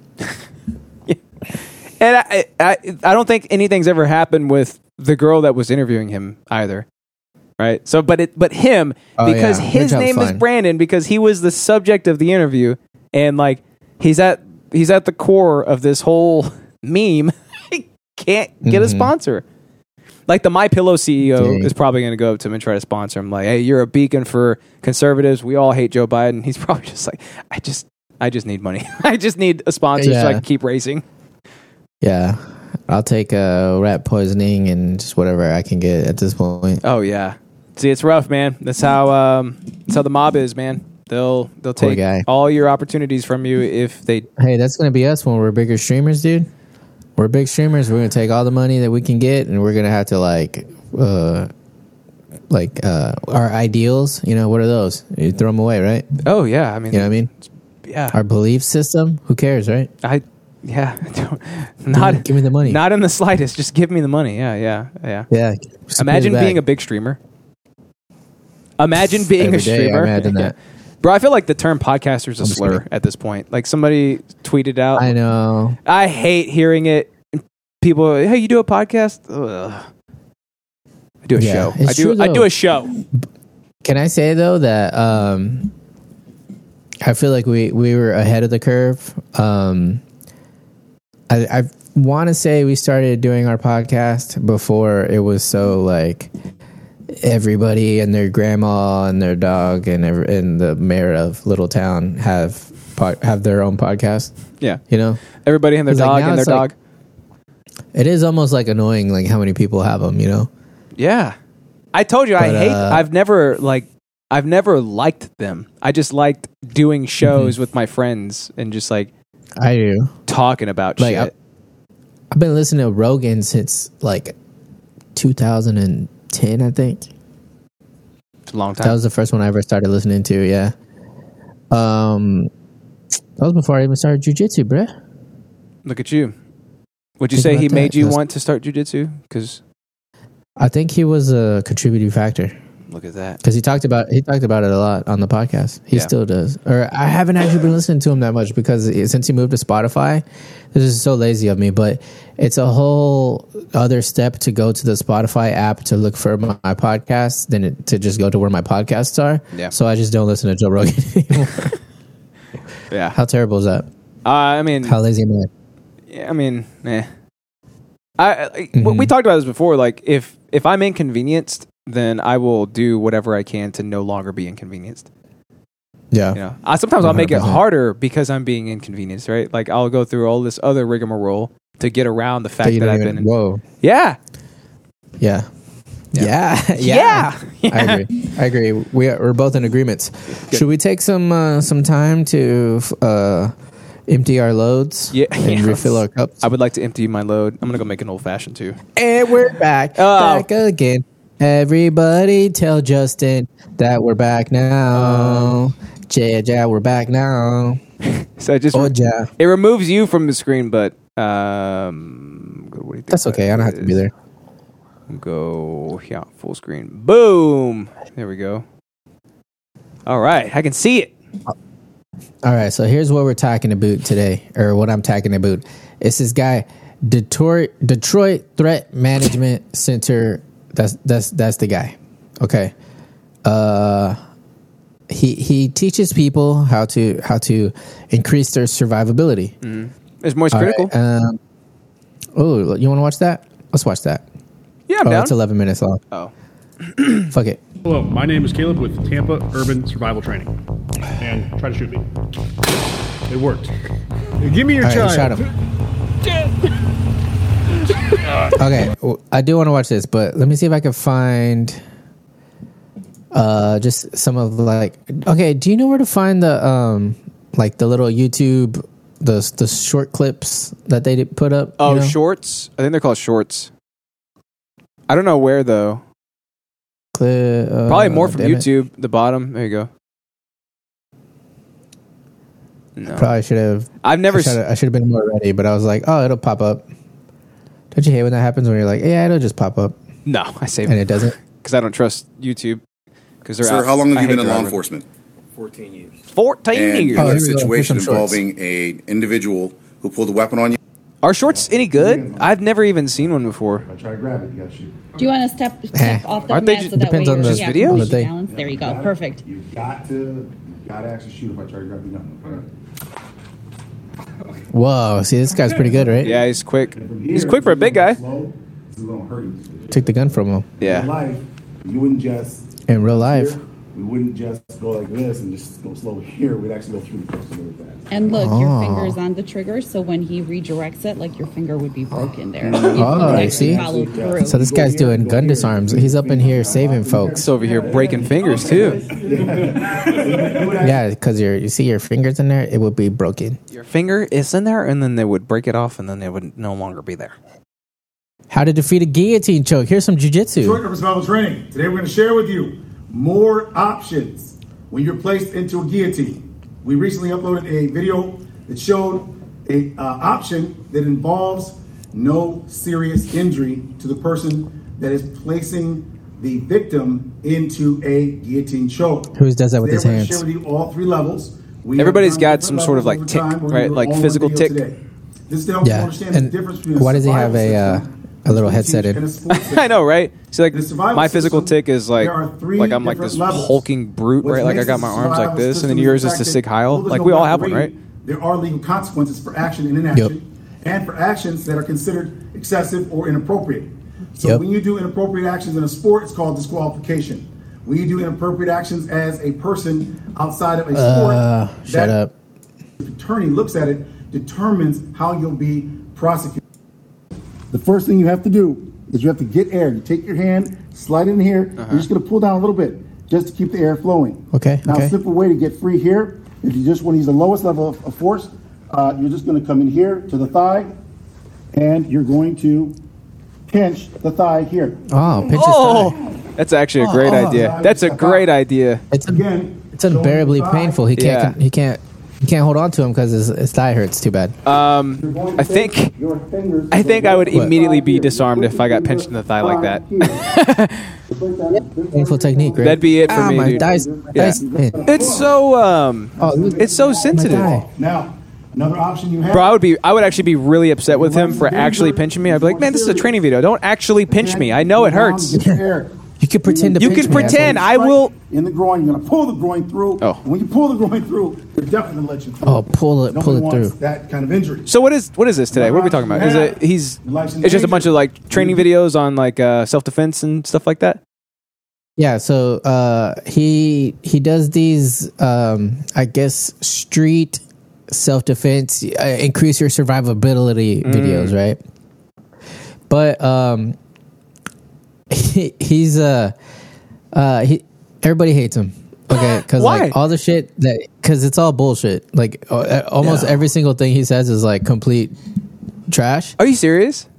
Speaker 2: And I, I, I don't think anything's ever happened with the girl that was interviewing him either. Right. So, but it, but him
Speaker 1: Oh,
Speaker 2: because
Speaker 1: yeah.
Speaker 2: his
Speaker 1: Her job's
Speaker 2: name is
Speaker 1: fine.
Speaker 2: Brandon because he was the subject of the interview and like he's at he's at the core of this whole meme. he can't get
Speaker 1: Mm-hmm.
Speaker 2: a sponsor. Like the My Pillow CEO
Speaker 1: Dang.
Speaker 2: is probably going to go up to him and try to sponsor him. Like, hey, you're a beacon for conservatives. We all hate Joe Biden. He's probably just like, I just, I just need money. I just need a sponsor so I
Speaker 1: Yeah.
Speaker 2: can keep racing.
Speaker 1: Yeah, I'll take uh, rat poisoning and just whatever I can get at this point.
Speaker 2: Oh yeah. See, it's rough, man. That's how um, that's how the mob is, man. They'll they'll
Speaker 1: Poor
Speaker 2: take
Speaker 1: guy.
Speaker 2: all your opportunities from you if they.
Speaker 1: Hey, that's gonna be us when we're bigger streamers, dude. We're big streamers. We're gonna take all the money that we can get, and we're gonna have to like, uh, like uh, our ideals. You know, what are those? You throw them away, right?
Speaker 2: Oh yeah, I mean,
Speaker 1: You know what I mean?
Speaker 2: yeah,
Speaker 1: Our belief system. Who cares, right?
Speaker 2: I yeah, I don't- not
Speaker 1: give me the money.
Speaker 2: Not in the slightest. Just give me the money. Yeah, yeah, yeah.
Speaker 1: Yeah. just
Speaker 2: Imagine
Speaker 1: give it
Speaker 2: being a
Speaker 1: back.
Speaker 2: big streamer. Imagine being
Speaker 1: Every
Speaker 2: a
Speaker 1: day, I
Speaker 2: streamer.
Speaker 1: imagine that.
Speaker 2: Bro, I feel like the term podcaster is a slur
Speaker 1: kidding.
Speaker 2: at this point. Like somebody tweeted out,
Speaker 1: I know.
Speaker 2: I hate hearing it. People, are like, hey, you do a podcast? Ugh. I do a
Speaker 1: Yeah,
Speaker 2: show.
Speaker 1: it's
Speaker 2: I do.
Speaker 1: true,
Speaker 2: I do
Speaker 1: though.
Speaker 2: a show.
Speaker 1: Can I say though that um, I feel like we we were ahead of the curve. Um, I, I want to say we started doing our podcast before it was so like everybody and their grandma and their dog and every, and the mayor of little town have pod, have their own podcast.
Speaker 2: Yeah,
Speaker 1: You know,
Speaker 2: everybody and their
Speaker 1: It's like
Speaker 2: dog
Speaker 1: now
Speaker 2: and their
Speaker 1: it's like-
Speaker 2: dog.
Speaker 1: it is almost like annoying like how many people have them. You know,
Speaker 2: Yeah, I told you I
Speaker 1: But,
Speaker 2: hate.
Speaker 1: uh,
Speaker 2: I've never like. I've never liked them. I just liked doing
Speaker 1: Mm-hmm.
Speaker 2: shows with my friends and just like
Speaker 1: I do.
Speaker 2: talking about
Speaker 1: Like,
Speaker 2: shit.
Speaker 1: I've been listening to Rogan since like 2010, I think.
Speaker 2: It's a long time.
Speaker 1: That was the first one I ever started listening to. Yeah. Um, that was before I even started jujitsu, bruh.
Speaker 2: Look at you. Would you
Speaker 1: Think
Speaker 2: say
Speaker 1: about
Speaker 2: he
Speaker 1: that.
Speaker 2: made you
Speaker 1: That's-
Speaker 2: want to start jujitsu? Because
Speaker 1: I think he was a contributing factor
Speaker 2: look at that.
Speaker 1: because he talked about he talked about it a lot on the podcast. He
Speaker 2: Yeah.
Speaker 1: still does. Or I haven't actually been listening to him that much because it- since he moved to Spotify, this is so lazy of me. But it's a whole other step to go to the Spotify app to look for my, my podcast than it, to just go to where my podcasts are.
Speaker 2: Yeah.
Speaker 1: So I just don't listen to Joe Rogan. anymore.
Speaker 2: Yeah.
Speaker 1: How terrible is that?
Speaker 2: Uh, I mean,
Speaker 1: How lazy am I?
Speaker 2: Yeah, I mean, eh. I, I
Speaker 1: Mm-hmm.
Speaker 2: we- we talked about this before. Like, if if I'm inconvenienced, then I will do whatever I can to no longer be inconvenienced.
Speaker 1: Yeah.
Speaker 2: You know, I, sometimes I'll make it
Speaker 1: 100%.
Speaker 2: harder because I'm being inconvenienced. Right? Like, I'll go through all this other rigmarole to get around the
Speaker 1: That
Speaker 2: fact
Speaker 1: you
Speaker 2: that
Speaker 1: don't
Speaker 2: I've
Speaker 1: even-
Speaker 2: been. In,
Speaker 1: whoa.
Speaker 2: yeah,
Speaker 1: Yeah. Yeah. Yeah.
Speaker 2: yeah,
Speaker 1: I agree. I agree. We are, we're both in agreements. Should we take some uh, some time to f- uh, empty our loads
Speaker 2: Yeah.
Speaker 1: and
Speaker 2: Yes.
Speaker 1: refill our cups?
Speaker 2: I would like to empty my load. I'm gonna go make an old fashioned too.
Speaker 1: and we're back.
Speaker 2: Oh.
Speaker 1: Back again. Everybody tell Justin that we're back
Speaker 2: Um.
Speaker 1: now. Yeah, yeah, we're back now.
Speaker 2: So it just
Speaker 1: Oh, yeah.
Speaker 2: it removes you from the screen, but um, what do you think
Speaker 1: That's
Speaker 2: that
Speaker 1: okay. I don't have to be
Speaker 2: is?
Speaker 1: there.
Speaker 2: Go yeah, full screen. Boom. There we go. All right, I can see it.
Speaker 1: All right, so here's what we're talking about today, or what I'm talking about. It's this guy, Detroit Detroit Threat Management Center. That's that's that's the guy. Okay, uh, he he teaches people how to how to increase their survivability.
Speaker 2: It's Moist
Speaker 1: All right,
Speaker 2: Mm. Critical.
Speaker 1: um, oh, you want to watch that? Let's watch that.
Speaker 2: yeah, I'm
Speaker 1: oh,
Speaker 2: down.
Speaker 1: it's 11 minutes long.
Speaker 2: oh,
Speaker 1: Fuck it.
Speaker 8: Hello, my name is Caleb with Tampa Urban Survival Training. And try to shoot me. It worked. Give me your
Speaker 1: All right, shot him. okay, w- I do want to watch this, but let me see if I can find uh just some of like okay, do you know where to find the um like the little YouTube the the short clips that they did put up?
Speaker 2: oh,
Speaker 1: you know?
Speaker 2: shorts. I think they're called shorts. I don't know where though.
Speaker 1: Cli- uh,
Speaker 2: Probably more from
Speaker 1: damn it.
Speaker 2: YouTube. The bottom. There you go.
Speaker 1: Probably should have.
Speaker 2: I've never
Speaker 1: I should
Speaker 2: s-
Speaker 1: have, I should have been more ready, but I was like, oh, it'll pop up. Don't you hate when that happens? When you're like, yeah, it'll just pop up,
Speaker 2: No, I say
Speaker 1: and it doesn't.
Speaker 2: because I don't trust YouTube. Because they're
Speaker 9: Sir,
Speaker 2: out.
Speaker 9: how long
Speaker 2: I
Speaker 9: have you
Speaker 2: hate
Speaker 9: been in law
Speaker 2: driving.
Speaker 9: enforcement?
Speaker 2: Fourteen
Speaker 9: And you
Speaker 2: years.
Speaker 1: Oh,
Speaker 9: had
Speaker 1: here
Speaker 9: a
Speaker 1: we go. Here's
Speaker 9: situation
Speaker 1: some shorts.
Speaker 9: involving a individual who pulled a weapon on you.
Speaker 2: Are shorts any good? I've never even seen one before.
Speaker 10: Try to grab it, you gotta shoot.
Speaker 2: Oh,
Speaker 11: Do you want to step, step off the
Speaker 1: Aren't they
Speaker 11: command
Speaker 1: ju-
Speaker 11: so that way
Speaker 1: Eh. depends on
Speaker 11: you're-
Speaker 1: the
Speaker 11: yeah, completely
Speaker 1: video? On the thing.
Speaker 11: balanced? There you go. Perfect.
Speaker 10: You got to, you gotta actually shoot if I try to grab you nothing.
Speaker 1: Whoa, see, this guy's pretty good, right?
Speaker 2: Yeah, he's quick. He's quick for a big guy.
Speaker 10: Slow, this is gonna hurt you.
Speaker 1: Took the gun from him
Speaker 10: In
Speaker 2: Yeah.
Speaker 10: life, you wouldn't just.
Speaker 1: in real life.
Speaker 10: here, We wouldn't just go like this and just go slow here. We'd actually go through the person really fast.
Speaker 11: And look, your
Speaker 1: Oh.
Speaker 11: finger's on the trigger, so when he redirects it, like your finger would be broken there.
Speaker 1: Oh, I see.
Speaker 11: Follow through.
Speaker 1: So this guy's doing gun disarms. He's up in here saving folks.
Speaker 2: It's over here breaking fingers too.
Speaker 1: Yeah, because your you see your fingers in there, it would be broken.
Speaker 2: Your finger is in there, and then they would break it off, and then it would no longer be there.
Speaker 1: How to defeat a guillotine choke? Here's some jujitsu.
Speaker 10: Join us Survival Training. Today we're going to share with you more options when you're placed into a guillotine. We recently uploaded a video that showed a uh, option that involves no serious injury to the person that is placing the victim into a guillotine choke.
Speaker 1: Who does that with his
Speaker 10: Today we're gonna
Speaker 1: hands?
Speaker 10: Share with you all three levels. We
Speaker 2: Everybody's
Speaker 10: have
Speaker 2: got some
Speaker 10: different
Speaker 2: sort of,
Speaker 10: levels
Speaker 2: like,
Speaker 10: over
Speaker 2: tick,
Speaker 10: time. We're gonna
Speaker 2: right?
Speaker 10: do
Speaker 2: Like
Speaker 10: all one
Speaker 2: physical
Speaker 10: video
Speaker 2: tick.
Speaker 10: today. This is to help you
Speaker 1: Yeah,
Speaker 10: understand
Speaker 1: and
Speaker 10: the difference between a
Speaker 1: why does he have
Speaker 10: survival
Speaker 1: a, uh,
Speaker 10: system,
Speaker 1: a little
Speaker 10: strategic,
Speaker 1: headset in?
Speaker 10: and a sports system.
Speaker 2: I know, right? So like
Speaker 10: The survival
Speaker 2: my physical
Speaker 10: system,
Speaker 2: tick is like
Speaker 10: there are three
Speaker 2: like I'm like this
Speaker 10: different levels.
Speaker 2: hulking brute,
Speaker 10: What
Speaker 2: right? Like I
Speaker 10: makes
Speaker 2: got
Speaker 10: the
Speaker 2: my arms like
Speaker 10: survival
Speaker 2: this, and then
Speaker 10: system
Speaker 2: yours is
Speaker 10: the
Speaker 2: to
Speaker 10: fact
Speaker 2: sig
Speaker 10: that
Speaker 2: heil.
Speaker 10: although
Speaker 2: Like
Speaker 10: there's
Speaker 2: we
Speaker 10: no
Speaker 2: all have one,
Speaker 10: referee,
Speaker 2: right?
Speaker 10: There are legal consequences for action and inaction, and for actions that are considered excessive or inappropriate. So
Speaker 1: Yep.
Speaker 10: when you do inappropriate actions in a sport, it's called disqualification. When you do inappropriate actions as a person outside of a sport,
Speaker 1: Uh, shut
Speaker 10: that
Speaker 1: up.
Speaker 10: attorney looks at it determines how you'll be prosecuted. The first thing you have to do is you have to get air. You take your hand, slide it in here. You're just going to pull down a little bit just to keep the air flowing.
Speaker 1: Uh-huh. Okay,
Speaker 10: Now,
Speaker 1: okay.
Speaker 10: a simple way to get free here, if you just want to use the lowest level of, of force, uh, you're just going to come in here to the thigh, and you're going to pinch the thigh here.
Speaker 1: Oh, pinch his thigh.
Speaker 2: Oh, that's actually a great
Speaker 10: oh,
Speaker 2: idea. That's a great idea.
Speaker 1: It's
Speaker 10: Again,
Speaker 1: it's unbearably
Speaker 10: shoulder to thigh.
Speaker 1: painful. He
Speaker 2: Yeah.
Speaker 1: can't he can't he can't hold on to him because his, his thigh hurts too bad.
Speaker 10: You're going to
Speaker 2: I
Speaker 10: take
Speaker 2: think-
Speaker 10: your fingers
Speaker 2: I think I would
Speaker 10: What?
Speaker 2: immediately be
Speaker 10: Here.
Speaker 2: disarmed if I got pinched in the thigh like that.
Speaker 10: that.
Speaker 1: Painful technique, right?
Speaker 2: That'd be it for
Speaker 1: ah,
Speaker 2: me,
Speaker 1: My
Speaker 2: dude.
Speaker 1: thighs,
Speaker 2: Yeah.
Speaker 1: thighs in.
Speaker 2: It's so um,
Speaker 1: Oh, look at
Speaker 2: it's so
Speaker 1: Oh my thigh.
Speaker 2: sensitive.
Speaker 10: Now, another option you have.
Speaker 2: Bro, I would be I would actually be really upset with him for actually pinching me. I'd be like, man, this is a training video. Don't actually pinch me. I know it hurts.
Speaker 1: You could pretend to
Speaker 2: You
Speaker 1: pinch
Speaker 2: could
Speaker 1: me,
Speaker 2: pretend.
Speaker 1: asshole.
Speaker 2: I will.
Speaker 10: In the groin, you're gonna pull the groin through.
Speaker 2: Oh.
Speaker 10: When you pull the groin through, they're definitely gonna let you through.
Speaker 1: Oh, pull it-
Speaker 10: Nobody
Speaker 1: pull it
Speaker 10: wants
Speaker 1: through.
Speaker 10: That kind of injury.
Speaker 2: So what is what is this today? What are we talking about? Is it he's? It's just a bunch of like training
Speaker 10: Mm-hmm.
Speaker 2: videos on like uh, self defense and stuff like that.
Speaker 1: Yeah, so uh, he he does these, um, I guess, street self defense, uh, increase your survivability videos, right? But um, he, he's uh, uh, he everybody hates him. Okay, because
Speaker 2: Why?
Speaker 1: like all the shit that because it's all bullshit. Like uh, uh, almost every single thing he says is like complete trash.
Speaker 2: Are you serious?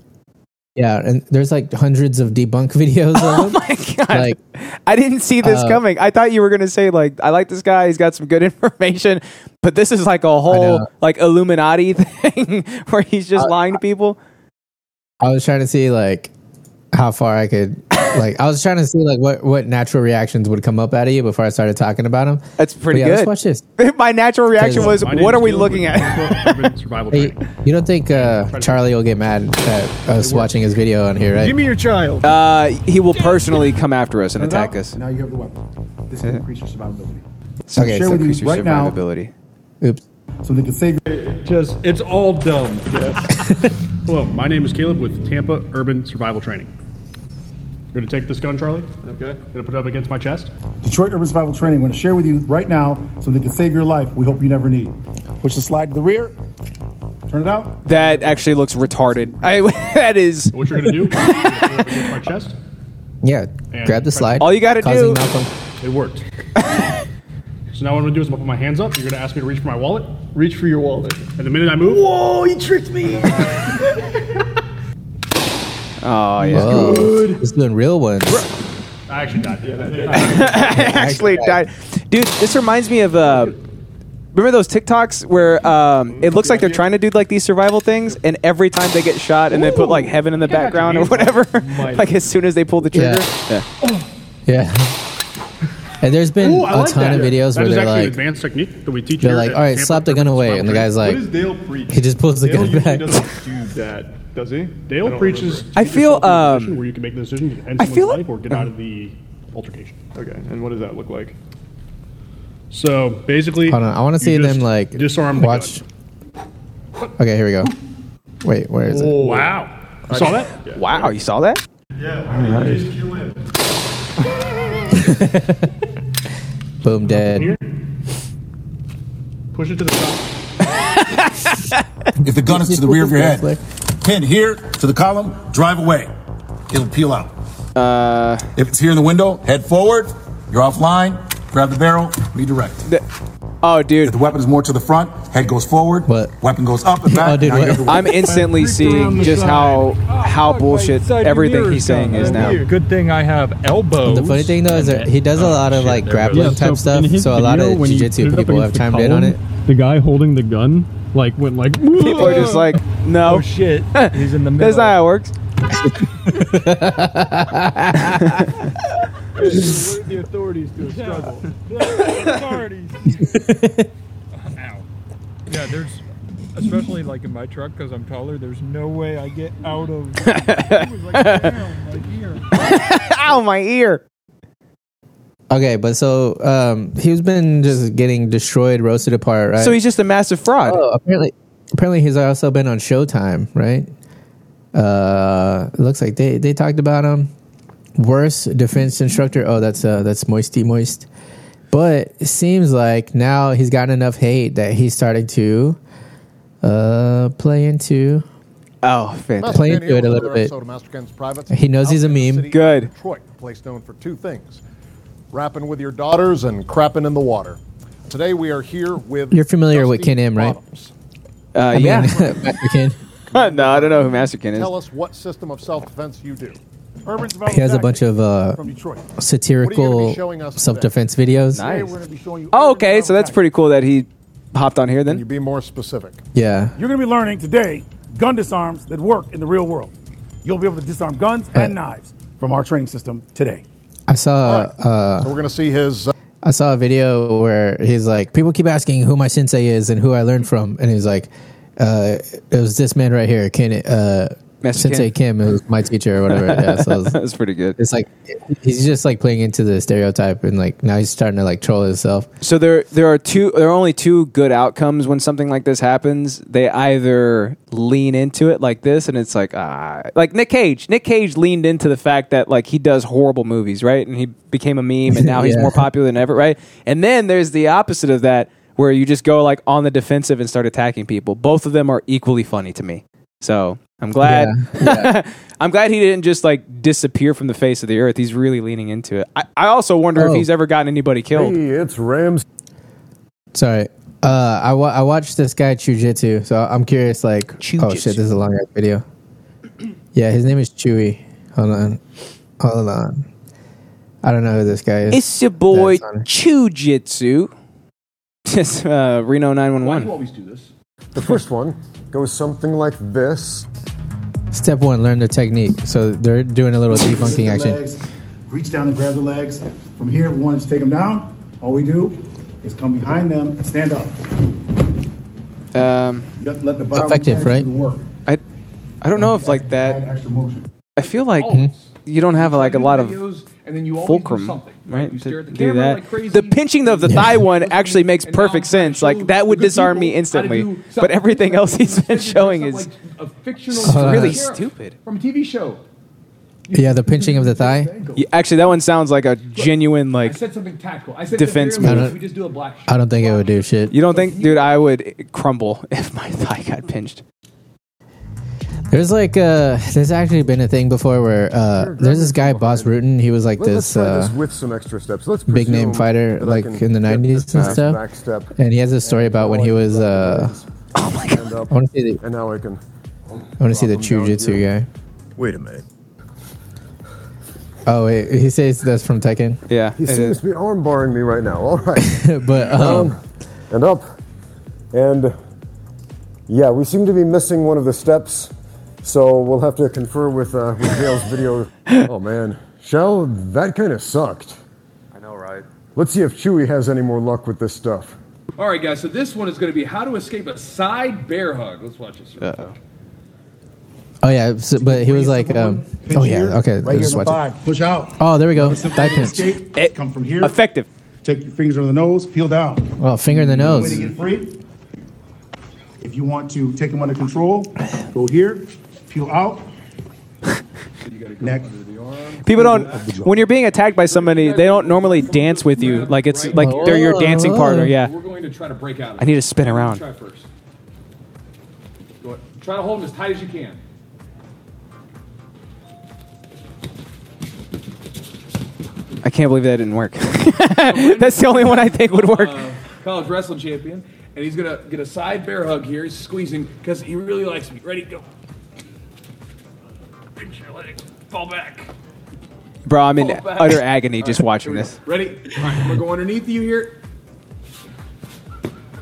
Speaker 1: Yeah, and there's like hundreds of debunk videos of him.
Speaker 2: God,
Speaker 1: Like-
Speaker 2: I didn't see this
Speaker 1: Uh,
Speaker 2: coming. I thought you were gonna say like, I like this guy. He's got some good information, but this is like a whole
Speaker 1: know.
Speaker 2: like Illuminati thing where he's just lying to people.
Speaker 1: I was trying to see like how far I could like I was trying to see like what what natural reactions would come up out of you before I started talking about them.
Speaker 2: That's pretty
Speaker 1: yeah,
Speaker 2: good.
Speaker 1: Let's watch this.
Speaker 2: My natural reaction was,
Speaker 8: My name
Speaker 2: what
Speaker 8: is
Speaker 2: are we
Speaker 8: Gil
Speaker 2: looking
Speaker 8: with
Speaker 2: at?
Speaker 8: Tampa Urban Survival
Speaker 1: Hey,
Speaker 8: Training.
Speaker 1: you don't think uh, Charlie will get mad at us watching his video on here, right?
Speaker 8: Give me your child.
Speaker 2: Uh, he will personally come after us and attack us.
Speaker 10: Now you have the weapon. This increases your survivability.
Speaker 2: Okay,
Speaker 10: share
Speaker 2: so
Speaker 10: with you
Speaker 2: increase your
Speaker 10: right now-
Speaker 2: survivability.
Speaker 1: Oops.
Speaker 10: So they can save your
Speaker 8: Just, it's all dumb. Hello, my name is Caleb with Tampa Urban Survival Training. You're gonna take this gun, Charlie? Okay. Gonna put it up against my chest?
Speaker 10: Detroit Urban Survival Training. I'm gonna share with you right now so they can save your life. We hope you never need. Push the slide to the rear. Turn it out.
Speaker 2: That actually looks retarded. I that is
Speaker 8: What you're gonna do? you're gonna put it up against my chest.
Speaker 1: Yeah. Grab the slide.
Speaker 2: all you got to do.
Speaker 1: Causing malfun-
Speaker 8: It worked. so now what I'm gonna do is I'm gonna put my hands up. You're gonna ask me to reach for my wallet. Reach for your wallet. And the minute I move, whoa, you tricked me.
Speaker 2: Oh yeah,
Speaker 1: Whoa. It's doing real ones.
Speaker 8: I actually died. Yeah, that-
Speaker 2: actually died, dude. This reminds me of uh, remember those TikToks where um, it looks like they're trying to do like these survival things, and every time they get shot, and they put like heaven in the background or whatever, like as soon as they pull the
Speaker 1: Yeah.
Speaker 2: trigger.
Speaker 1: Yeah. And there's been
Speaker 8: Ooh, I
Speaker 1: a
Speaker 8: like
Speaker 1: ton
Speaker 8: that.
Speaker 1: of videos
Speaker 8: That
Speaker 1: where
Speaker 8: is
Speaker 1: they're
Speaker 8: actually an
Speaker 1: like,
Speaker 8: advanced technique that we teach.
Speaker 1: they're
Speaker 8: here
Speaker 1: like,
Speaker 8: at
Speaker 1: all right,
Speaker 8: Tampa
Speaker 1: slap the gun away, and the guy's like,
Speaker 8: What does Dale preach?
Speaker 1: he just pulls the
Speaker 8: Dale
Speaker 1: gun
Speaker 8: usually
Speaker 1: back.
Speaker 8: doesn't do that, does he? Dale preaches.
Speaker 2: I feel um,
Speaker 8: where you can make the decision to end
Speaker 2: I
Speaker 8: someone's
Speaker 2: feel-
Speaker 8: life or get out of the altercation. Okay, and what does that look like? So basically,
Speaker 1: Hold on, I want
Speaker 8: you
Speaker 1: to see them
Speaker 8: just
Speaker 1: like
Speaker 8: disarm the
Speaker 1: watch. Okay, here we go. Wait, where is it?
Speaker 8: gun. Wow, you saw that?
Speaker 2: Wow, you saw that?
Speaker 1: Boom, dead.
Speaker 8: Push it to the top.
Speaker 9: If the gun is to the rear of your head, pin here to the column, drive away. It'll peel out. Uh, if it's here in the window, head forward. You're offline. Grab the barrel, redirect.
Speaker 2: oh, dude.
Speaker 9: If the weapon is more to the front, head goes forward. What? Weapon goes up and back.
Speaker 1: Oh, dude,
Speaker 9: now you
Speaker 1: what?
Speaker 9: have to-
Speaker 2: I'm instantly seeing just how
Speaker 3: Oh,
Speaker 2: how bullshit everything he's saying is now.
Speaker 12: Good thing I have elbows.
Speaker 1: The funny thing though is that he does a lot of like grappling
Speaker 12: Yeah,
Speaker 1: type
Speaker 12: so
Speaker 1: stuff,
Speaker 12: in his
Speaker 1: so a lot
Speaker 12: video,
Speaker 1: of
Speaker 12: when he
Speaker 1: jiu-jitsu
Speaker 12: stood up
Speaker 1: people have
Speaker 12: against the
Speaker 1: timed in on
Speaker 12: column,
Speaker 1: it.
Speaker 12: The guy holding the gun, like, went like.
Speaker 2: People are just like, no. Oh shit, he's in the middle. That's not how it works.
Speaker 12: the authorities do a struggle. authorities. Ow. Yeah, there's. Especially like in my truck because I'm taller, there's no way I get out of. It was like, damn, my ear.
Speaker 2: Ow, my ear.
Speaker 1: Okay, but so um, he's been just getting destroyed, roasted apart, right?
Speaker 2: So he's just a massive fraud.
Speaker 1: Oh, apparently, apparently he's also been on Showtime, right? Uh, it looks like they they talked about him. Worse defense instructor. Oh, that's uh, that's Moisty Moist. But it seems like now he's gotten enough hate that he's starting to uh, play into
Speaker 2: Oh, fantastic.
Speaker 1: play into it a little bit. He knows he's a meme.
Speaker 2: Good.
Speaker 13: Detroit, a place known for two things rapping with your daughters and crapping in the water. Today we are here with.
Speaker 1: You're familiar with Ken M, right?
Speaker 2: Uh,
Speaker 1: I mean,
Speaker 2: yeah.
Speaker 1: Master Ken.
Speaker 2: no, I don't know who Master Ken is.
Speaker 13: Tell us what system of self defense you do. Urban
Speaker 1: He has a bunch of uh,
Speaker 13: From Detroit. What are you gonna be showing
Speaker 1: satirical
Speaker 13: us today?
Speaker 1: self defense videos.
Speaker 13: Today we're going to be showing you.
Speaker 2: Oh, okay. So that's pretty cool that he hopped on here then.
Speaker 13: You be more specific.
Speaker 1: Yeah.
Speaker 14: You're going to be learning today gun disarms that work in the real world. You'll be able to disarm guns and knives from our training system today.
Speaker 1: I saw. Uh,
Speaker 13: we're gonna see his.
Speaker 1: I saw a video where he's like, people keep asking who my sensei is and who I learned from, and he's like, uh, it was this man right here, Ken, uh,
Speaker 2: Master
Speaker 1: Sensei Kim, who's my teacher or whatever. Yeah, so it's-
Speaker 2: That's pretty good.
Speaker 1: it's like he's just like playing into the stereotype, and like now he's starting to like troll himself.
Speaker 2: So there, there are two. There are only two good outcomes when something like this happens. They either lean into it like this, and it's like, ah, like Nick Cage. Nick Cage leaned into the fact that like he does horrible movies, right? And he became a meme, and now he's
Speaker 1: Yeah.
Speaker 2: more popular than ever, right? And then there's the opposite of that, where you just go like on the defensive and start attacking people. Both of them are equally funny to me. So I'm glad. I'm glad he didn't just like disappear from the face of the earth. He's really leaning into it. I, I also wonder
Speaker 1: Oh.
Speaker 2: if he's ever gotten anybody killed.
Speaker 13: it's Rams.
Speaker 1: Sorry. Uh, I, wa- I watched this guy Chujitsu, so I'm curious. Like, oh shit, this is a long ass video. Yeah, his name is Chewy. Hold on, hold on. I don't know who this guy is.
Speaker 2: It's your boy Chujitsu. Just uh, Reno nine one
Speaker 13: do you
Speaker 2: one.
Speaker 13: always do this? The first one goes something like this.
Speaker 1: Step one: learn the technique. So they're doing a little debunking
Speaker 10: Sit the
Speaker 1: action.
Speaker 10: legs, reach down and grab the legs. From here, we want to take them down. All we do is come behind them and stand up.
Speaker 2: Um,
Speaker 10: You have to let the bottom
Speaker 2: Effective,
Speaker 10: hand
Speaker 2: right?
Speaker 10: do the work.
Speaker 2: I I don't know if like that.
Speaker 10: Extra motion.
Speaker 2: I feel like you don't have like a lot of
Speaker 15: and then Oh. you always do
Speaker 2: fulcrum,
Speaker 15: something.
Speaker 2: right? to
Speaker 15: stare at the
Speaker 2: do
Speaker 15: camera
Speaker 2: that.
Speaker 15: like crazy.
Speaker 2: the pinching of the thigh one actually makes perfect sense. Like that would disarm me instantly. But everything else he's been showing is
Speaker 15: A fictional
Speaker 1: It's really
Speaker 2: stupid
Speaker 15: from a TV show.
Speaker 1: Yeah, the pinching of the thigh.
Speaker 2: Yeah, actually that one sounds like a genuine like.
Speaker 15: I said something tactical. I said
Speaker 2: defense
Speaker 15: at the very
Speaker 1: move.
Speaker 15: least, we just do a black.
Speaker 1: I don't think it would do shit.
Speaker 2: You don't think, dude? I would crumble if my thigh got pinched.
Speaker 1: There's like uh there's actually been a thing before where uh there's this guy Boss Rutan, he was like
Speaker 13: Let-
Speaker 1: this
Speaker 13: let's try this
Speaker 1: uh
Speaker 13: with some extra steps. Let's
Speaker 1: big
Speaker 13: presume
Speaker 1: name fighter
Speaker 13: that I
Speaker 1: like
Speaker 13: can
Speaker 1: in the
Speaker 13: get this
Speaker 1: 90s and
Speaker 13: back-
Speaker 1: stuff.
Speaker 13: back step.
Speaker 1: And he has a story about when he was uh
Speaker 13: Oh my god! Up,
Speaker 1: I want to see the
Speaker 13: and now I can.
Speaker 1: I want to see the Chujitsu guy.
Speaker 13: Wait a minute.
Speaker 1: Oh wait, he says that's from Tekken.
Speaker 2: Yeah,
Speaker 13: He seems to be arm barring me right now. All right.
Speaker 1: but um,
Speaker 13: and up
Speaker 16: And yeah, we seem to be missing one of the steps, so we'll have to confer with uh, with Dale's video. Oh man, Shell, that kind of sucked.
Speaker 15: I know, right?
Speaker 16: Let's see if Chewy has any more luck with this stuff.
Speaker 15: All right, guys. So this one is going to be how to escape a side bear hug. Let's watch this.
Speaker 2: Uh,
Speaker 1: Uh-oh. Oh yeah, so, but he was like, um, "Oh yeah, okay."
Speaker 10: Right here
Speaker 1: just
Speaker 10: in the
Speaker 1: watch it.
Speaker 10: pod. Push out.
Speaker 1: Oh, there we go.
Speaker 10: It's the
Speaker 1: That
Speaker 10: way to
Speaker 1: pinch.
Speaker 10: escape. Come from here.
Speaker 2: Effective.
Speaker 10: Take your fingers on the nose. Peel down.
Speaker 1: Oh, finger in the
Speaker 10: Way
Speaker 1: nose.
Speaker 10: to get free. If you want to take them under control, go here. Peel out. Neck.
Speaker 2: People don't. When you're being attacked by somebody, they don't normally dance with you. Like it's like they're your dancing partner. Yeah.
Speaker 15: We're going to try to break out. Of
Speaker 2: I need to
Speaker 15: this.
Speaker 2: spin around.
Speaker 15: Try first. Go ahead. Try to hold them as tight as you can.
Speaker 2: I can't believe that didn't work. That's the only one I think would work.
Speaker 15: Uh, college wrestling champion, and he's gonna get a side bear hug here. He's squeezing because he really likes me. Ready? Go. Pinch your leg. Fall back.
Speaker 2: Bro, I'm in
Speaker 15: Fall back.
Speaker 2: utter agony
Speaker 15: All
Speaker 2: just
Speaker 15: right,
Speaker 2: watching
Speaker 15: here we
Speaker 2: this.
Speaker 15: go. Ready? All right, I'm gonna go underneath you here.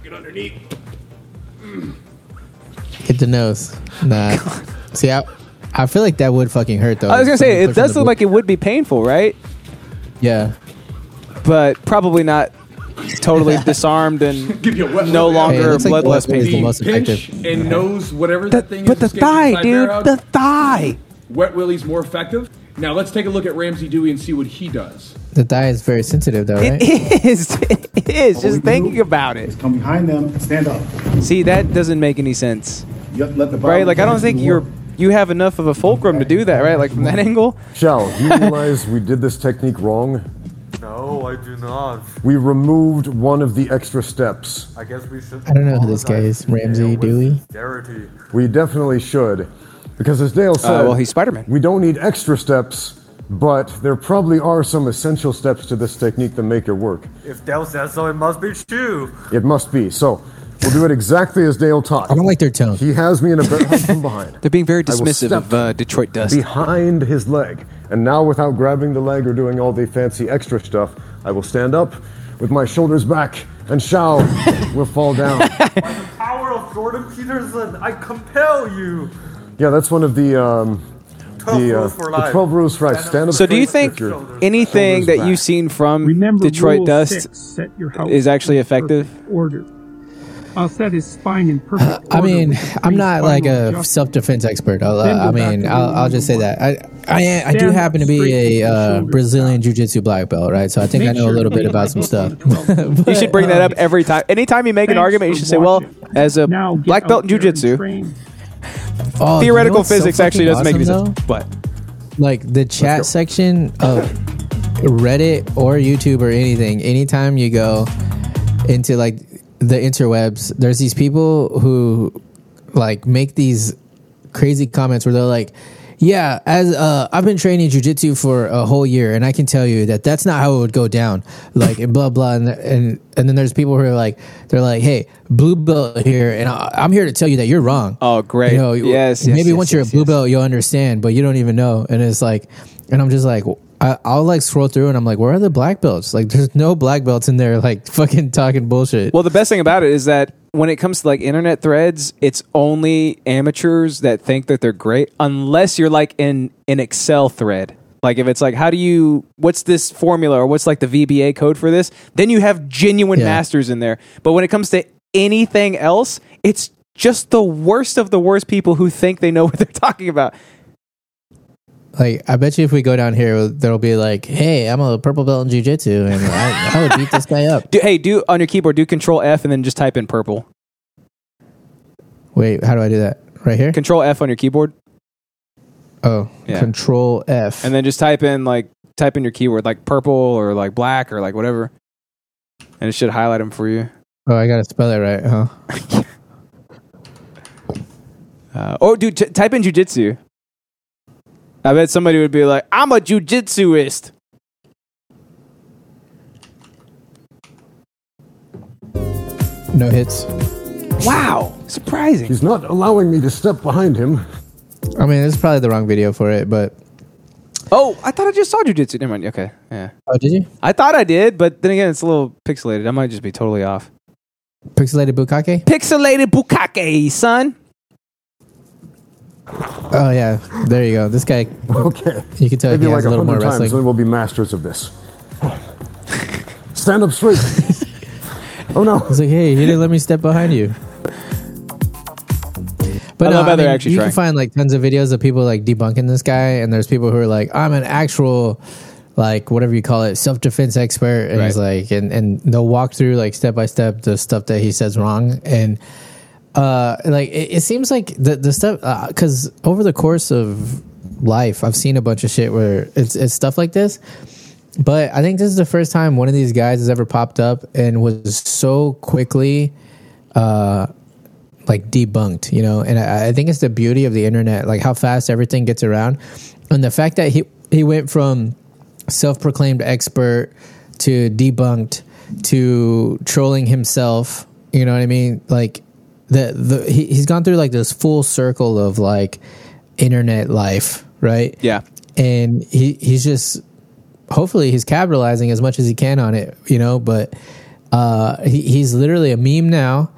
Speaker 15: Get underneath.
Speaker 1: Hit the nose. Nah. See, I, I feel like that would fucking hurt though.
Speaker 2: I was gonna
Speaker 1: Push
Speaker 2: say it
Speaker 1: on
Speaker 2: does
Speaker 1: the
Speaker 2: look
Speaker 1: boob.
Speaker 2: like it would be painful, right?
Speaker 1: Yeah.
Speaker 2: But probably not totally disarmed and
Speaker 15: Give you a weapon.
Speaker 2: no
Speaker 1: Hey, it
Speaker 2: longer
Speaker 1: looks like
Speaker 2: bloodless
Speaker 1: the weapon is the
Speaker 2: painful.
Speaker 1: most effective.
Speaker 15: and knows whatever that thing
Speaker 2: But the
Speaker 15: is. escapes from
Speaker 2: thigh,
Speaker 15: side bear
Speaker 2: dude,
Speaker 15: hug.
Speaker 2: the thigh.
Speaker 15: Wet Willie's more effective. Now let's take a look at Ramsey Dewey and see what he does.
Speaker 1: The thigh is very sensitive though, right?
Speaker 2: It is. It is. Just thinking about it.
Speaker 10: Come behind them. Stand up.
Speaker 2: See, that doesn't make any sense.
Speaker 10: You have to let the
Speaker 2: Right?
Speaker 10: bottom
Speaker 2: Like I don't
Speaker 10: do
Speaker 2: think
Speaker 10: the
Speaker 2: you're you have enough of a fulcrum to do that, right? Like from that angle.
Speaker 16: Shell, do you realize we did this technique wrong?
Speaker 17: No, I do not.
Speaker 16: We removed one of the extra steps.
Speaker 17: I guess we should.
Speaker 1: I don't know who this guy is. Ramsey Dewey.
Speaker 17: Charity.
Speaker 16: We definitely should. Because as Dale
Speaker 15: Uh,
Speaker 16: said,
Speaker 2: well, he's Spider-Man.
Speaker 16: We don't need extra steps, but there probably are some essential steps to this technique that make it work.
Speaker 17: If Dell says so, it must be true.
Speaker 16: It must be. So we'll do it exactly as Dale taught. I don't
Speaker 1: like their tone.
Speaker 16: He has me in a bear hug from behind.
Speaker 2: They're being very
Speaker 16: I will
Speaker 2: dismissive
Speaker 16: step
Speaker 2: of uh, Detroit Dust.
Speaker 16: Behind his leg. And now, without grabbing the leg or doing all the fancy extra stuff, I will stand up with my shoulders back and shall will fall down.
Speaker 17: Power of Jordan Peterson, I compel you.
Speaker 16: Yeah, that's one of the. Um,
Speaker 17: 12
Speaker 16: the,
Speaker 17: rules for
Speaker 16: the
Speaker 17: life.
Speaker 16: 12 rules for life. Stand up
Speaker 2: So do you
Speaker 16: straight,
Speaker 2: think
Speaker 16: put your
Speaker 2: anything
Speaker 16: shoulders
Speaker 2: that
Speaker 16: back.
Speaker 2: you've seen from Detroit
Speaker 12: rule
Speaker 2: Dust
Speaker 12: six, set your house
Speaker 2: is actually
Speaker 12: in
Speaker 2: effective?
Speaker 12: perfect Order. I'll set his spine in perfect
Speaker 1: I
Speaker 12: order
Speaker 1: mean,
Speaker 12: with the
Speaker 1: I'm
Speaker 12: three
Speaker 1: not like
Speaker 12: spinal
Speaker 1: a
Speaker 12: adjustments.
Speaker 1: self-defense expert. I'll, uh,
Speaker 12: Then go
Speaker 1: I
Speaker 12: back
Speaker 1: mean,
Speaker 12: to
Speaker 1: I'll, I'll just say that I I, I do
Speaker 12: Stand
Speaker 1: happen to be
Speaker 12: straight
Speaker 1: a uh, Brazilian jiu-jitsu black belt, right? So I think I know a little bit about some stuff.
Speaker 2: you should bring that up every time. Anytime you make an
Speaker 12: Thanks
Speaker 2: argument, you
Speaker 12: for
Speaker 2: should say, "Well, as a black belt in jujitsu,
Speaker 1: Oh, you know
Speaker 2: theoretical
Speaker 1: what's so
Speaker 2: physics actually doesn't
Speaker 1: fucking
Speaker 2: make any
Speaker 1: awesome,
Speaker 2: sense." But
Speaker 1: like the chat section of Reddit or YouTube or anything, anytime you go into like the interwebs, there's these people who like make these crazy comments where they're like, yeah, as uh, I've been training jujitsu for a whole year, and I can tell you that that's not how it would go down. Like and blah blah, and and and then there's people who are like, they're like, hey, blue belt here, and I, I'm here to tell you that you're wrong.
Speaker 2: oh, great!
Speaker 1: You know,
Speaker 2: yes, yes,
Speaker 1: maybe
Speaker 2: yes,
Speaker 1: once you're
Speaker 2: yes,
Speaker 1: a blue belt, you'll understand, but you don't even know. And it's like, and I'm just like, I, I'll like scroll through and I'm like, where are the black belts? Like, there's no black belts in there, like fucking talking bullshit.
Speaker 2: Well, the best thing about it is that when it comes to like internet threads, it's only amateurs that think that they're great, unless you're like in an Excel thread. Like if it's like, how do you? What's this formula or what's like the VBA code for this? Then you have genuine
Speaker 1: Yeah.
Speaker 2: masters in there. But when it comes to anything else, it's just the worst of the worst people who think they know what they're talking about.
Speaker 1: Like, I bet you if we go down here, there'll be like, hey, I'm a purple belt in jujitsu, and I, I would beat this guy up.
Speaker 2: Do, hey, do on your keyboard, do Control F and then just type in purple.
Speaker 1: Wait, how do I do that? Right here?
Speaker 2: Control F on your keyboard.
Speaker 1: Oh,
Speaker 2: Yeah.
Speaker 1: Control F.
Speaker 2: and then just type in like type in your keyword like purple or like black or like whatever and it should highlight them for you
Speaker 1: Oh, I gotta spell it right, huh?
Speaker 2: uh, oh dude t- type in jujitsu i bet somebody would be like i'm a jujitsuist
Speaker 1: No hits.
Speaker 2: wow surprising
Speaker 16: He's not allowing me to step behind him.
Speaker 1: I mean, this is probably the wrong video for it, but
Speaker 2: oh i thought i just saw jujitsu never mind okay yeah
Speaker 1: oh, did you?
Speaker 2: i thought i did but then again it's a little pixelated i might just be totally off
Speaker 1: Pixelated Bukake?
Speaker 2: Pixelated Bukake, son.
Speaker 1: Oh yeah, there you go. This guy.
Speaker 16: Okay.
Speaker 1: You can tell
Speaker 16: Maybe
Speaker 1: he
Speaker 16: like
Speaker 1: has a little more
Speaker 16: hundred times,
Speaker 1: wrestling.
Speaker 16: then we'll be masters of this. Stand up straight. oh no.
Speaker 1: He's like, hey, he didn't let me step behind you. But
Speaker 2: I
Speaker 1: no,
Speaker 2: love how
Speaker 1: I
Speaker 2: they're
Speaker 1: mean,
Speaker 2: actually
Speaker 1: you
Speaker 2: trying.
Speaker 1: can find like tons of videos of people like debunking this guy, and there's people who are like, I'm an actual, like whatever you call it, self defense expert, and he's like, and and they'll walk through like step by step the stuff that he says wrong, and uh, like it, it seems like the the stuff because over the course of life, I've seen a bunch of shit where it's it's stuff like this. But I think this is the first time one of these guys has ever popped up and was so quickly uh, like debunked, you know. And I, I think it's the beauty of the internet, like how fast everything gets around, and the fact that he he went from self-proclaimed expert to debunked to trolling himself. You know what I mean? Like the the he, he's gone through like this full circle of like internet life, right?
Speaker 2: Yeah.
Speaker 1: And he he's just hopefully he's capitalizing as much as he can on it, you know, but uh he, he's literally a meme now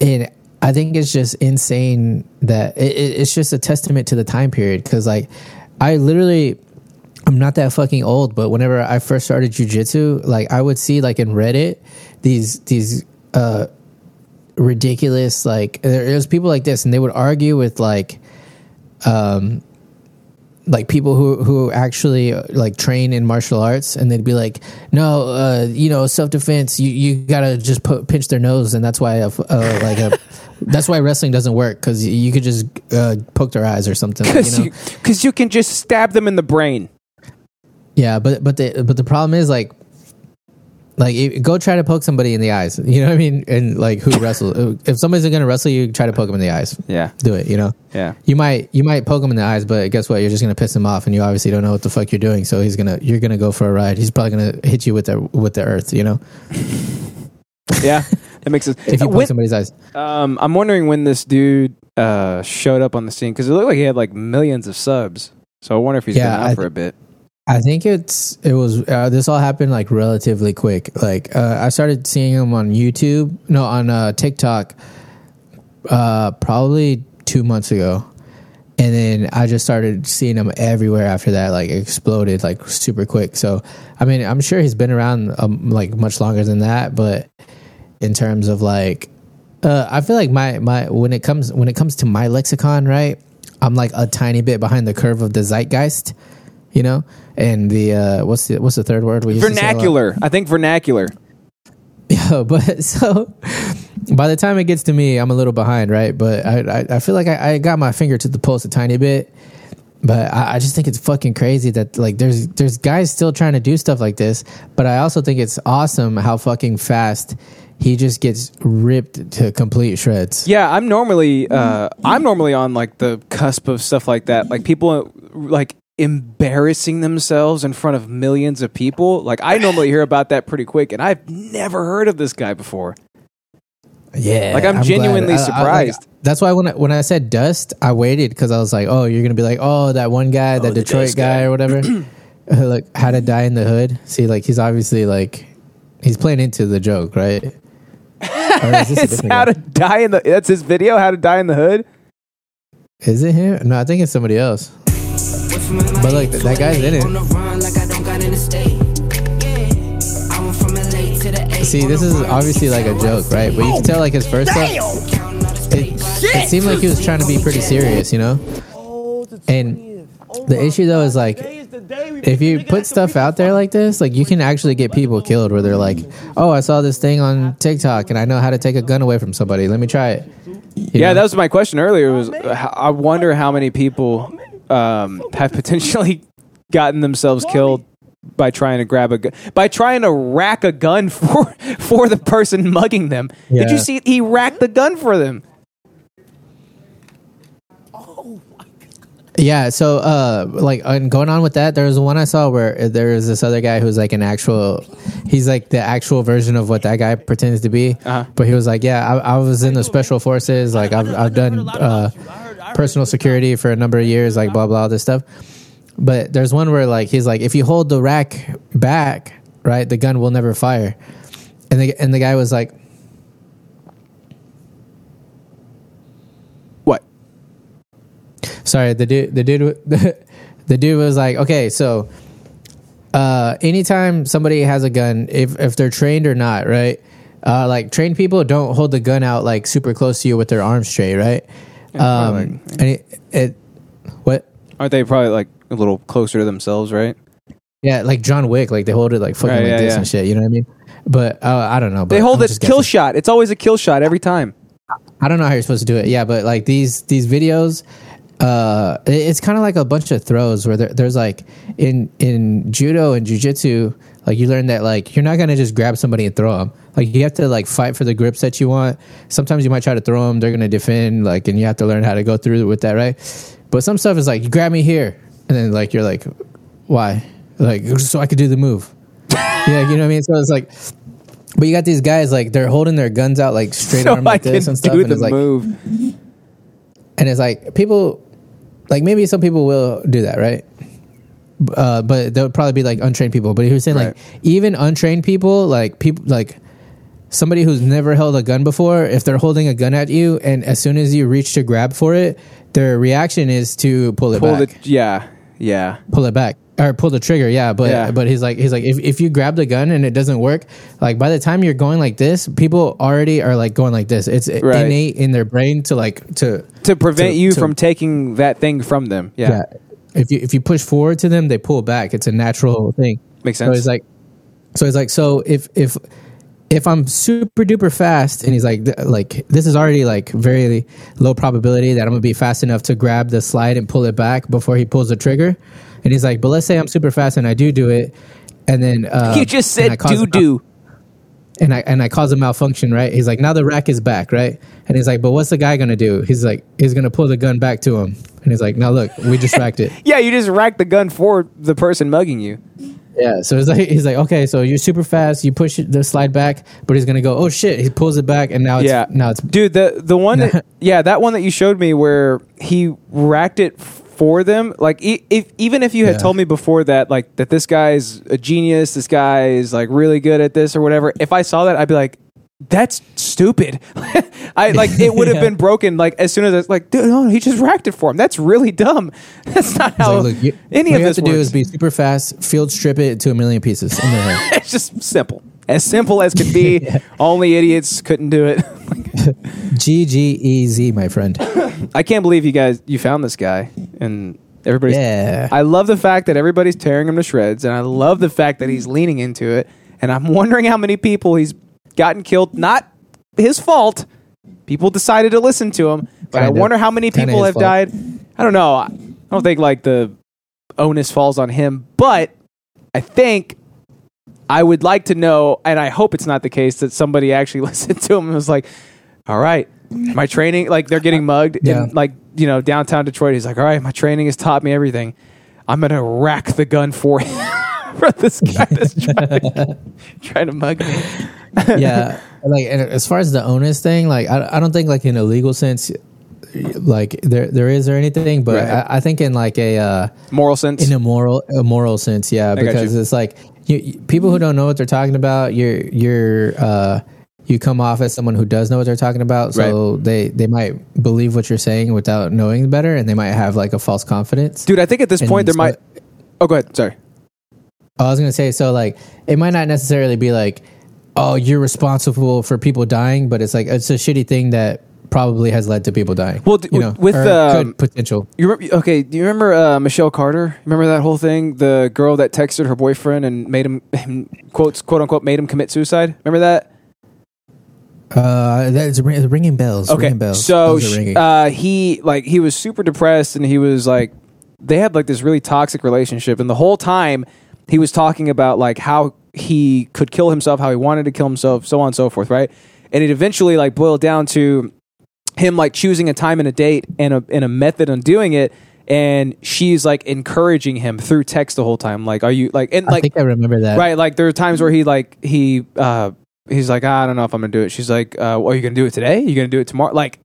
Speaker 1: and I think it's just insane that it, it, it's just a testament to the time period because like I literally I'm not that fucking old, but whenever I first started jujitsu, like I would see like in Reddit these these uh ridiculous like there, there's people like this and they would argue with like um like people who who actually uh, like train in martial arts and they'd be like no uh you know self defense you you got to just put, pinch their nose and that's why a, f- uh, like a that's why wrestling doesn't work cuz you could just uh, poke their eyes or something like, you
Speaker 2: Because
Speaker 1: know
Speaker 2: you, 'cause you can just stab them in the brain.
Speaker 1: yeah but but the but the problem is like like if- go try to poke somebody in the eyes you know what i mean and like who wrestles uh, if somebody's going to wrestle you try to poke them in the eyes
Speaker 2: Yeah.
Speaker 1: do it you know
Speaker 2: Yeah.
Speaker 1: you might you might poke him in the eyes, but guess what? You're just gonna piss him off, and you obviously don't know what the fuck you're doing. So he's gonna you're gonna go for a ride. He's probably gonna hit you with the with the earth. You know,
Speaker 2: Yeah. That makes sense.
Speaker 1: if you
Speaker 2: Uh,
Speaker 1: poke
Speaker 2: when-
Speaker 1: somebody's eyes.
Speaker 2: Um, I'm wondering when this dude uh, showed up on the scene because it looked like he had like millions of subs. So I wonder if he's
Speaker 1: Yeah,
Speaker 2: been out
Speaker 1: I
Speaker 2: for a bit.
Speaker 1: I think it's it was uh, this all happened like relatively quick. Like uh, I started seeing him on YouTube, no, on uh, TikTok, uh, probably two months ago, and then I just started seeing him everywhere after that. Like exploded like super quick. So I mean, I'm sure he's been around um, like much longer than that, but in terms of like uh, I feel like my my when it comes when it comes to my lexicon, right? I'm like a tiny bit behind the curve of the zeitgeist, you know. And the uh, what's the what's the third word we used to say a lot?
Speaker 2: Vernacular. I think vernacular.
Speaker 1: Yeah, but so by the time it gets to me, I'm a little behind, right? But I I, I feel like I, I got my finger to the pulse a tiny bit. But I, I just think it's fucking crazy that like there's there's guys still trying to do stuff like this. But I also think it's awesome how fucking fast he just gets ripped to complete shreds.
Speaker 2: Yeah, I'm normally uh,
Speaker 1: Mm-hmm.
Speaker 2: I'm normally on like the cusp of stuff like that. Like people like embarrassing themselves in front of millions of people. Like I normally hear about that pretty quick, and I've never heard of this guy before.
Speaker 1: Yeah,
Speaker 2: Like, I'm
Speaker 1: glad.
Speaker 2: genuinely
Speaker 1: like,
Speaker 2: surprised.
Speaker 1: that's why when I, when I said dust, I waited because I was like, oh, you're gonna be like, oh, that one guy, that
Speaker 2: the
Speaker 1: Detroit
Speaker 2: Dust
Speaker 1: guy,
Speaker 2: guy.
Speaker 1: or whatever, Uh, like how to die in the hood. See, like he's obviously like he's playing into the joke, right? Or is this a
Speaker 2: it's
Speaker 1: different
Speaker 2: how
Speaker 1: guy?
Speaker 2: to die in the. That's his video. How to die in the hood.
Speaker 1: Is it him? No, I think it's somebody else. But look, that, that guy's in it. See, this is obviously like a joke, right? But you can tell like his first look. it seemed like he was trying to be pretty serious, you know. And the issue though is like, if you put stuff out there like this, like you can actually get people killed where they're like, "Oh, I saw this thing on TikTok and I know how to take a gun away from somebody. Let me try it."
Speaker 2: yeah, that was my question earlier. Was uh, how- I wonder how many people um, have potentially gotten themselves killed by trying to grab a gun, by trying to rack a gun for for the person mugging them. Did
Speaker 1: Yeah.
Speaker 2: you see? He racked the gun for them.
Speaker 1: Yeah, so uh like and going on with that, there was one I saw where there is this other guy who's like an actual he's like the actual version of what that guy pretends to be. But he was like, Yeah, I, I was in the special forces, like I've I've done uh personal security for a number of years, like blah blah all this stuff. But there's one where like he's like, if you hold the rack back, right, the gun will never fire. And the and the guy was like, Sorry, the dude, the dude, w- the dude was like, okay, so uh, anytime somebody has a gun, if if they're trained or not, right? Uh, like trained people don't hold the gun out like super close to you with their arms straight, right?
Speaker 2: Yeah,
Speaker 1: um,
Speaker 2: probably.
Speaker 1: and it, it, what?
Speaker 2: Aren't they probably like a little closer to themselves, right?
Speaker 1: Yeah, like John Wick, like they hold it like fucking
Speaker 2: Right,
Speaker 1: like
Speaker 2: yeah,
Speaker 1: this
Speaker 2: yeah.
Speaker 1: and shit. You know what I mean? But uh, I don't know. But
Speaker 2: they hold
Speaker 1: I'm
Speaker 2: it
Speaker 1: just
Speaker 2: kill shot. It's always a kill shot every time.
Speaker 1: I don't know how you're supposed to do it. Yeah, but like these these videos, uh, it- it's kind of like a bunch of throws where there, there's like in in judo and jujitsu, like you learn that like you're not gonna just grab somebody and throw them. Like you have to like fight for the grips that you want. Sometimes you might try to throw them, they're gonna defend. Like and you have to learn how to go through with that, right? But some stuff is like you grab me here, and then like you're like, why? Like so I could do the move. yeah, you know what I mean. So it's like. But you got these guys like they're holding their guns out like straight
Speaker 2: So
Speaker 1: arm like
Speaker 2: I can
Speaker 1: this and stuff,
Speaker 2: do
Speaker 1: and
Speaker 2: the
Speaker 1: it's like
Speaker 2: move.
Speaker 1: and it's like people, like maybe some people will do that, right? B- Uh, but they'll probably be like untrained people. But he was saying like even untrained people, like people, like somebody who's never held a gun before, if they're holding a gun at you, and as soon as you reach to grab for it, their reaction is to pull it
Speaker 2: Pull
Speaker 1: back
Speaker 2: the yeah, yeah.
Speaker 1: pull it back or pull the trigger yeah but
Speaker 2: Yeah.
Speaker 1: but he's like he's like if, if you grab the gun and it doesn't work like by the time you're going like this people already are like going like this it's
Speaker 2: Right.
Speaker 1: innate in their brain to like to
Speaker 2: To prevent
Speaker 1: to-
Speaker 2: you
Speaker 1: to-
Speaker 2: from taking that thing from them. Yeah.
Speaker 1: if you if you push forward to them they pull back it's a natural thing
Speaker 2: Makes
Speaker 1: so
Speaker 2: sense.
Speaker 1: he's like so he's like so if if if i'm super duper fast and he's like th- like this is already like very low probability that i'm gonna be fast enough to grab the slide and pull it back before he pulls the trigger and he's like but let's say i'm super fast and i do do it and then uh,
Speaker 2: you just
Speaker 1: and I
Speaker 2: said
Speaker 1: cause
Speaker 2: doo
Speaker 1: a-
Speaker 2: doo.
Speaker 1: and I and I cause a malfunction, right? He's like, now the rack is back, right? And he's like, but what's the guy gonna do? He's like, he's gonna pull the gun back to him, and he's like, now look, we just racked it.
Speaker 2: Yeah, you just rack the gun for the person mugging you.
Speaker 1: Yeah. So he's like, he's like, okay, so you're super fast, you push it- the slide back, but he's gonna go, oh shit, he pulls it back, and now it's
Speaker 2: Yeah.
Speaker 1: now it's
Speaker 2: Dude, the the one that yeah, that one that you showed me where he racked it for them. Like e- if even if you had
Speaker 1: Yeah.
Speaker 2: told me before that like that this guy's a genius, this guy is like really good at this or whatever, if I saw that I'd be like that's stupid. I like it would have
Speaker 1: Yeah.
Speaker 2: been broken like as soon as it's like dude, no, he just racked it for him. That's really dumb. That's not
Speaker 1: He's
Speaker 2: how
Speaker 1: like, look, you,
Speaker 2: oh, any
Speaker 1: what
Speaker 2: of
Speaker 1: you
Speaker 2: this
Speaker 1: have to do
Speaker 2: works.
Speaker 1: is be super fast, field strip it to a million pieces. And then, like,
Speaker 2: it's just simple. As simple as could be. Only idiots couldn't do it.
Speaker 1: G G E Z, my friend.
Speaker 2: I can't believe you guys you found this guy and everybody's
Speaker 1: Yeah.
Speaker 2: I love the fact that everybody's tearing him to shreds and I love the fact that he's leaning into it and I'm wondering how many people he's gotten killed not his fault. People decided to listen to him, but I
Speaker 1: Kinda.
Speaker 2: wonder how many
Speaker 1: Kinda
Speaker 2: people
Speaker 1: his
Speaker 2: have
Speaker 1: fault.
Speaker 2: died. I don't know. I don't think like the onus falls on him, but I think I would like to know, and I hope it's not the case that somebody actually listened to him and was like, "All right, my training." Like they're getting mugged
Speaker 1: Yeah.
Speaker 2: in like you know downtown Detroit. He's like, "All right, my training has taught me everything. I'm gonna rack the gun for for this guy that's trying to, trying to mug me."
Speaker 1: yeah like and as far as the onus thing like I, I don't think like in a legal sense like there there is or anything but
Speaker 2: Right.
Speaker 1: I, I think in like a uh
Speaker 2: moral sense
Speaker 1: in a moral a moral sense yeah
Speaker 2: got
Speaker 1: because
Speaker 2: you.
Speaker 1: it's like you, you- people who don't know what they're talking about you're you're uh you come off as someone who does know what they're talking about so they they might believe what you're saying without knowing better and they might have like a false confidence
Speaker 2: Dude, I think at this
Speaker 1: And
Speaker 2: point there
Speaker 1: so-
Speaker 2: might. Oh, go ahead. Sorry.
Speaker 1: I was gonna say so like it might not necessarily be like oh you're responsible for people dying, but it's like it's a shitty thing that probably has led to people dying.
Speaker 2: Well, d-
Speaker 1: you know,
Speaker 2: with,
Speaker 1: or
Speaker 2: um,
Speaker 1: could potential.
Speaker 2: You remember, okay, do you remember uh, Michelle Carter? Remember that whole thing? The girl that texted her boyfriend and made him, him quotes, quote unquote, made him commit suicide? Remember that?
Speaker 1: Uh, that is ring- ringing bells.
Speaker 2: Okay.
Speaker 1: ringing bells.
Speaker 2: So
Speaker 1: Those are
Speaker 2: sh-
Speaker 1: ringing.
Speaker 2: uh, he, like, he was super depressed and he was like, they had like this really toxic relationship. And the whole time he was talking about like how he could kill himself, how he wanted to kill himself, so on and so forth, right? And it eventually like boiled down to him like choosing a time and a date and a and a method on doing it and she's like encouraging him through text the whole time like are you like and
Speaker 1: I
Speaker 2: like
Speaker 1: think I remember that.
Speaker 2: right like there are times where he like he uh he's like i don't know if i'm gonna do it she's like uh well, are you gonna do it today you gonna do it tomorrow like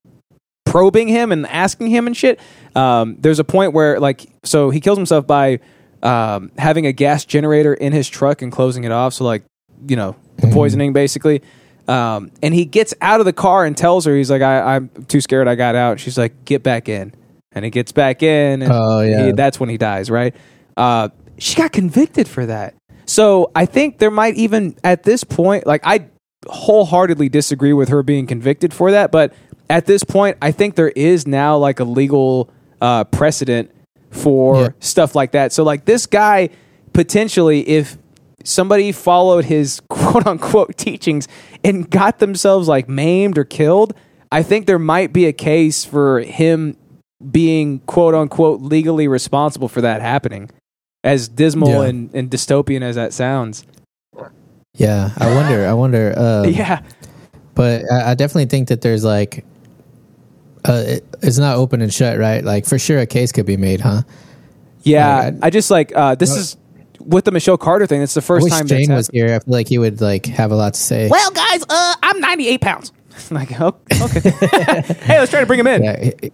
Speaker 2: probing him and asking him and shit um there's a point where like so he kills himself by um having a gas generator in his truck and closing it off so like you know
Speaker 1: Mm-hmm.
Speaker 2: the poisoning basically um and he gets out of the car and tells her he's like I, i'm too scared i got out she's like get back in and he gets back in. And
Speaker 1: Oh, yeah.
Speaker 2: he- that's when he dies, right? Uh, she got convicted for that. So I think there might even at this point, like I wholeheartedly disagree with her being convicted for that, but at this point, I think there is now like a legal uh, precedent for stuff like that. So like this guy potentially, if somebody followed his quote unquote teachings and got themselves like maimed or killed, I think there might be a case for him being quote unquote legally responsible for that happening. As dismal
Speaker 1: Yeah.
Speaker 2: and, and dystopian as that sounds.
Speaker 1: Yeah, I wonder. I wonder. Uh,
Speaker 2: Yeah.
Speaker 1: but I, I definitely think that there's like, uh, it, it's not open and shut, right? Like for sure, a case could be made, huh?
Speaker 2: Yeah. I just like uh, this
Speaker 1: No.
Speaker 2: is with the Michelle Carter thing, it's the
Speaker 1: I
Speaker 2: first
Speaker 1: wish
Speaker 2: time that's
Speaker 1: Jane was
Speaker 2: happened.
Speaker 1: here. I feel like he would like have a lot to say.
Speaker 2: Well guys, uh, I'm ninety eight pounds. like, oh, okay. hey, let's try to bring him in.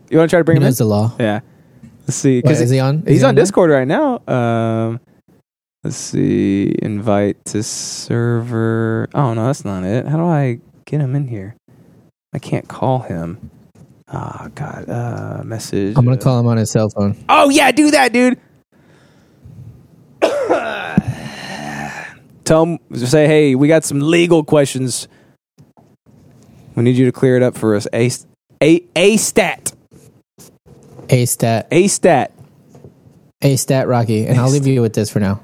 Speaker 2: you want to try to bring him in?
Speaker 1: the law.
Speaker 2: Yeah. Let's see.
Speaker 1: Wait, is he on? Is
Speaker 2: He's
Speaker 1: he
Speaker 2: on,
Speaker 1: on now?
Speaker 2: Discord right now. Um, let's see. Invite to server. Oh no, that's not it. How do I get him in here? I can't call him. Ah, God. Uh, message.
Speaker 1: I'm gonna call him on his cell phone.
Speaker 2: Oh yeah, do that, dude. Tell him. Say, hey, we got some legal questions. We need you to clear it up for us. A a a stat.
Speaker 1: A stat.
Speaker 2: A stat.
Speaker 1: A stat, Rocky, and I'll leave you with this for now.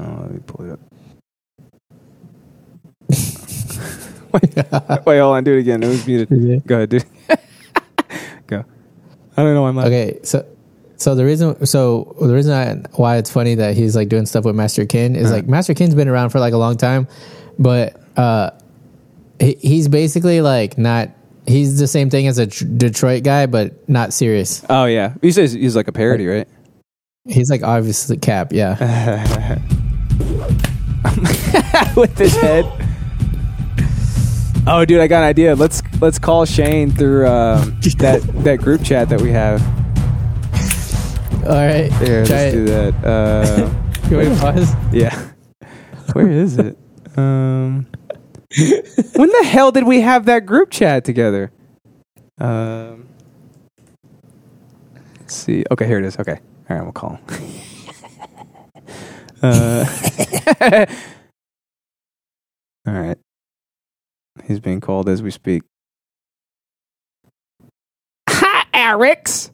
Speaker 2: Oh, let me pull it up. Wait, hold on. Do it again. It was muted. Go ahead, dude. Go. I don't know why I'm
Speaker 1: okay. So, so the reason, so the reason I, why it's funny that he's like doing stuff with Master Kin
Speaker 2: Uh-huh.
Speaker 1: is like Master Kin's been around for like a long time, but uh, he, he's basically like not. He's the same thing as a tr- Detroit guy, but not serious.
Speaker 2: Oh yeah, he says he's like a parody, right?
Speaker 1: He's like obviously Cap, yeah.
Speaker 2: With his head. Oh, dude, I got an idea. Let's let's call Shane through um, that that group chat that we have.
Speaker 1: All right,
Speaker 2: Here,
Speaker 1: try
Speaker 2: let's
Speaker 1: it.
Speaker 2: do that. Uh,
Speaker 1: You want me to pause?
Speaker 2: Yeah. Where is it? Um, when the hell did we have that group chat together? Um, let's see. Okay, here it is. Okay. All right, we'll call him. uh, all right. He's being called as we speak. Hi, Eric's.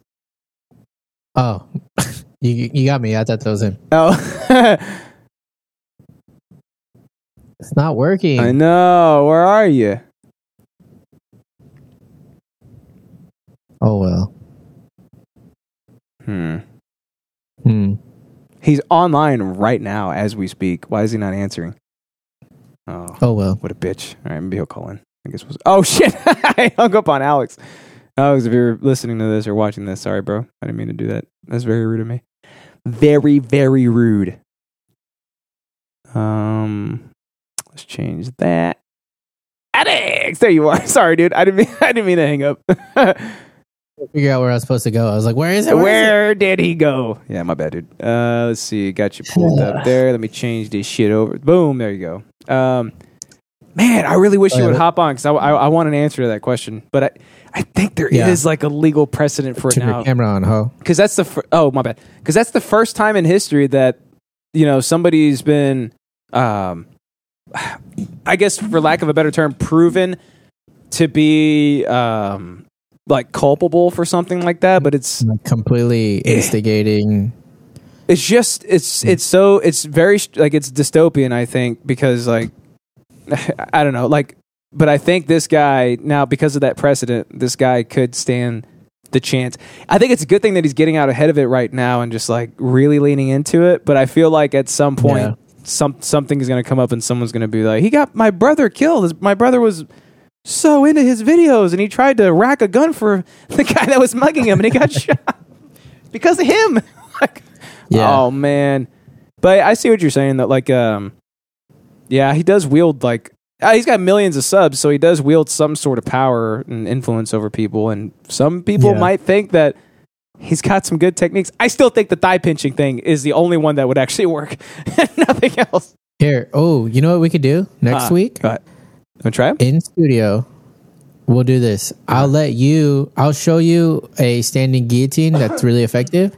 Speaker 1: Oh, you you got me. I thought that was him.
Speaker 2: Oh,
Speaker 1: it's not working.
Speaker 2: I know. Where are you?
Speaker 1: Oh well.
Speaker 2: Hmm.
Speaker 1: Hmm.
Speaker 2: He's online right now as we speak. Why is he not answering? Oh.
Speaker 1: Oh well.
Speaker 2: What a bitch. All right, maybe he'll call in. I guess we'll. Oh shit! I hung up on Alex. Alex, if you're listening to this or watching this, sorry, bro. I didn't mean to do that. That's very rude of me. Very, very rude. Um, let's change that. Alex, there you are. Sorry, dude. I didn't mean. I didn't mean to hang up.
Speaker 1: Figure out where I was supposed to go. I was like, where is it?
Speaker 2: Where did he go? Yeah, my bad, dude. Uh, let's see. Got you pulled up there. Let me change this shit over. Boom. There you go. Um, man, I really
Speaker 1: Oh,
Speaker 2: wish you would hop on because I, I, I want an answer to that question. But I, I think there is
Speaker 1: Yeah.
Speaker 2: like a legal precedent for it
Speaker 1: Turn your
Speaker 2: now.
Speaker 1: camera on, ho.
Speaker 2: Because that's the fir- oh my bad. Because that's the first time in history that you know somebody's been, um, I guess for lack of a better term, proven to be um like culpable for something like that. But it's
Speaker 1: Like completely instigating.
Speaker 2: it's just it's it's so it's very st- like it's dystopian i think because like i don't know like but i think this guy now because of that precedent this guy could stand the chance i think it's a good thing that he's getting out ahead of it right now and just like really leaning into it but i feel like at some point
Speaker 1: Yeah.
Speaker 2: some something is going to come up and someone's going to be like he got my brother killed His- my brother was so into his videos and he tried to rack a gun for the guy that was mugging him and he got shot because of him Oh man. But I see what you're saying that like um yeah, he does wield like uh, he's got millions of subs, so he does wield some sort of power and influence over people and some people
Speaker 1: Yeah.
Speaker 2: might think that he's got some good techniques. I still think the thigh pinching thing is the only one that would actually work. Nothing else.
Speaker 1: Here. Oh, you know what we could do next
Speaker 2: Uh,
Speaker 1: week?
Speaker 2: Go ahead. Wanna try 'em?
Speaker 1: In studio, We'll do this. I'll let you. I'll show you a standing guillotine that's really effective,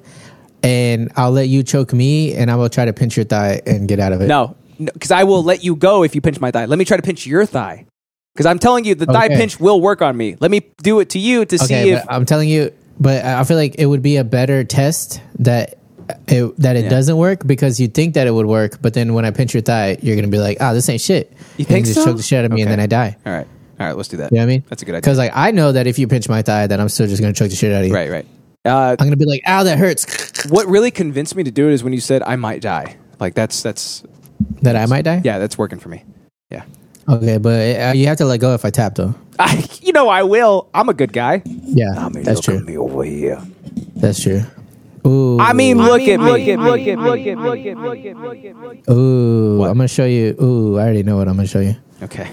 Speaker 1: and I'll let you choke me, and I will try to pinch your thigh and get out of it.
Speaker 2: No, because I will let you go if you pinch my thigh. Let me try to pinch your thigh. Because I'm telling you, the thigh
Speaker 1: Okay.
Speaker 2: pinch will work on me. Let me do it to you to see
Speaker 1: Okay,
Speaker 2: if
Speaker 1: but I'm telling you. But I I feel like it would be a better test that it, that it
Speaker 2: Yeah.
Speaker 1: doesn't work because you think that it would work, but then when I pinch your thigh, you're gonna be like, "Ah, this ain't shit."
Speaker 2: You
Speaker 1: And
Speaker 2: think
Speaker 1: just
Speaker 2: so?
Speaker 1: choke the shit out of me, and
Speaker 2: Okay.
Speaker 1: then I die.
Speaker 2: All right, all right, let's do that.
Speaker 1: You know what I mean?
Speaker 2: That's a good idea.
Speaker 1: Because like I know that if you pinch my thigh, that I'm still just gonna choke the shit out of you.
Speaker 2: Right, right. Uh,
Speaker 1: I'm gonna be like, "Ow, that hurts."
Speaker 2: What really convinced me to do it is when you said I might die. Like that's that's
Speaker 1: That I might die.
Speaker 2: yeah, that's working for me. Yeah,
Speaker 1: Okay, but uh, you have to let go if I tap though.
Speaker 2: I, you know I will. I'm a good guy.
Speaker 1: Yeah, that's true. That's true. Ooh,
Speaker 2: I mean, look at me. Look at me.
Speaker 1: Ooh, I'm gonna show you. Ooh, I already know what I'm gonna show you.
Speaker 2: Okay.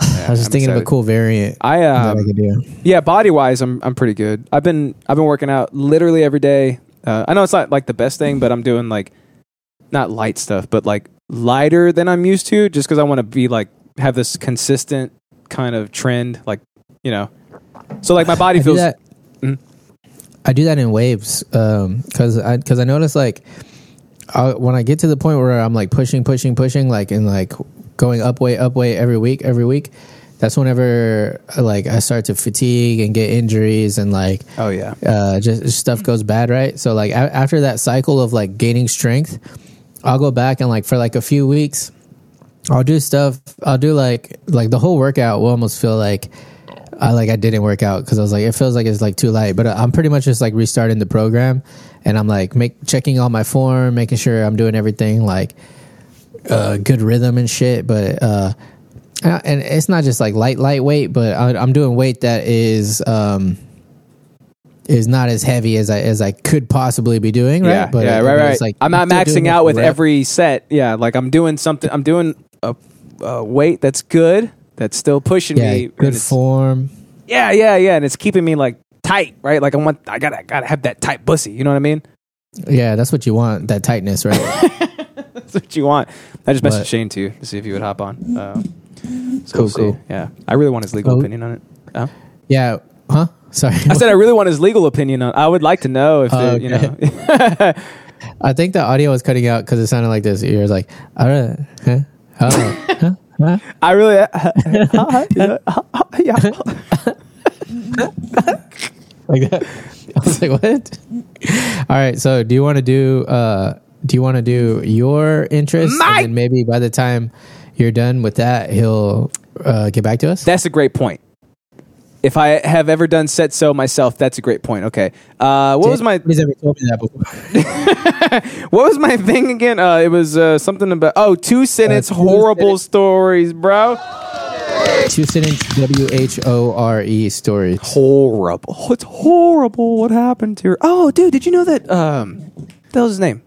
Speaker 1: I was just
Speaker 2: I'm
Speaker 1: thinking of a
Speaker 2: excited.
Speaker 1: cool variant.
Speaker 2: I
Speaker 1: that I
Speaker 2: um,
Speaker 1: could do.
Speaker 2: yeah, body wise, I'm I'm pretty good. I've been I've been working out literally every day. Uh, I know it's not like the best thing, but I'm doing like not light stuff, but like lighter than I'm used to, just because I want to be like have this consistent kind of trend, like you know. So like my body
Speaker 1: I do
Speaker 2: feels.
Speaker 1: that-
Speaker 2: Mm.
Speaker 1: I do that in waves because I because I notice like I, when I get to the point where I'm like pushing, pushing, pushing, like and like going up way, up way every week, every week. That's whenever like I start to fatigue and get injuries and like
Speaker 2: oh yeah,
Speaker 1: uh, just stuff goes bad, right? So like a- after that cycle of like gaining strength, I'll go back and like for like a few weeks, I'll do stuff. I'll do like like the whole workout will almost feel like I like I didn't work out because I was like it feels like it's like too light. But I'm pretty much just like restarting the program, and I'm like make checking all my form, making sure I'm doing everything like uh, good rhythm and shit. But uh, and and it's not just like light lightweight, but I, I'm doing weight that is um is not as heavy as I as I could possibly be doing. Right?
Speaker 2: Yeah,
Speaker 1: but
Speaker 2: yeah,
Speaker 1: it-
Speaker 2: right,
Speaker 1: it's like-
Speaker 2: right. I'm not
Speaker 1: still doing
Speaker 2: maxing
Speaker 1: it
Speaker 2: out with
Speaker 1: rep.
Speaker 2: every set. Yeah, like I'm doing something. I'm doing a, a weight that's good, that's still pushing
Speaker 1: yeah,
Speaker 2: me. and
Speaker 1: good
Speaker 2: it's-
Speaker 1: form.
Speaker 2: yeah, yeah, yeah, and it's keeping me like tight, right? Like I want, I gotta, gotta have that tight pussy. You know what I mean?
Speaker 1: Yeah, that's what you want. That tightness, right?
Speaker 2: That's what you want. I just messaged
Speaker 1: But-
Speaker 2: Shane too to see if he would hop on. Uh, so
Speaker 1: Cool,
Speaker 2: we'll see.
Speaker 1: cool.
Speaker 2: Yeah, I really want his legal
Speaker 1: Oh.
Speaker 2: opinion on it. Uh,
Speaker 1: yeah. Huh? Sorry.
Speaker 2: I said I really want his legal opinion on. I would like to know if
Speaker 1: Oh,
Speaker 2: the- you know.
Speaker 1: okay. I think the audio was cutting out because it sounded like this. You're like, all right, huh? Oh, huh? Huh?
Speaker 2: I really.
Speaker 1: like that. I was like, what? All right. So, do you want to do? uh Do you want to do your interest? and then maybe by the time you're done with that, he'll uh, get back to us.
Speaker 2: That's a great point. If I have ever done set so myself, that's a great point. Okay. Uh, what was my
Speaker 1: Nobody's ever told me that before.
Speaker 2: what was my thing again? Uh, it was uh, something about oh two sentence
Speaker 1: Uh,
Speaker 2: horrible stories, bro.
Speaker 1: Two sentence W H O R E stories.
Speaker 2: Horrible. Oh, it's horrible what happened to her. Oh, dude, did you know that? Um, what the hell's his name?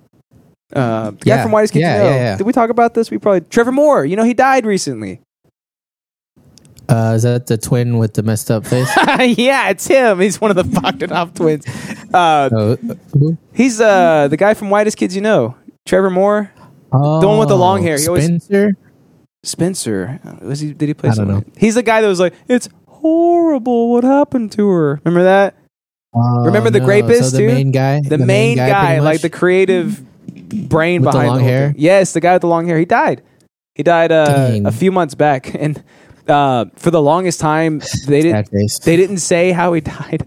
Speaker 2: Uh, the guy
Speaker 1: Yeah.
Speaker 2: from White as Kids
Speaker 1: Yeah,
Speaker 2: Know.
Speaker 1: yeah, yeah.
Speaker 2: Did we talk about this? We probably Trevor Moore. You know he died recently.
Speaker 1: Uh, is that the twin with the messed up face?
Speaker 2: yeah, it's him. He's one of the fucked it up twins. Uh, he's uh the guy from Whitest Kids You Know, Trevor Moore, the one with the long hair. He always
Speaker 1: Oh, Spencer.
Speaker 2: Spencer. Uh, Was he? Did he play?
Speaker 1: I don't
Speaker 2: someone?
Speaker 1: know.
Speaker 2: He's the guy that was like, "It's horrible what happened to her." Remember that? Remember the
Speaker 1: Oh, no.
Speaker 2: rapist
Speaker 1: So the
Speaker 2: dude?
Speaker 1: main guy-
Speaker 2: The,
Speaker 1: the
Speaker 2: main,
Speaker 1: main guy,
Speaker 2: guy,
Speaker 1: pretty
Speaker 2: like
Speaker 1: much?
Speaker 2: the creative brain
Speaker 1: With the
Speaker 2: behind
Speaker 1: long
Speaker 2: whole
Speaker 1: hair?
Speaker 2: thing. Yes, the guy with the long hair. He died. He died uh,
Speaker 1: Dang.
Speaker 2: a few months back, and uh, for the longest time they didn't they didn't say how he died,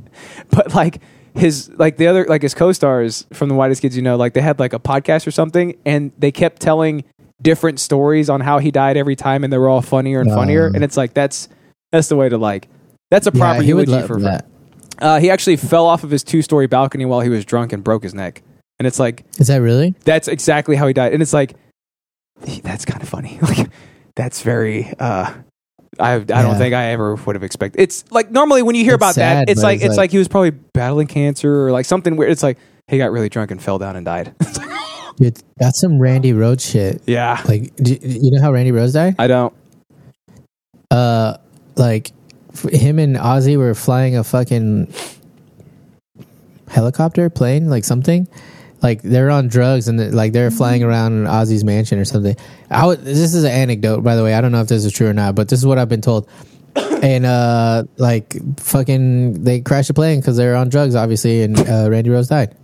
Speaker 2: but like his like the other like his co-stars from the whitest kids you know like they had like a podcast or something and they kept telling different stories on how he died every time and they were all funnier and funnier
Speaker 1: Um.
Speaker 2: and it's like that's that's the way to like that's a
Speaker 1: Yeah,
Speaker 2: proper
Speaker 1: he would love
Speaker 2: eulogy for
Speaker 1: that.
Speaker 2: uh, he actually fell off of his two-story balcony while he was drunk and broke his neck and it's like
Speaker 1: Is that really?
Speaker 2: that's exactly how he died and it's like that's kind of funny like that's very uh I, I don't
Speaker 1: Yeah.
Speaker 2: think I ever would have expected. It's like normally when you hear
Speaker 1: It's
Speaker 2: about
Speaker 1: sad,
Speaker 2: that, it's
Speaker 1: but
Speaker 2: like
Speaker 1: it's
Speaker 2: it's
Speaker 1: like-
Speaker 2: like he was probably battling cancer or like something weird. It's like he got really drunk and fell down and died. It's like,
Speaker 1: Dude, that's some Randy Rhodes shit.
Speaker 2: yeah,
Speaker 1: Like, do, you know how Randy Rhodes died?
Speaker 2: I don't.
Speaker 1: Uh, like f- him and Ozzy were flying a fucking helicopter, plane, like something. Like they're on drugs and they- like they're flying around in Ozzy's mansion or something. I would, this is an anecdote, by the way. I don't know if this is true or not, but this is what I've been told. and uh, like fucking, they crashed a plane because they were on drugs, obviously, and uh, Randy Rose died.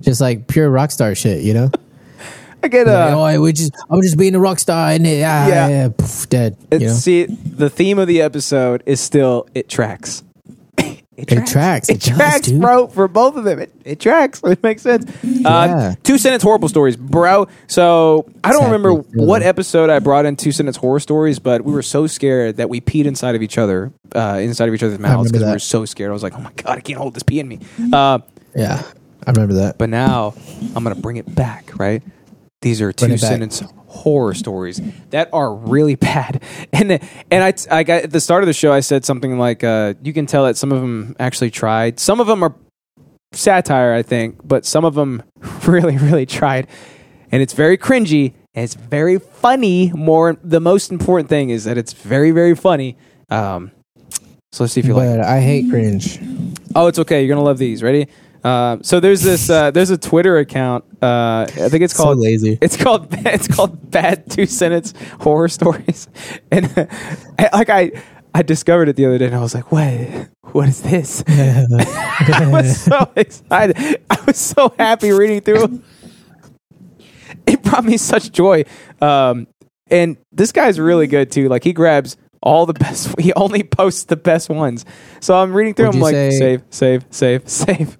Speaker 1: just like pure rock star shit, you know.
Speaker 2: I get
Speaker 1: uh, oh, I would just, I'm just being a rock star, and uh, yeah, poof, dead.
Speaker 2: It's,
Speaker 1: you know?
Speaker 2: See, the theme of the episode is still it tracks.
Speaker 1: it tracks, it, does,
Speaker 2: tracks,
Speaker 1: dude.
Speaker 2: bro, for both of them. It, it tracks. It makes sense. Uh, two sentence horrible stories, bro. So I don't remember what episode I brought in two sentence horror stories, but we were so scared that we peed inside of each other, uh, inside of each other's mouths
Speaker 1: remember
Speaker 2: because we
Speaker 1: that.
Speaker 2: were so scared. I was like, oh my god, I can't hold this pee in me. Uh,
Speaker 1: Yeah, I remember that.
Speaker 2: but now I'm gonna bring it back, right? These are
Speaker 1: Bring
Speaker 2: two
Speaker 1: it back.
Speaker 2: sentence horror stories that are really bad. And and I, I got, at the start of the show, I said something like, uh, "You can tell that some of them actually tried. Some of them are satire, I think, but some of them really, really tried. And it's very cringy and it's very funny. More, the most important thing is that it's very, very funny. Um, so let's see if you like.
Speaker 1: But I hate cringe.
Speaker 2: Oh, it's okay. You're gonna love these. Ready? Uh, so there's this uh, there's a Twitter account. Uh, I think it's
Speaker 1: So
Speaker 2: called
Speaker 1: lazy.
Speaker 2: It's called it's called Bad Two Sentence Horror Stories, and I, like I I discovered it the other day, and I was like, what what is this? I was so excited. I was so happy reading through. it. It brought me such joy. Um, and this guy's really good too. Like he grabs all the best. He only posts the best ones. So I'm reading through.
Speaker 1: Would
Speaker 2: I'm
Speaker 1: you
Speaker 2: like,
Speaker 1: say-
Speaker 2: save, save, save, save.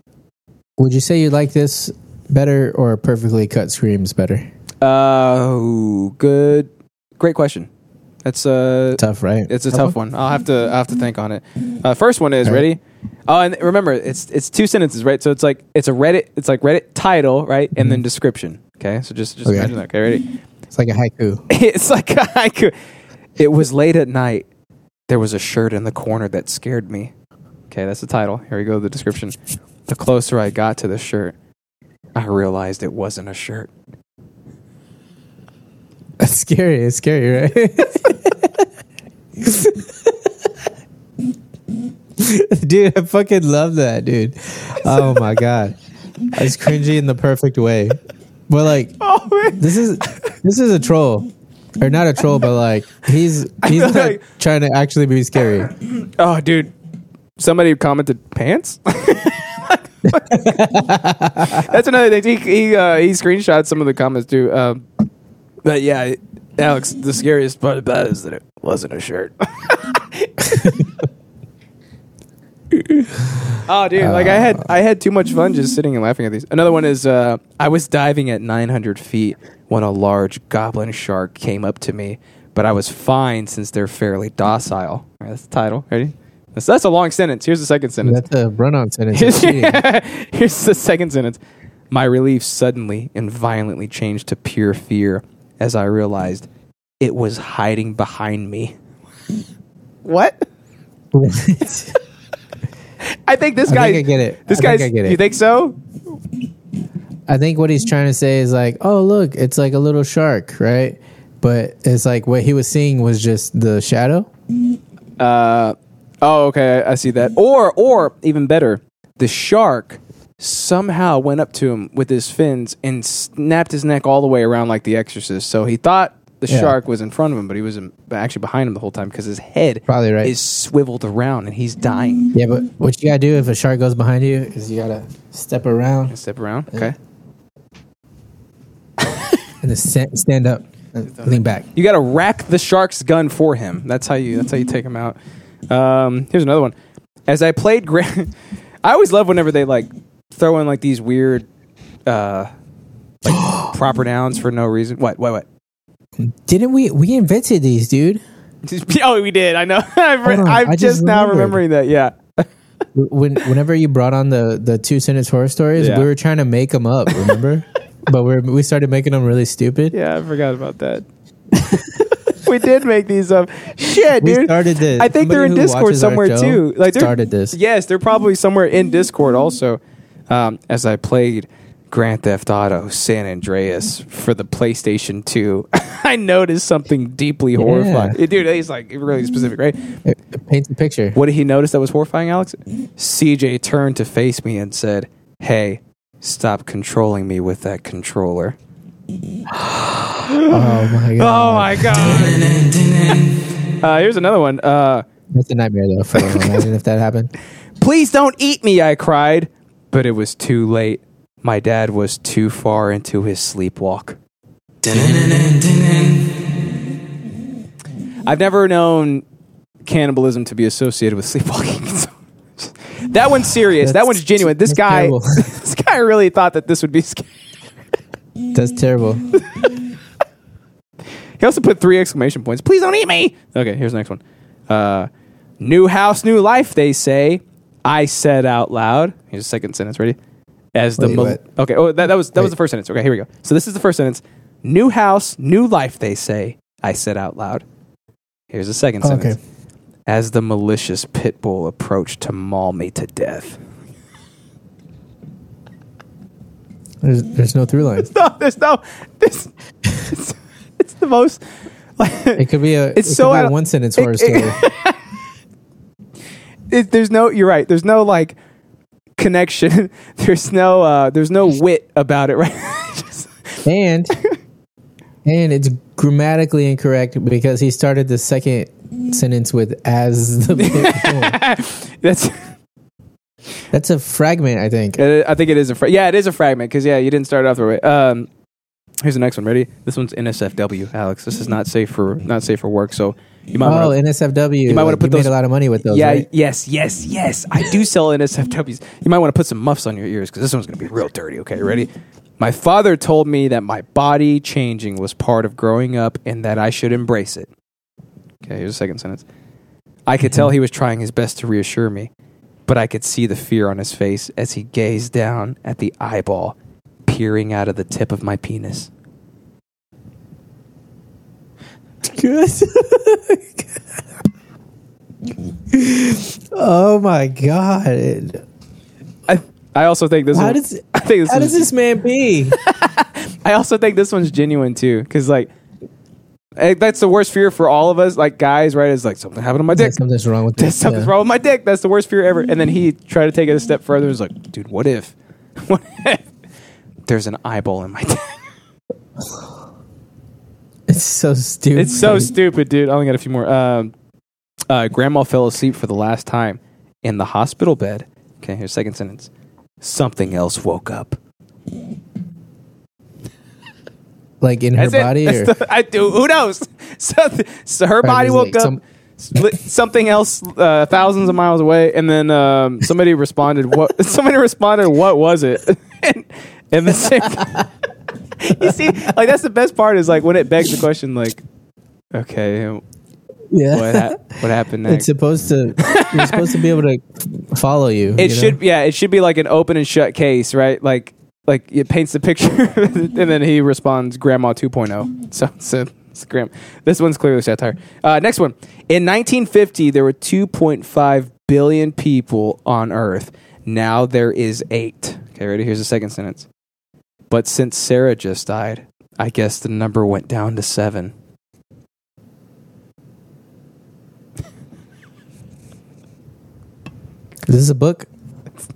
Speaker 1: Would you say you like this better or perfectly cut screams better?
Speaker 2: Oh, good, great question. That's uh,
Speaker 1: tough, right?
Speaker 2: It's a tough one. I'll have to I'll have to think on it. Uh, first one is
Speaker 1: All right.
Speaker 2: ready. Oh, and remember, it's it's two sentences, right? So it's like it's a Reddit, it's like Reddit title, right, and then description. Okay, so just just
Speaker 1: Mm-hmm. Okay.
Speaker 2: imagine that. Okay, ready?
Speaker 1: It's like a haiku.
Speaker 2: it's like a haiku. It was late at night. There was a shirt in the corner that scared me. Okay, that's the title. Here we go, the description. The closer I got to the shirt, I realized it wasn't a shirt.
Speaker 1: That's scary. It's scary, right? dude, I fucking love that, dude. Oh my god, it's cringy in the perfect way. But like, this is this is a troll, or not a troll, but like he's he's not trying to actually be scary.
Speaker 2: Oh, dude. Somebody commented pants. That's another thing. He he, uh, he screenshot some of the comments too. Um, but yeah, it- Alex, the scariest part about it is that it wasn't a shirt. oh, dude! Like I had I had too much fun just sitting and laughing at these. Another one is uh, I was diving at 900 feet when a large goblin shark came up to me, but I was fine since they're fairly docile. All right, that's the title. Ready? That's, that's a long sentence. Here's the second sentence.
Speaker 1: That's a run-on sentence. It's
Speaker 2: Here's,
Speaker 1: cheating.
Speaker 2: here's the second sentence. My relief suddenly and violently changed to pure fear as I realized it was hiding behind me. What? I think this
Speaker 1: I
Speaker 2: guy.
Speaker 1: think I get it.
Speaker 2: This
Speaker 1: I
Speaker 2: guy's.
Speaker 1: think I get it.
Speaker 2: You think so?
Speaker 1: I think what he's trying to say is like, oh look, it's like a little shark, right? But it's like what he was seeing was just the shadow.
Speaker 2: Uh, oh, okay. I see that. Or, or even better, the shark somehow went up to him with his fins and snapped his neck all the way around like The Exorcist. So he thought the
Speaker 1: Yeah.
Speaker 2: shark was in front of him, but he was in, actually behind him the whole time because his head
Speaker 1: Probably right.
Speaker 2: is swiveled around and he's dying.
Speaker 1: Yeah, but what you gotta do if a shark goes behind you is you gotta step around
Speaker 2: Step around. Okay.
Speaker 1: and then stand, stand up, and lean back.
Speaker 2: You got to rack the shark's gun for him. That's how you. That's how you take him out. Um, here's another one. As I played, gra- I always love whenever they like throw in like these weird, uh, like proper nouns for no reason. What? What? What?
Speaker 1: Didn't we? We invented these, dude.
Speaker 2: oh, we did. I know. I've re-
Speaker 1: Hold on,
Speaker 2: I'm
Speaker 1: I
Speaker 2: just,
Speaker 1: just
Speaker 2: now
Speaker 1: remembered.
Speaker 2: remembering that. Yeah.
Speaker 1: When, whenever you brought on the the two sentence horror stories,
Speaker 2: Yeah.
Speaker 1: we were trying to make them up, remember? but we're, we started making them really stupid.
Speaker 2: Yeah, I forgot about that. we did make these up. Shit,
Speaker 1: We
Speaker 2: dude.
Speaker 1: started this.
Speaker 2: I think they're in
Speaker 1: Somebody who
Speaker 2: Discord
Speaker 1: watches our
Speaker 2: somewhere
Speaker 1: show
Speaker 2: too. Like they're-
Speaker 1: started this.
Speaker 2: Yes, they're probably somewhere in Discord also. Um, as I played Grand Theft Auto San Andreas for the PlayStation 2, I noticed something deeply horrifying. It- Dude, he's like really specific, right?
Speaker 1: It, it paints a picture.
Speaker 2: What did he notice that was horrifying, Alex? CJ turned to face me and said, "Hey, stop controlling me with that controller."
Speaker 1: Oh my god!
Speaker 2: Oh my god! Uh, here's another one. Uh,
Speaker 1: That's a nightmare though. For imagine if that happened.
Speaker 2: Please don't eat me, I cried. But it was too late. My dad was too far into his sleepwalk. I've never known cannibalism to be associated with sleepwalking. So, that one's serious. that one's genuine. This guy,
Speaker 1: terrible.
Speaker 2: this guy really thought that this would be scary.
Speaker 1: That's terrible.
Speaker 2: He also put three exclamation points. Please don't eat me. Okay, here's the next one. Uh, new house, new life. They say. I said out loud. Here's the second sentence. Ready? As the
Speaker 1: Wait,
Speaker 2: mil-
Speaker 1: what?
Speaker 2: okay. Oh, that, that was that was the first sentence. Okay, here we go. So this is the first sentence. New house, new life. They say. I said out loud. Here's the second
Speaker 1: Oh,
Speaker 2: sentence.
Speaker 1: okay.
Speaker 2: As the malicious pit bull approached to maul me to death.
Speaker 1: There's there's no through lines.
Speaker 2: No, there's no. This. It's, it's the most.
Speaker 1: It could be a.
Speaker 2: It's
Speaker 1: it could
Speaker 2: so out
Speaker 1: be a
Speaker 2: of-
Speaker 1: one sentence
Speaker 2: it-
Speaker 1: horror
Speaker 2: it-
Speaker 1: story.
Speaker 2: it, there's no you're right there's no like connection there's no uh there's no wit about it right Just-
Speaker 1: and and it's grammatically incorrect because he started the second sentence with as the
Speaker 2: that's
Speaker 1: that's a fragment i think
Speaker 2: i I think it is a fra- yeah it is a fragment because yeah you didn't start it off the right um here's the next one ready this one's nsfw alex this is not safe for not safe for work so you might
Speaker 1: oh
Speaker 2: want
Speaker 1: nsfw
Speaker 2: you might wanna
Speaker 1: like,
Speaker 2: put those-
Speaker 1: made a lot of money with those
Speaker 2: yeah
Speaker 1: right?
Speaker 2: yes yes yes i do sell nsfws you might want to put some muffs on your ears because this one's going to be real dirty okay ready my father told me that my body changing was part of growing up and that i should embrace it okay here's a second sentence i could tell he was trying his best to reassure me but i could see the fear on his face as he gazed down at the eyeball peering out of the tip of my penis
Speaker 1: good oh my god
Speaker 2: i i also think this
Speaker 1: How
Speaker 2: one,
Speaker 1: does-
Speaker 2: i think this
Speaker 1: how
Speaker 2: one's-
Speaker 1: does this man be
Speaker 2: I also think this one's genuine too, because like eh, that's the worst fear for all of us, like guys, right? Is like something happened to my dick.
Speaker 1: something's wrong with
Speaker 2: There's
Speaker 1: this uh,
Speaker 2: something's
Speaker 1: yeah.
Speaker 2: wrong with my dick. That's the worst fear ever. And then he tried to take it a step further. and was like, dude, what if? What if there's an eyeball in my dick?
Speaker 1: it's so stupid
Speaker 2: It's so stupid, dude. I only got a few more. Um, uh, grandma fell asleep for the last time in the hospital bed. Okay, here's second sentence. Something else woke up.
Speaker 1: like in her
Speaker 2: That's it.
Speaker 1: body
Speaker 2: That's
Speaker 1: or
Speaker 2: the- I do. Who knows? So, so her
Speaker 1: Probably
Speaker 2: body
Speaker 1: was
Speaker 2: woke
Speaker 1: like
Speaker 2: up.
Speaker 1: some-
Speaker 2: split- something else, uh, thousands of miles away, and then um, somebody responded. What? Somebody responded. What was it? and, and the same. you see, like that's the best part is like when it begs the question, like, okay,
Speaker 1: yeah
Speaker 2: what hap- what happened
Speaker 1: it's
Speaker 2: next?
Speaker 1: supposed to you're supposed to be able to follow you
Speaker 2: it
Speaker 1: you know?
Speaker 2: should, yeah, it should be like an open and shut case, right? Like, like it paints the picture, and then he responds, "Grandma 2.0." So, so it's grim. This one's clearly satire. Uh, next one. In 1950, there were 2.5 billion people on Earth. Now there is eight. Okay, ready? Here's the second sentence. But since Sarah just died, I guess the number went down to seven.
Speaker 1: Is this a book?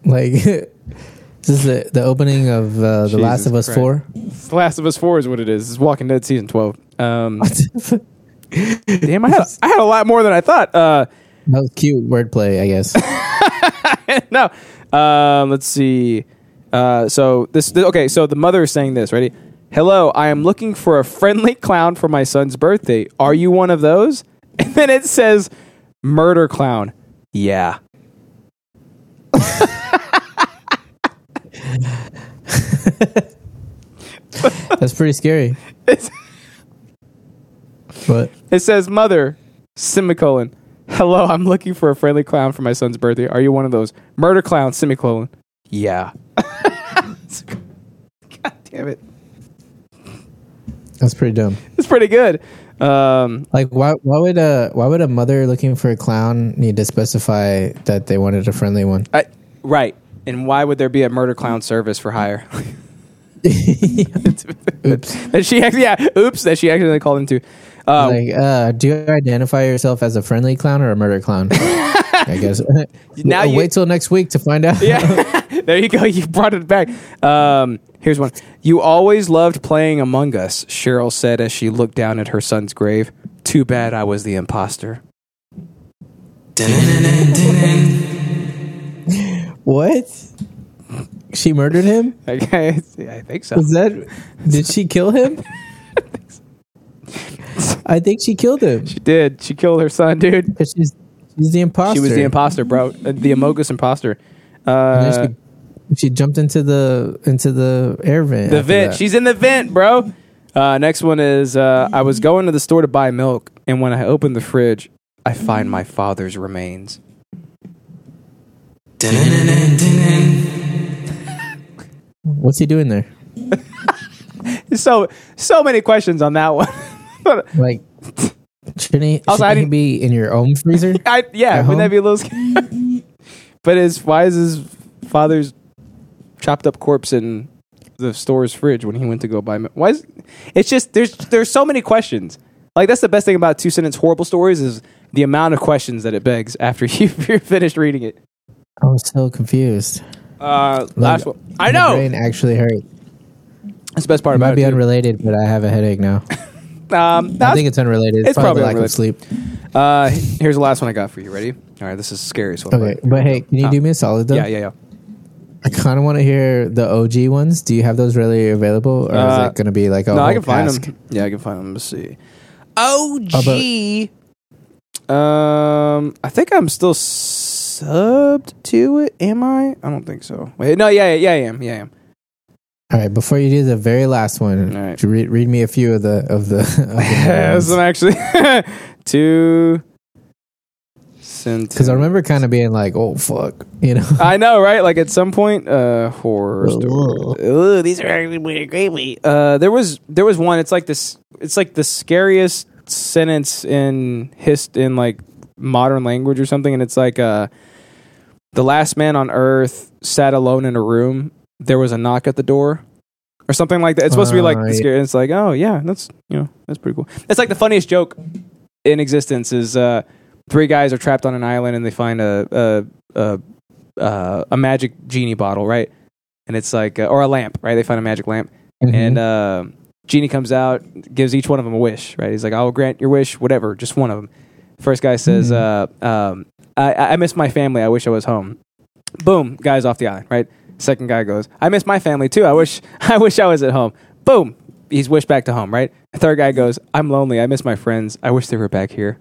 Speaker 1: Like, is this the, the opening of uh, The
Speaker 2: Jesus
Speaker 1: Last of Us
Speaker 2: Christ.
Speaker 1: 4?
Speaker 2: The Last of Us Four is what it is. It's Walking Dead season twelve. Um, damn, I had I had a lot more than I thought. Uh,
Speaker 1: That was cute wordplay, I guess.
Speaker 2: no, um, let's see. Uh, so this, th- okay. So the mother is saying this. Ready? Hello, I am looking for a friendly clown for my son's birthday. Are you one of those? And then it says, "Murder clown." Yeah.
Speaker 1: That's pretty scary.
Speaker 2: It's-
Speaker 1: But
Speaker 2: It says, "Mother, semicolon. Hello, I'm looking for a friendly clown for my son's birthday. Are you one of those murder clowns? Semicolon. Yeah. God damn it.
Speaker 1: that's pretty dumb.
Speaker 2: It's pretty good. Um,
Speaker 1: Like, why, why would a why would a mother looking for a clown need to specify that they wanted a friendly one?
Speaker 2: I, Uh, right. And why would there be a murder clown service for hire?
Speaker 1: Oops.
Speaker 2: that she actually, yeah, oops, that she actually called into. Uh,
Speaker 1: like, uh, do you identify yourself as a friendly clown or a murder clown? I guess.
Speaker 2: Now
Speaker 1: W-
Speaker 2: you-
Speaker 1: wait till next week to find out.
Speaker 2: yeah, there you go. You brought it back. Um, here's one. You always loved playing Among Us, Cheryl said as she looked down at her son's grave. Too bad I was the imposter.
Speaker 1: What? She murdered him?
Speaker 2: Okay, I think so.
Speaker 1: Was that? Did she kill him? I think she killed him.
Speaker 2: She did. She killed her son, dude.
Speaker 1: She's, she's the imposter.
Speaker 2: She was the imposter, bro. Uh, The Amogus imposter.
Speaker 1: And
Speaker 2: Uh,
Speaker 1: then she, she jumped into the into the air vent.
Speaker 2: the
Speaker 1: after
Speaker 2: vent.
Speaker 1: that.
Speaker 2: She's in the vent, bro. Uh, next one is uh, I was going to the store to buy milk, and when I opened the fridge, I find my father's remains.
Speaker 1: What's he doing there?
Speaker 2: So, so many questions on that one.
Speaker 1: Like, shouldn't he,
Speaker 2: Also, I
Speaker 1: shouldn't he
Speaker 2: didn't-
Speaker 1: be in your own freezer?
Speaker 2: I, yeah,
Speaker 1: At
Speaker 2: wouldn't
Speaker 1: home?
Speaker 2: that be a little scary? but his why is his father's chopped up corpse in the store's fridge when he went to go buy milk? Why is it's just there's there's so many questions. Like that's the best thing about two sentence horrible stories is the amount of questions that it begs after you- you're finished reading it.
Speaker 1: I'm so confused.
Speaker 2: Uh,
Speaker 1: Like,
Speaker 2: last one. I
Speaker 1: My
Speaker 2: know
Speaker 1: brain actually hurt.
Speaker 2: that's the best part
Speaker 1: it might
Speaker 2: about
Speaker 1: be
Speaker 2: it. too.
Speaker 1: unrelated, but I have a headache now.
Speaker 2: Um,
Speaker 1: I
Speaker 2: that's-
Speaker 1: think it's unrelated. It's, probably, lack of
Speaker 2: unrelated.
Speaker 1: sleep.
Speaker 2: Uh, here's the last one I got for you. Ready? All right, this is the scariest one.
Speaker 1: Okay, but hey, can you
Speaker 2: Ah.
Speaker 1: do me a solid though?
Speaker 2: Yeah, yeah, yeah.
Speaker 1: I kind of want to hear the OG ones. Do you have those really available, or
Speaker 2: Uh,
Speaker 1: is it going to be like a
Speaker 2: no,
Speaker 1: whole
Speaker 2: I can find
Speaker 1: task?
Speaker 2: them. Yeah, I can find them. Let's see.
Speaker 1: How about-
Speaker 2: OG. Um, I think I'm still subbed to it. Am I? I don't think so. Wait, no, yeah, yeah, yeah, I am. Yeah, I am.
Speaker 1: All right, before you do the very last one, ju- read, read me a few of the of the. Of the
Speaker 2: this one actually two.
Speaker 1: Because I remember kind of being like, "Oh fuck," you know.
Speaker 2: I know, right? Like at some point, uh, horror story. Ooh, these are actually weird, creepy. Uh, there was there was one. It's like this. It's like the scariest sentence in hist in like modern language or something. And it's like uh, the last man on Earth sat alone in a room. There was a knock at the door, or something like that. It's supposed to be like
Speaker 1: Uh,
Speaker 2: the
Speaker 1: yeah.
Speaker 2: scary. It's like, oh yeah, that's you know that's pretty cool. It's like the funniest joke in existence is uh, three guys are trapped on an island and they find a a a, a, a magic genie bottle, right? And it's like, uh, or a lamp, right? They find a magic lamp,
Speaker 1: Mm-hmm.
Speaker 2: and uh, genie comes out, gives each one of them a wish, right? He's like, "I'll grant your wish, whatever, just one of them." First guy says,
Speaker 1: Mm-hmm.
Speaker 2: uh, um, I, "I miss my family. I wish I was home." Boom, guys off the island, right? Second guy goes, "I miss my family too. I wish, I wish I was at home." Boom, he's wished back to home, right? Third guy goes, "I'm lonely. I miss my friends. I wish they were back here."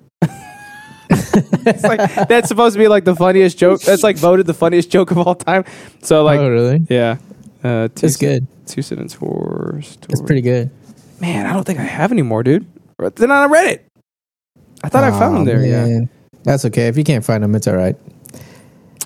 Speaker 2: it's like that's supposed to be like the funniest joke. That's like voted the funniest joke of all time. So like,
Speaker 1: oh really?
Speaker 2: Yeah, uh, two
Speaker 1: It's good.
Speaker 2: Two sentence for story.
Speaker 1: It's pretty good.
Speaker 2: Man, I don't think I have any more, dude. They're not on Reddit. I thought I found them there. Yeah.
Speaker 1: Yeah, that's okay. If you can't find them, it's all right.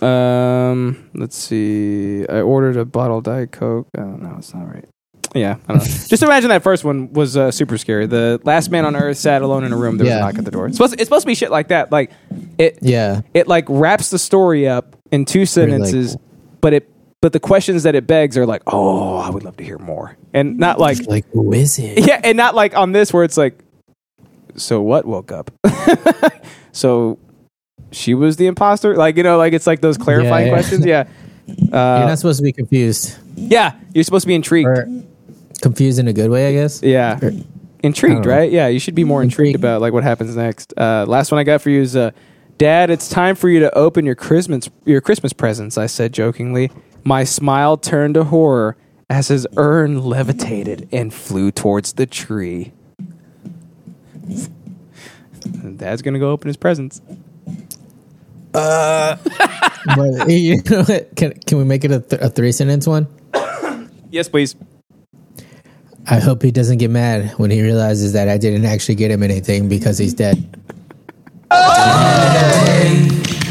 Speaker 2: Um, let's see. I ordered a bottle of Diet Coke. Oh no, it's not right. Yeah, I don't know. Just imagine that first one was uh, super scary. The last man on earth sat alone in a room. There was
Speaker 1: Yeah.
Speaker 2: a knock at the door. It's supposed, it's supposed to be shit like that. Like it,
Speaker 1: Yeah,
Speaker 2: it like wraps the story up in two sentences, but it, but the questions that it begs are like, oh, I would love to hear more, and not like,
Speaker 1: like who is it?
Speaker 2: yeah, and not like on this where it's like, so what woke up? so she was the imposter. Like you know, like it's like those clarifying
Speaker 1: yeah.
Speaker 2: questions. Yeah,
Speaker 1: You're
Speaker 2: uh,
Speaker 1: not supposed to be confused.
Speaker 2: yeah, you're supposed to be intrigued.
Speaker 1: Confused in a good way, I guess.
Speaker 2: Yeah.
Speaker 1: I
Speaker 2: Intrigued,
Speaker 1: don't know.
Speaker 2: right? Yeah, you should be
Speaker 1: Mm-hmm.
Speaker 2: more intrigued about like what happens next. Uh, last one I got for you is, uh, Dad, it's time for you to open your Christmas your Christmas presents. I said jokingly. My smile turned to horror as his urn levitated and flew towards the tree. Dad's gonna go open his presents.
Speaker 1: Uh, but you know what? Can can we make it a, th- a three sentence one?
Speaker 2: Yes, please.
Speaker 1: I hope he doesn't get mad when he realizes that I didn't actually get him anything because he's dead.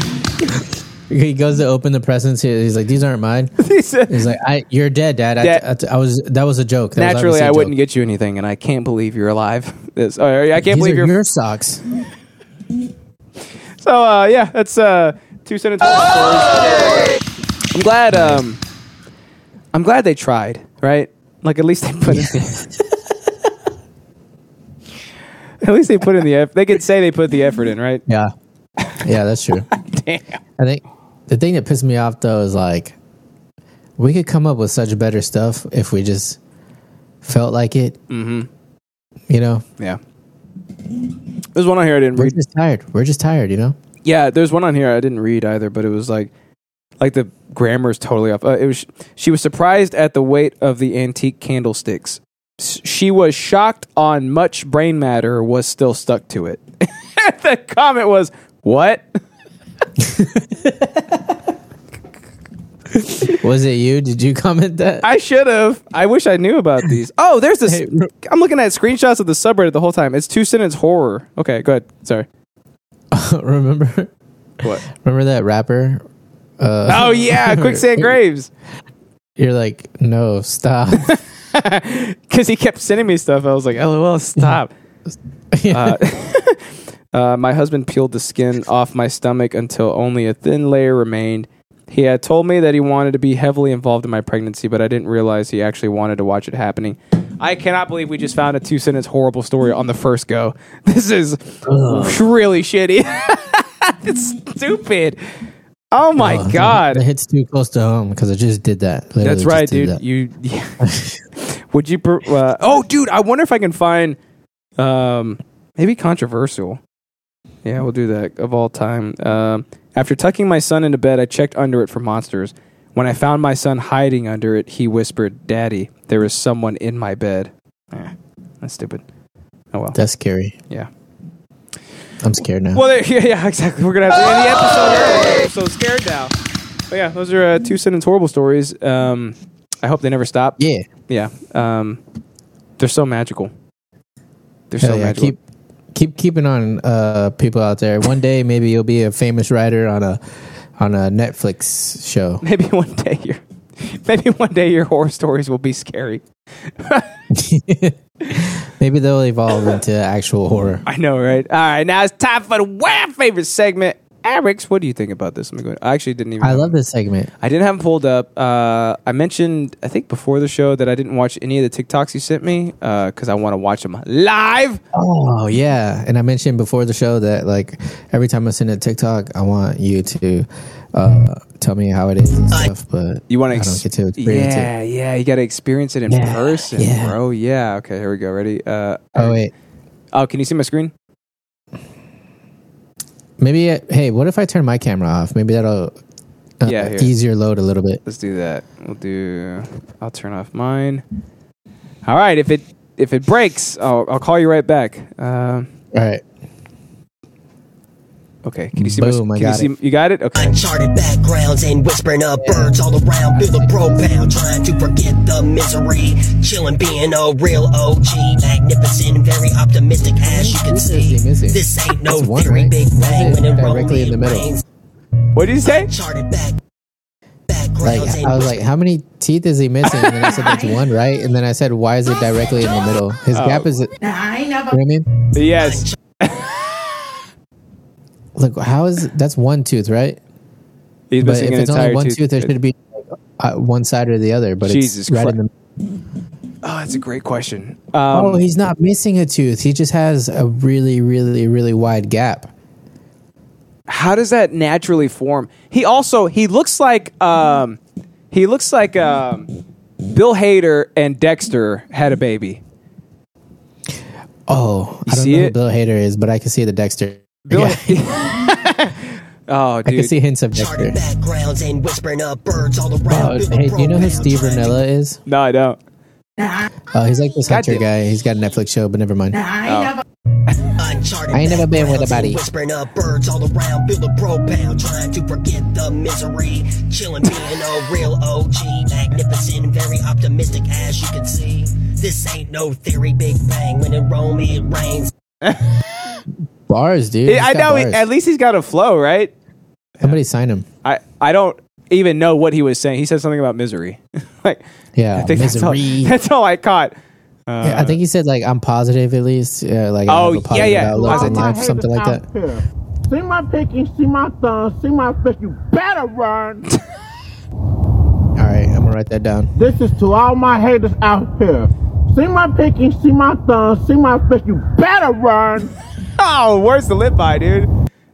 Speaker 1: he goes to open the presents. he- He's like, "These aren't mine." he's like, "I, you're dead, Dad. I-
Speaker 2: Dad-
Speaker 1: I, I was that was a joke. That was obviously
Speaker 2: Naturally,
Speaker 1: a
Speaker 2: I
Speaker 1: joke."
Speaker 2: wouldn't get you anything, and I can't believe you're alive. This, or, I can't
Speaker 1: These
Speaker 2: believe
Speaker 1: are
Speaker 2: you're
Speaker 1: your socks.
Speaker 2: So uh, yeah, that's uh, two sentences. I'm glad. Um, I'm glad they tried. Right? Like at least they put in. The at least they put in the effort. They could say they put the effort in, right?
Speaker 1: Yeah, yeah, that's true.
Speaker 2: Damn.
Speaker 1: I think the thing that pissed me off though is like, we could come up with such better stuff if we just felt like it.
Speaker 2: Mm-hmm.
Speaker 1: You know,
Speaker 2: Yeah. There's one on here I didn't
Speaker 1: We're
Speaker 2: read.
Speaker 1: just tired. We're just tired, you know?
Speaker 2: Yeah, there's one on here I didn't read either, but it was like, like the grammar's totally off. Uh, it was she was surprised at the weight of the antique candlesticks. S- She was shocked on much brain matter was still stuck to it. the comment was, "What?"
Speaker 1: Was it you? Did you comment that?
Speaker 2: I should have. I wish I knew about these. Oh, there's this. I'm looking at screenshots of the subreddit the whole time. It's two sentence horror. Okay, go ahead. Sorry.
Speaker 1: remember?
Speaker 2: What?
Speaker 1: Remember that rapper? Uh,
Speaker 2: oh yeah, quicksand graves.
Speaker 1: You're like, no, stop.
Speaker 2: Because he kept sending me stuff. I was like, LOL, stop. Uh, uh, my husband peeled the skin off my stomach until only a thin layer remained. He had told me that he wanted to be heavily involved in my pregnancy, but I didn't realize he actually wanted to watch it happening. I cannot believe we just found a two sentence horrible story on the first go. This is really shitty. it's stupid. Oh my
Speaker 1: Oh,
Speaker 2: god.
Speaker 1: That hits too close to home because I just did that. Literally
Speaker 2: That's
Speaker 1: just
Speaker 2: right,
Speaker 1: did
Speaker 2: dude.
Speaker 1: that.
Speaker 2: You would you? per- Uh, oh, dude, I wonder if I can find um, maybe controversial. Yeah, we'll do that of all time. Um, after tucking my son into bed, I checked under it for monsters. When I found my son hiding under it, he whispered, "Daddy, there is someone in my bed." Eh, that's stupid. Oh well.
Speaker 1: That's scary.
Speaker 2: Yeah.
Speaker 1: I'm scared now.
Speaker 2: Well, there, yeah, yeah, exactly. We're gonna have to end the episode. early. I'm so scared now. But yeah, those are uh, two sentence horrible stories. Um, I hope they never stop.
Speaker 1: Yeah,
Speaker 2: yeah. Um, they're so magical. They're so
Speaker 1: Hell yeah,
Speaker 2: magical.
Speaker 1: Keep keep keeping on, uh, people out there. One day, maybe you'll be a famous writer on a on a Netflix show.
Speaker 2: Maybe one day your maybe one day your horror stories will be scary.
Speaker 1: Maybe they'll evolve into actual horror.
Speaker 2: I know, right? All right, now it's time for the wow favorite segment. Eric's, what do you think about this? Let me go- I actually didn't even.
Speaker 1: I love this segment.
Speaker 2: I didn't have them pulled up. Uh, I mentioned, I think before the show, that I didn't watch any of the TikToks you sent me because I want to watch them live.
Speaker 1: Oh yeah, and I mentioned before the show that like every time I send a TikTok, I want you to uh, tell me how it is and stuff. But
Speaker 2: You want to
Speaker 1: I don't get to experience
Speaker 2: Yeah,
Speaker 1: it.
Speaker 2: yeah. You got to experience it in
Speaker 1: Yeah,
Speaker 2: person,
Speaker 1: yeah.
Speaker 2: bro. Yeah. Okay, here we go. Ready? Uh,
Speaker 1: Oh wait,
Speaker 2: oh, can you see my screen?
Speaker 1: maybe uh, hey, what if I turn my camera off? Maybe that'll uh,
Speaker 2: Yeah, here.
Speaker 1: easier load a little bit.
Speaker 2: Let's do that. We'll do. I'll turn off mine. All right. If it if it breaks, I'll I'll call you right back. Um,
Speaker 1: All right.
Speaker 2: okay. Can you see?
Speaker 1: Boom,
Speaker 2: my,
Speaker 1: I
Speaker 2: can
Speaker 1: got
Speaker 2: you see, You got it. Okay.
Speaker 18: Uncharted backgrounds and whispering of birds all around. Build a profile, trying to forget the misery. Chillin', being a real OG. Magnificent and very optimistic, as you can see. This ain't no
Speaker 1: That's one,
Speaker 18: theory,
Speaker 1: right?
Speaker 18: big bang. When it
Speaker 1: Directly in the middle.
Speaker 18: rains,
Speaker 2: What did you say?
Speaker 18: Uncharted back,
Speaker 1: Like uh,
Speaker 18: backgrounds
Speaker 1: I was like, how many teeth is he missing? And then I said that's one, right? And then I said, why is it directly in the middle? His
Speaker 2: Oh.
Speaker 1: gap is. You know what I mean?
Speaker 2: Yes.
Speaker 1: Look, how is that's one tooth, right?
Speaker 2: He's
Speaker 1: But
Speaker 2: missing
Speaker 1: if
Speaker 2: an
Speaker 1: it's
Speaker 2: entire
Speaker 1: only one tooth,
Speaker 2: tooth.
Speaker 1: there should be uh, one side or the other. But
Speaker 2: Jesus
Speaker 1: it's right
Speaker 2: Christ. Um,
Speaker 1: in the.
Speaker 2: Oh, that's a great question. Um,
Speaker 1: oh, he's not missing a tooth. He just has a really, really, really wide gap.
Speaker 2: how does that naturally form? He also he looks like um he looks like um Bill Hader and Dexter had a baby.
Speaker 1: Oh, I don't
Speaker 2: see
Speaker 1: know
Speaker 2: it?
Speaker 1: who Bill Hader is, but I can see the Dexter.
Speaker 2: Bill
Speaker 1: Yeah,
Speaker 2: Oh,
Speaker 1: I
Speaker 2: dude.
Speaker 1: can see hints of Dexter.
Speaker 18: backgrounds and whispering of birds all
Speaker 1: Oh,
Speaker 18: around.
Speaker 1: hey, do you know who Steve Renella is?
Speaker 2: No, I don't.
Speaker 1: Oh, he's like this hunter guy. He's got a Netflix show, but never mind.
Speaker 18: Uncharted
Speaker 1: I ain't never been with
Speaker 18: backgrounds
Speaker 1: a
Speaker 18: and
Speaker 1: buddy.
Speaker 18: Whispering of birds all around, build a profile, trying to forget the misery. Chillin', being a real OG, magnificent and very optimistic, as you can see. This ain't no theory, Big Bang. When in Rome, it rains.
Speaker 1: Bars, dude.
Speaker 2: Yeah,
Speaker 1: He's
Speaker 2: I
Speaker 1: got
Speaker 2: know. he-
Speaker 1: bars.
Speaker 2: at least he's got a flow, right?
Speaker 1: Somebody sign him.
Speaker 2: I I don't even know what he was saying. He said something about misery. like
Speaker 1: Yeah,
Speaker 2: I think that's all,
Speaker 1: misery.
Speaker 2: that's all I caught. Uh,
Speaker 1: Yeah, I think he said like I'm positive at least. Yeah, like I
Speaker 2: Oh,
Speaker 1: have a
Speaker 2: yeah,
Speaker 1: positive
Speaker 2: yeah.
Speaker 1: outlook on
Speaker 2: Positive.
Speaker 1: life, something like that.
Speaker 19: See my pinky, see my thumb, see my fist. You better run.
Speaker 1: All right, I'm gonna write that down.
Speaker 19: this is to all my haters out here. See my pinky, see my thumb, see my fist. You better run.
Speaker 2: oh, where's the lip by, dude?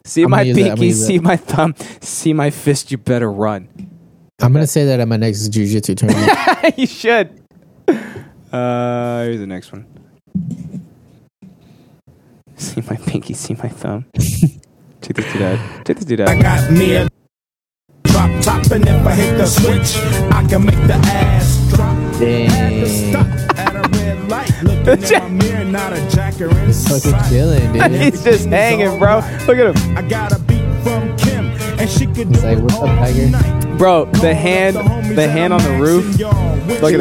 Speaker 2: See
Speaker 1: I'm
Speaker 2: my
Speaker 1: gonna use that, I'm gonna
Speaker 2: pinky,
Speaker 1: use
Speaker 2: see
Speaker 1: that.
Speaker 2: my thumb, see my fist. You better run.
Speaker 1: I'm gonna say that at my next jujitsu tournament.
Speaker 2: you should. Uh, here's the next one. See my pinky, see my thumb. Check this dude out. Check this dude out.
Speaker 20: got me a drop top, and if I hit the switch, I can make the ass drop. Had
Speaker 1: Eh.
Speaker 20: to stop at a red light, looking in my mirror, not a jacker in
Speaker 1: Fucking
Speaker 20: sight.
Speaker 1: chilling, dude.
Speaker 20: Everything's
Speaker 2: just hanging, bro. Look at him.
Speaker 20: I got a beat from Kim, and she could do
Speaker 1: He's like,
Speaker 20: it
Speaker 1: what's up,
Speaker 20: all
Speaker 1: Tiger?
Speaker 20: night.
Speaker 2: Bro, the hand, the hand on the roof. Look at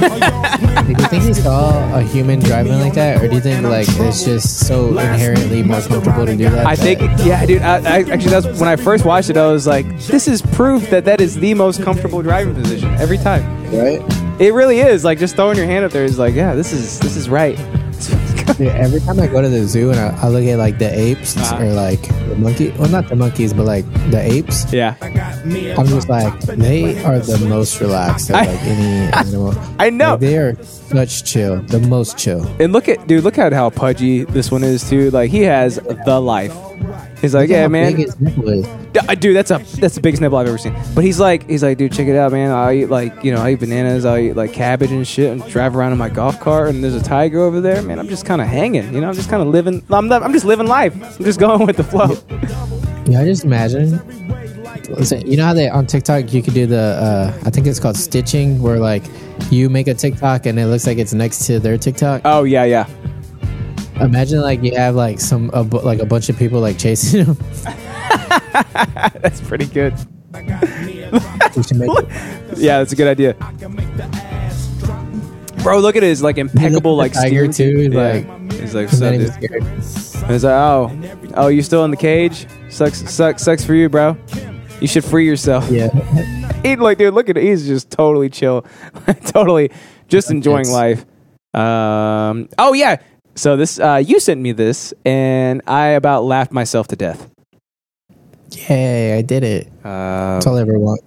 Speaker 2: him.
Speaker 1: Do you think it's all a human driving like that, or do you think like it's just so inherently more comfortable to do that?
Speaker 2: I think, yeah, dude. I, I actually, that's when I first watched it. I was like, this is proof that that is the most comfortable driving position every time.
Speaker 1: Right?
Speaker 2: It really is. Like just throwing your hand up there is like, yeah, this is this is right.
Speaker 1: Dude, every time I go to the zoo and I, I look at like the apes
Speaker 2: Uh-huh.
Speaker 1: or like the monkey, well, not the monkeys, but like the apes.
Speaker 2: Yeah.
Speaker 1: I'm just like, they are the most relaxed of like any animal.
Speaker 2: I know.
Speaker 1: they are such chill, the most chill.
Speaker 2: And look at, dude, look at how pudgy this one is too. Like he has the life. He's like,
Speaker 1: Look at
Speaker 2: yeah,
Speaker 1: how
Speaker 2: man.
Speaker 1: big his nipple is.
Speaker 2: D- uh, dude, that's a that's the biggest nipple I've ever seen. But he's like, he's like, dude, check it out, man. I eat like, you know, I eat bananas, I eat like cabbage and shit, and drive around in my golf cart. And there's a tiger over there, man. I'm just kind of hanging, you know. I'm just kind of living. I'm not, I'm just living life. I'm just going with the flow.
Speaker 1: Yeah, I just imagine. Listen, you know how they on TikTok you could do the uh, I think it's called stitching, where like you make a TikTok and it looks like it's next to their TikTok.
Speaker 2: Oh yeah, yeah.
Speaker 1: Imagine like you have like some a, bu- like a bunch of people like chasing them.
Speaker 2: that's pretty good.
Speaker 1: We should make it.
Speaker 2: Yeah, that's a good idea. Bro, look at his like impeccable
Speaker 1: Look at
Speaker 2: like
Speaker 1: the tiger,
Speaker 2: steer
Speaker 1: too. He's
Speaker 2: Yeah.
Speaker 1: like-
Speaker 2: he's like
Speaker 1: he's not
Speaker 2: "Sup,
Speaker 1: even
Speaker 2: dude?" And He's like, oh, oh, you still in the cage? Sucks, sucks, sucks for you, bro. You should free yourself.
Speaker 1: Yeah.
Speaker 2: he like, dude, look at he's just totally chill, totally just enjoying life. Um. Oh yeah. So this, uh, you sent me this, and I about laughed myself to death.
Speaker 1: Yay! I did it.
Speaker 2: Um,
Speaker 1: That's all I ever want.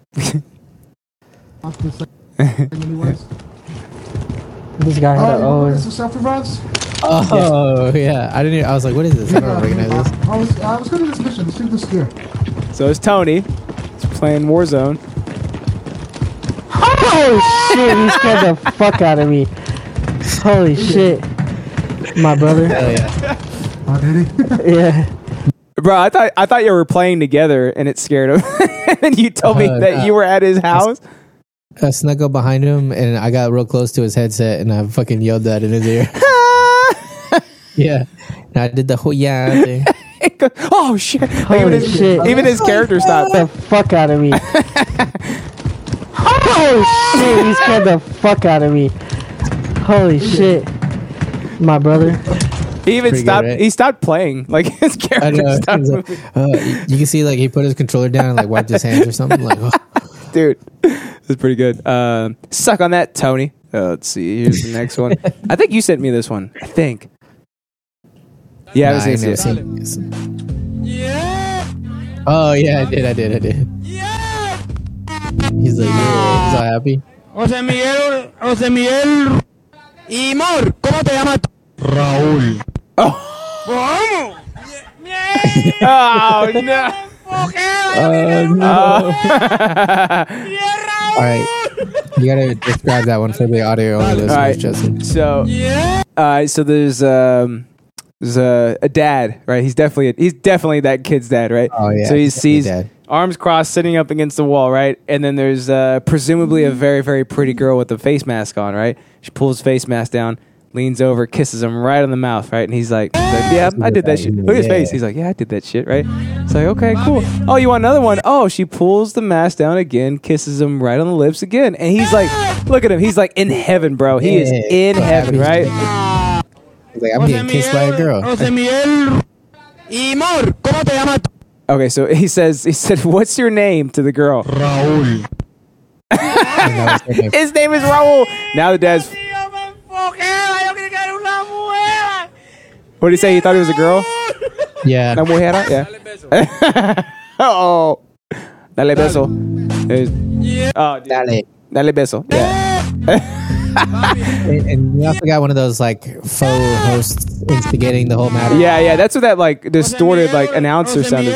Speaker 21: This guy had a
Speaker 1: Oh,
Speaker 21: oh,
Speaker 1: yeah.
Speaker 21: some selfie vibes.
Speaker 1: Oh yeah, I didn't. Even, I was like, what is this? I don't recognize this.
Speaker 21: I was I was good at this mission. Let's do this here.
Speaker 2: So it's Tony. He's playing Warzone. Oh
Speaker 21: shit! He scared the fuck out of me. Holy shit! My brother.
Speaker 1: Hell yeah.
Speaker 21: Oh, did he? yeah.
Speaker 2: Bro, I thought I thought you were playing together, and it scared him. and you told me
Speaker 1: Uh,
Speaker 2: that
Speaker 1: no.
Speaker 2: you were at his house.
Speaker 1: I snuck up behind him and I got real close to his headset and I fucking yelled that in his ear. yeah, and I did the whole yeah thing.
Speaker 2: oh shit! Like, even
Speaker 21: Holy
Speaker 2: his,
Speaker 21: shit!
Speaker 2: even his character stopped.
Speaker 21: the fuck out of me. Holy shit! He scared the fuck out of me. Holy shit! My brother.
Speaker 2: He
Speaker 1: Pretty
Speaker 2: even
Speaker 1: good,
Speaker 2: stopped.
Speaker 1: right?
Speaker 2: He stopped playing. Like his
Speaker 1: I
Speaker 2: character
Speaker 1: know.
Speaker 2: stopped.
Speaker 1: He's like,
Speaker 2: moving.
Speaker 1: uh, you- you can see like he put his controller down and like wiped his hands or something. Like, oh.
Speaker 2: Dude, this is pretty good. Um, suck on that, Tony. Uh, let's see. Here's the next one. I think you sent me this one. I think. Yeah, I was
Speaker 1: Nah, I
Speaker 2: gonna
Speaker 1: ain't
Speaker 2: say
Speaker 1: never seen this. Oh yeah, I did. I did. I did. He's like, yeah. he's all happy.
Speaker 22: José Miguel, José Miguel y Mor, ¿cómo te llamas?
Speaker 1: Raúl.
Speaker 22: ¿Cómo?
Speaker 2: oh no.
Speaker 1: Oh, no. All right, you gotta describe that one for the audio only listeners,
Speaker 2: right.
Speaker 1: Justin.
Speaker 2: So, uh, so there's um, there's a, a dad, right? He's definitely a, he's definitely that kid's dad, right?
Speaker 1: Oh, yeah,
Speaker 2: So he
Speaker 1: he's definitely
Speaker 2: sees
Speaker 1: dad.
Speaker 2: arms crossed, sitting up against the wall, right? And then there's uh, presumably a very very pretty girl with a face mask on, right? She pulls face mask down, leans over, kisses him right on the mouth, right? And he's like, he's like, yeah, I did that shit. Look at his face. He's like, yeah, I did that shit, right? It's like, okay, cool. Oh, you want another one? Oh, she pulls the mask down again, kisses him right on the lips again, and he's like, look at him. He's like in heaven, bro. He is
Speaker 1: Yeah.
Speaker 2: in heaven, right?
Speaker 1: He's like, I'm getting kissed by a girl.
Speaker 22: José Miguel y Mor, ¿cómo te llamas?
Speaker 2: Okay, so he says, he said, "What's your name?" to the girl. Raul. His name is Raul. Now the dad's. What did he say? He thought he was a girl.
Speaker 1: Yeah.
Speaker 2: Una mujer. Yeah. oh. Dale beso. There's- Oh, dude.
Speaker 1: Dale.
Speaker 2: Dale beso. Yeah.
Speaker 1: And, and we also got one of those like faux hosts instigating the whole matter.
Speaker 2: yeah, yeah. That's what that like distorted like announcer sounded.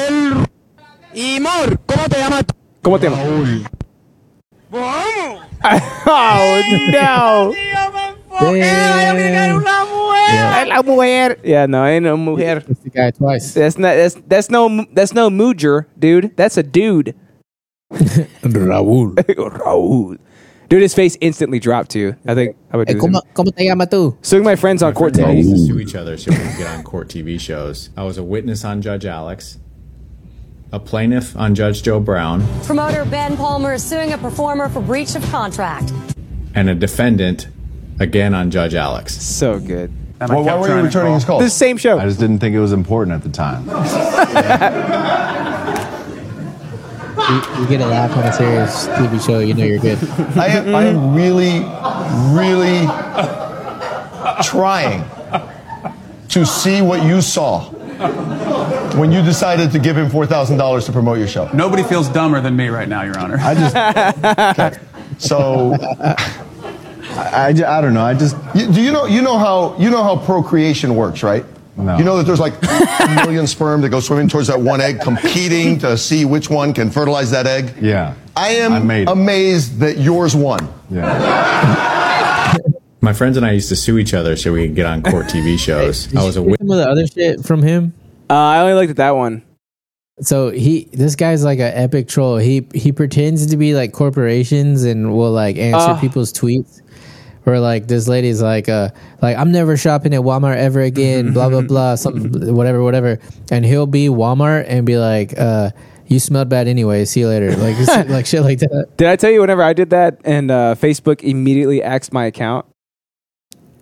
Speaker 22: Y Mor, ¿cómo te llamas?
Speaker 2: ¿Cómo te llamas? oh no!
Speaker 1: Damn.
Speaker 2: Yeah. La mujer. Yeah, no, ain't no mujer. That's the guy twice. That's not. That's that's no. That's no mooger, dude. That's a dude.
Speaker 1: Raúl.
Speaker 2: Raúl. Dude, his face instantly dropped too. I think I would do the same.
Speaker 1: ¿Cómo te llamas tú?
Speaker 2: So my friends on court
Speaker 3: Friends all
Speaker 2: today.
Speaker 3: used to sue each other so we could get on court TV shows. I was a witness on Judge Alex, a plaintiff on Judge Joe Brown,
Speaker 5: Promoter Ben Palmer is suing a performer for breach of contract.
Speaker 3: and a defendant again on Judge Alex. So good.
Speaker 23: Well, why were you returning his call?
Speaker 3: This
Speaker 2: same show.
Speaker 23: I just didn't think it was important at the time.
Speaker 1: You, you get a laugh on a serious TV show, you know you're good.
Speaker 23: I am, I am really, really trying to see what you saw when you decided to give him $4,000 to promote your show.
Speaker 24: Nobody feels dumber than me right now, Your Honor.
Speaker 23: I just. Okay. So. I, I, ju- I don't know. I just you, do you know you know how you know how procreation works, right? No. You know that there's like a million sperm that go swimming towards that one egg, competing to see which one can fertilize that egg. Yeah. I am I made it. amazed that yours won.
Speaker 3: My friends and I used to sue each other so we could get on court TV shows. I was a
Speaker 1: Hear
Speaker 3: witness.
Speaker 1: some of the other shit from him.
Speaker 2: Uh, I only looked at that one.
Speaker 1: So he, this guy's like an epic troll. He he pretends to be like corporations and will like answer
Speaker 2: Uh.
Speaker 1: people's tweets. Or like this lady's like uh like I'm never shopping at Walmart ever again. Blah blah blah. Something whatever whatever. And he'll be Walmart and be like uh you smelled bad anyway. See you later. Like it's- like shit like that.
Speaker 2: Did I tell you whenever I did that and uh, Facebook immediately axed my account?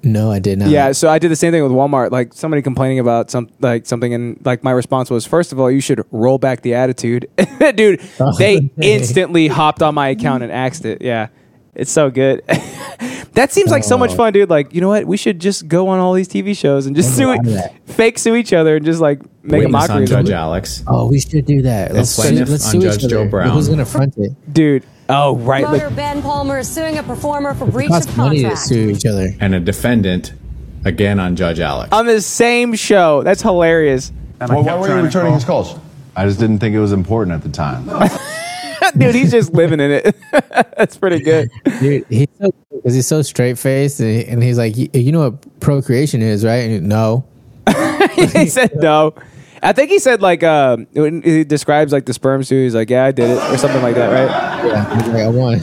Speaker 1: No, I did not.
Speaker 2: Yeah, so I did the same thing with Walmart. Like somebody complaining about some like something, and like my response was, first of all, you should roll back the attitude, dude. They instantly hopped on my account and axed it. Yeah, it's so good. that seems like so much
Speaker 1: Oh.
Speaker 2: fun, dude. Like you know what? We should just go on all these TV shows and just sue, fake sue each other, and just like make a
Speaker 3: Witness
Speaker 2: mockery
Speaker 3: on
Speaker 2: of
Speaker 3: Judge
Speaker 2: it.
Speaker 3: Alex.
Speaker 1: Oh, we should do that.
Speaker 3: And
Speaker 1: Let's sue,
Speaker 3: plaintiff
Speaker 1: let's
Speaker 3: on
Speaker 1: sue
Speaker 3: Judge
Speaker 1: each other.
Speaker 3: Joe
Speaker 1: But
Speaker 3: Brown.
Speaker 1: Who's gonna front it?
Speaker 2: dude? Oh right,
Speaker 5: Promoter Ben Palmer is suing a performer for breach of contract.
Speaker 1: each other.
Speaker 3: And a defendant again on Judge Alex.
Speaker 2: on the same show. That's hilarious.
Speaker 23: Well, why were you returning his calls? I just didn't think it was important at the time.
Speaker 2: dude? He's just living in it. That's pretty good.
Speaker 1: Dude, he's so because he's so straight faced, and, he- and he's like, "You- you know what procreation is, right? And he- no,
Speaker 2: he said no. I think he said like uh, when he describes like the sperm suit. He's like, yeah, I did it, or something like that, right?
Speaker 1: Yeah, he's like, I won.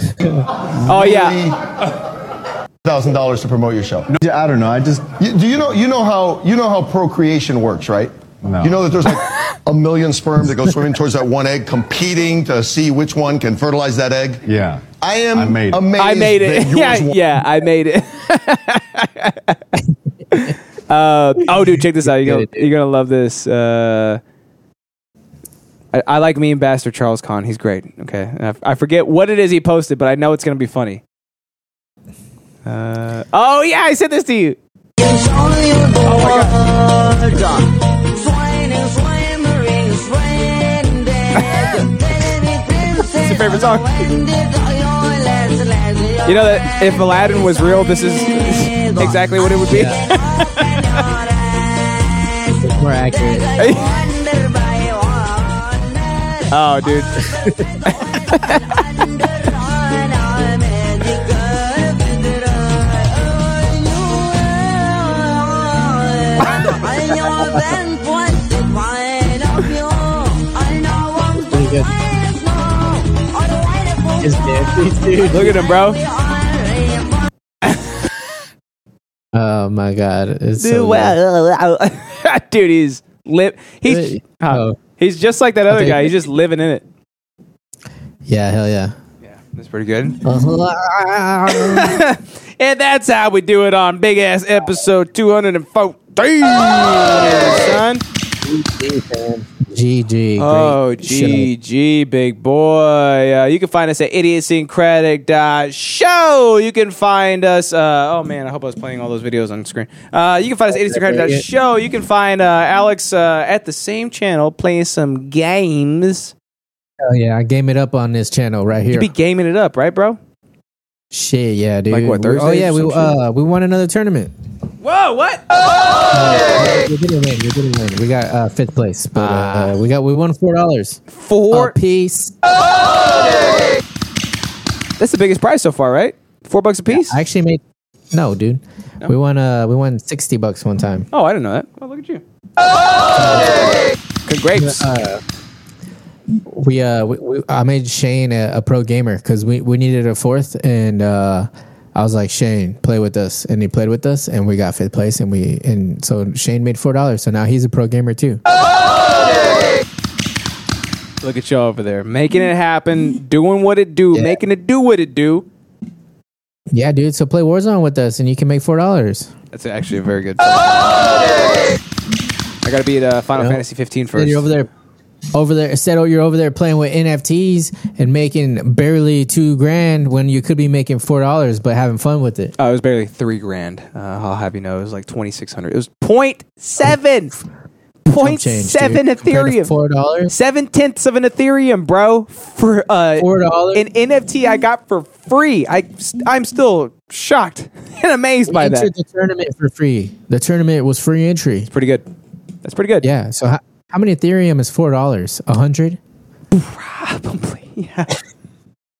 Speaker 2: oh yeah.
Speaker 23: thousand dollars to promote your show. Yeah, I don't know. I just you, do you know you know how you know how procreation works, right? No. You know that there's like a million sperm that go swimming towards that one egg, competing to see which one can fertilize that egg. Yeah. I am I made it. amazed.
Speaker 2: I made it.
Speaker 23: that yours
Speaker 2: Yeah,
Speaker 23: won.
Speaker 2: yeah, I made it. uh, oh, dude, check this out. You're gonna, you're gonna love this. Uh, I, I like me and Bastard Charles Kahn. He's great. Okay, And I, f- I forget what it is he posted, but I know it's gonna be funny. Uh, oh yeah, I sent this to you. It's your favorite song. You know that if Aladdin was real, this is exactly what it would be.
Speaker 1: It's more accurate.
Speaker 2: oh, dude.
Speaker 1: Pretty good. Just dancing, dude.
Speaker 2: Look at him, bro.
Speaker 1: Oh my god, it's
Speaker 2: dude,
Speaker 1: so good.
Speaker 2: well, dude, he's lip. He's
Speaker 1: Really?
Speaker 2: uh,
Speaker 1: Oh,
Speaker 2: he's just like that other
Speaker 1: Okay.
Speaker 2: guy. He's just living in it.
Speaker 1: yeah, hell yeah.
Speaker 2: That's pretty good. and that's how we do it on Big Ass Episode 214, son.
Speaker 1: GG.
Speaker 2: Oh,
Speaker 1: great show.
Speaker 2: GG, big boy. Uh, you can find us at idiosyncratic.show. You can find us, uh, oh man, I hope I was playing all those videos on screen. Uh, you can find us at idiosyncratic.show. You can find uh, Alex uh, at the same channel playing some games.
Speaker 1: Hell yeah, I game it up on this channel right here.
Speaker 2: You be gaming it up, right, bro?
Speaker 1: Shit, yeah, dude.
Speaker 2: Like what,
Speaker 1: We- Oh
Speaker 2: Thursdays
Speaker 1: yeah,
Speaker 2: or
Speaker 1: we
Speaker 2: some shit?
Speaker 1: uh we won another tournament.
Speaker 2: Whoa, what?
Speaker 1: We didn't win. We didn't win. We got uh, fifth place, but uh, we got we won four dollars.
Speaker 2: Ah. Four
Speaker 1: piece.
Speaker 2: That's the biggest prize so far, right? Four bucks a piece.
Speaker 1: I actually made No, dude. We won. Uh, we won sixty bucks one time.
Speaker 2: Oh, I didn't know that. Oh, look at you. Good grapes.
Speaker 1: Uh, we, uh, we, we I made Shane a, a pro gamer because we, we needed a fourth, and uh, I was like, Shane, play with us, and he played with us, and we got fifth place, and we and so Shane made four dollars, so now he's a pro gamer too.
Speaker 2: Look at y'all over there, making it happen, doing what it do, making it do what it do.
Speaker 1: Yeah, dude. So play Warzone with us, and you can make four dollars.
Speaker 2: That's actually a very good. I gotta beat uh, Final
Speaker 1: Yeah.
Speaker 2: Fantasy 15
Speaker 1: And
Speaker 2: first.
Speaker 1: You're over there, over there. Instead, of- you're over there playing with NFTs and making barely two grand when you could be making four dollars, but having fun with it.
Speaker 2: Oh, it was barely three grand. Uh, I'll have you know, it was like twenty six hundred. It was point seven, point
Speaker 1: change,
Speaker 2: seven
Speaker 1: dude. Compared to
Speaker 2: Ethereum,
Speaker 1: four dollars,
Speaker 2: seven tenths of an Ethereum, bro. For uh,
Speaker 1: four dollars,
Speaker 2: an NFT I got for free. I I'm still shocked and amazed by
Speaker 1: entered
Speaker 2: that.
Speaker 1: the tournament for free. The tournament was free entry. It's
Speaker 2: pretty good. That's pretty good.
Speaker 1: Yeah. So how, how many Ethereum is four dollars? A hundred.
Speaker 2: Probably. Yeah.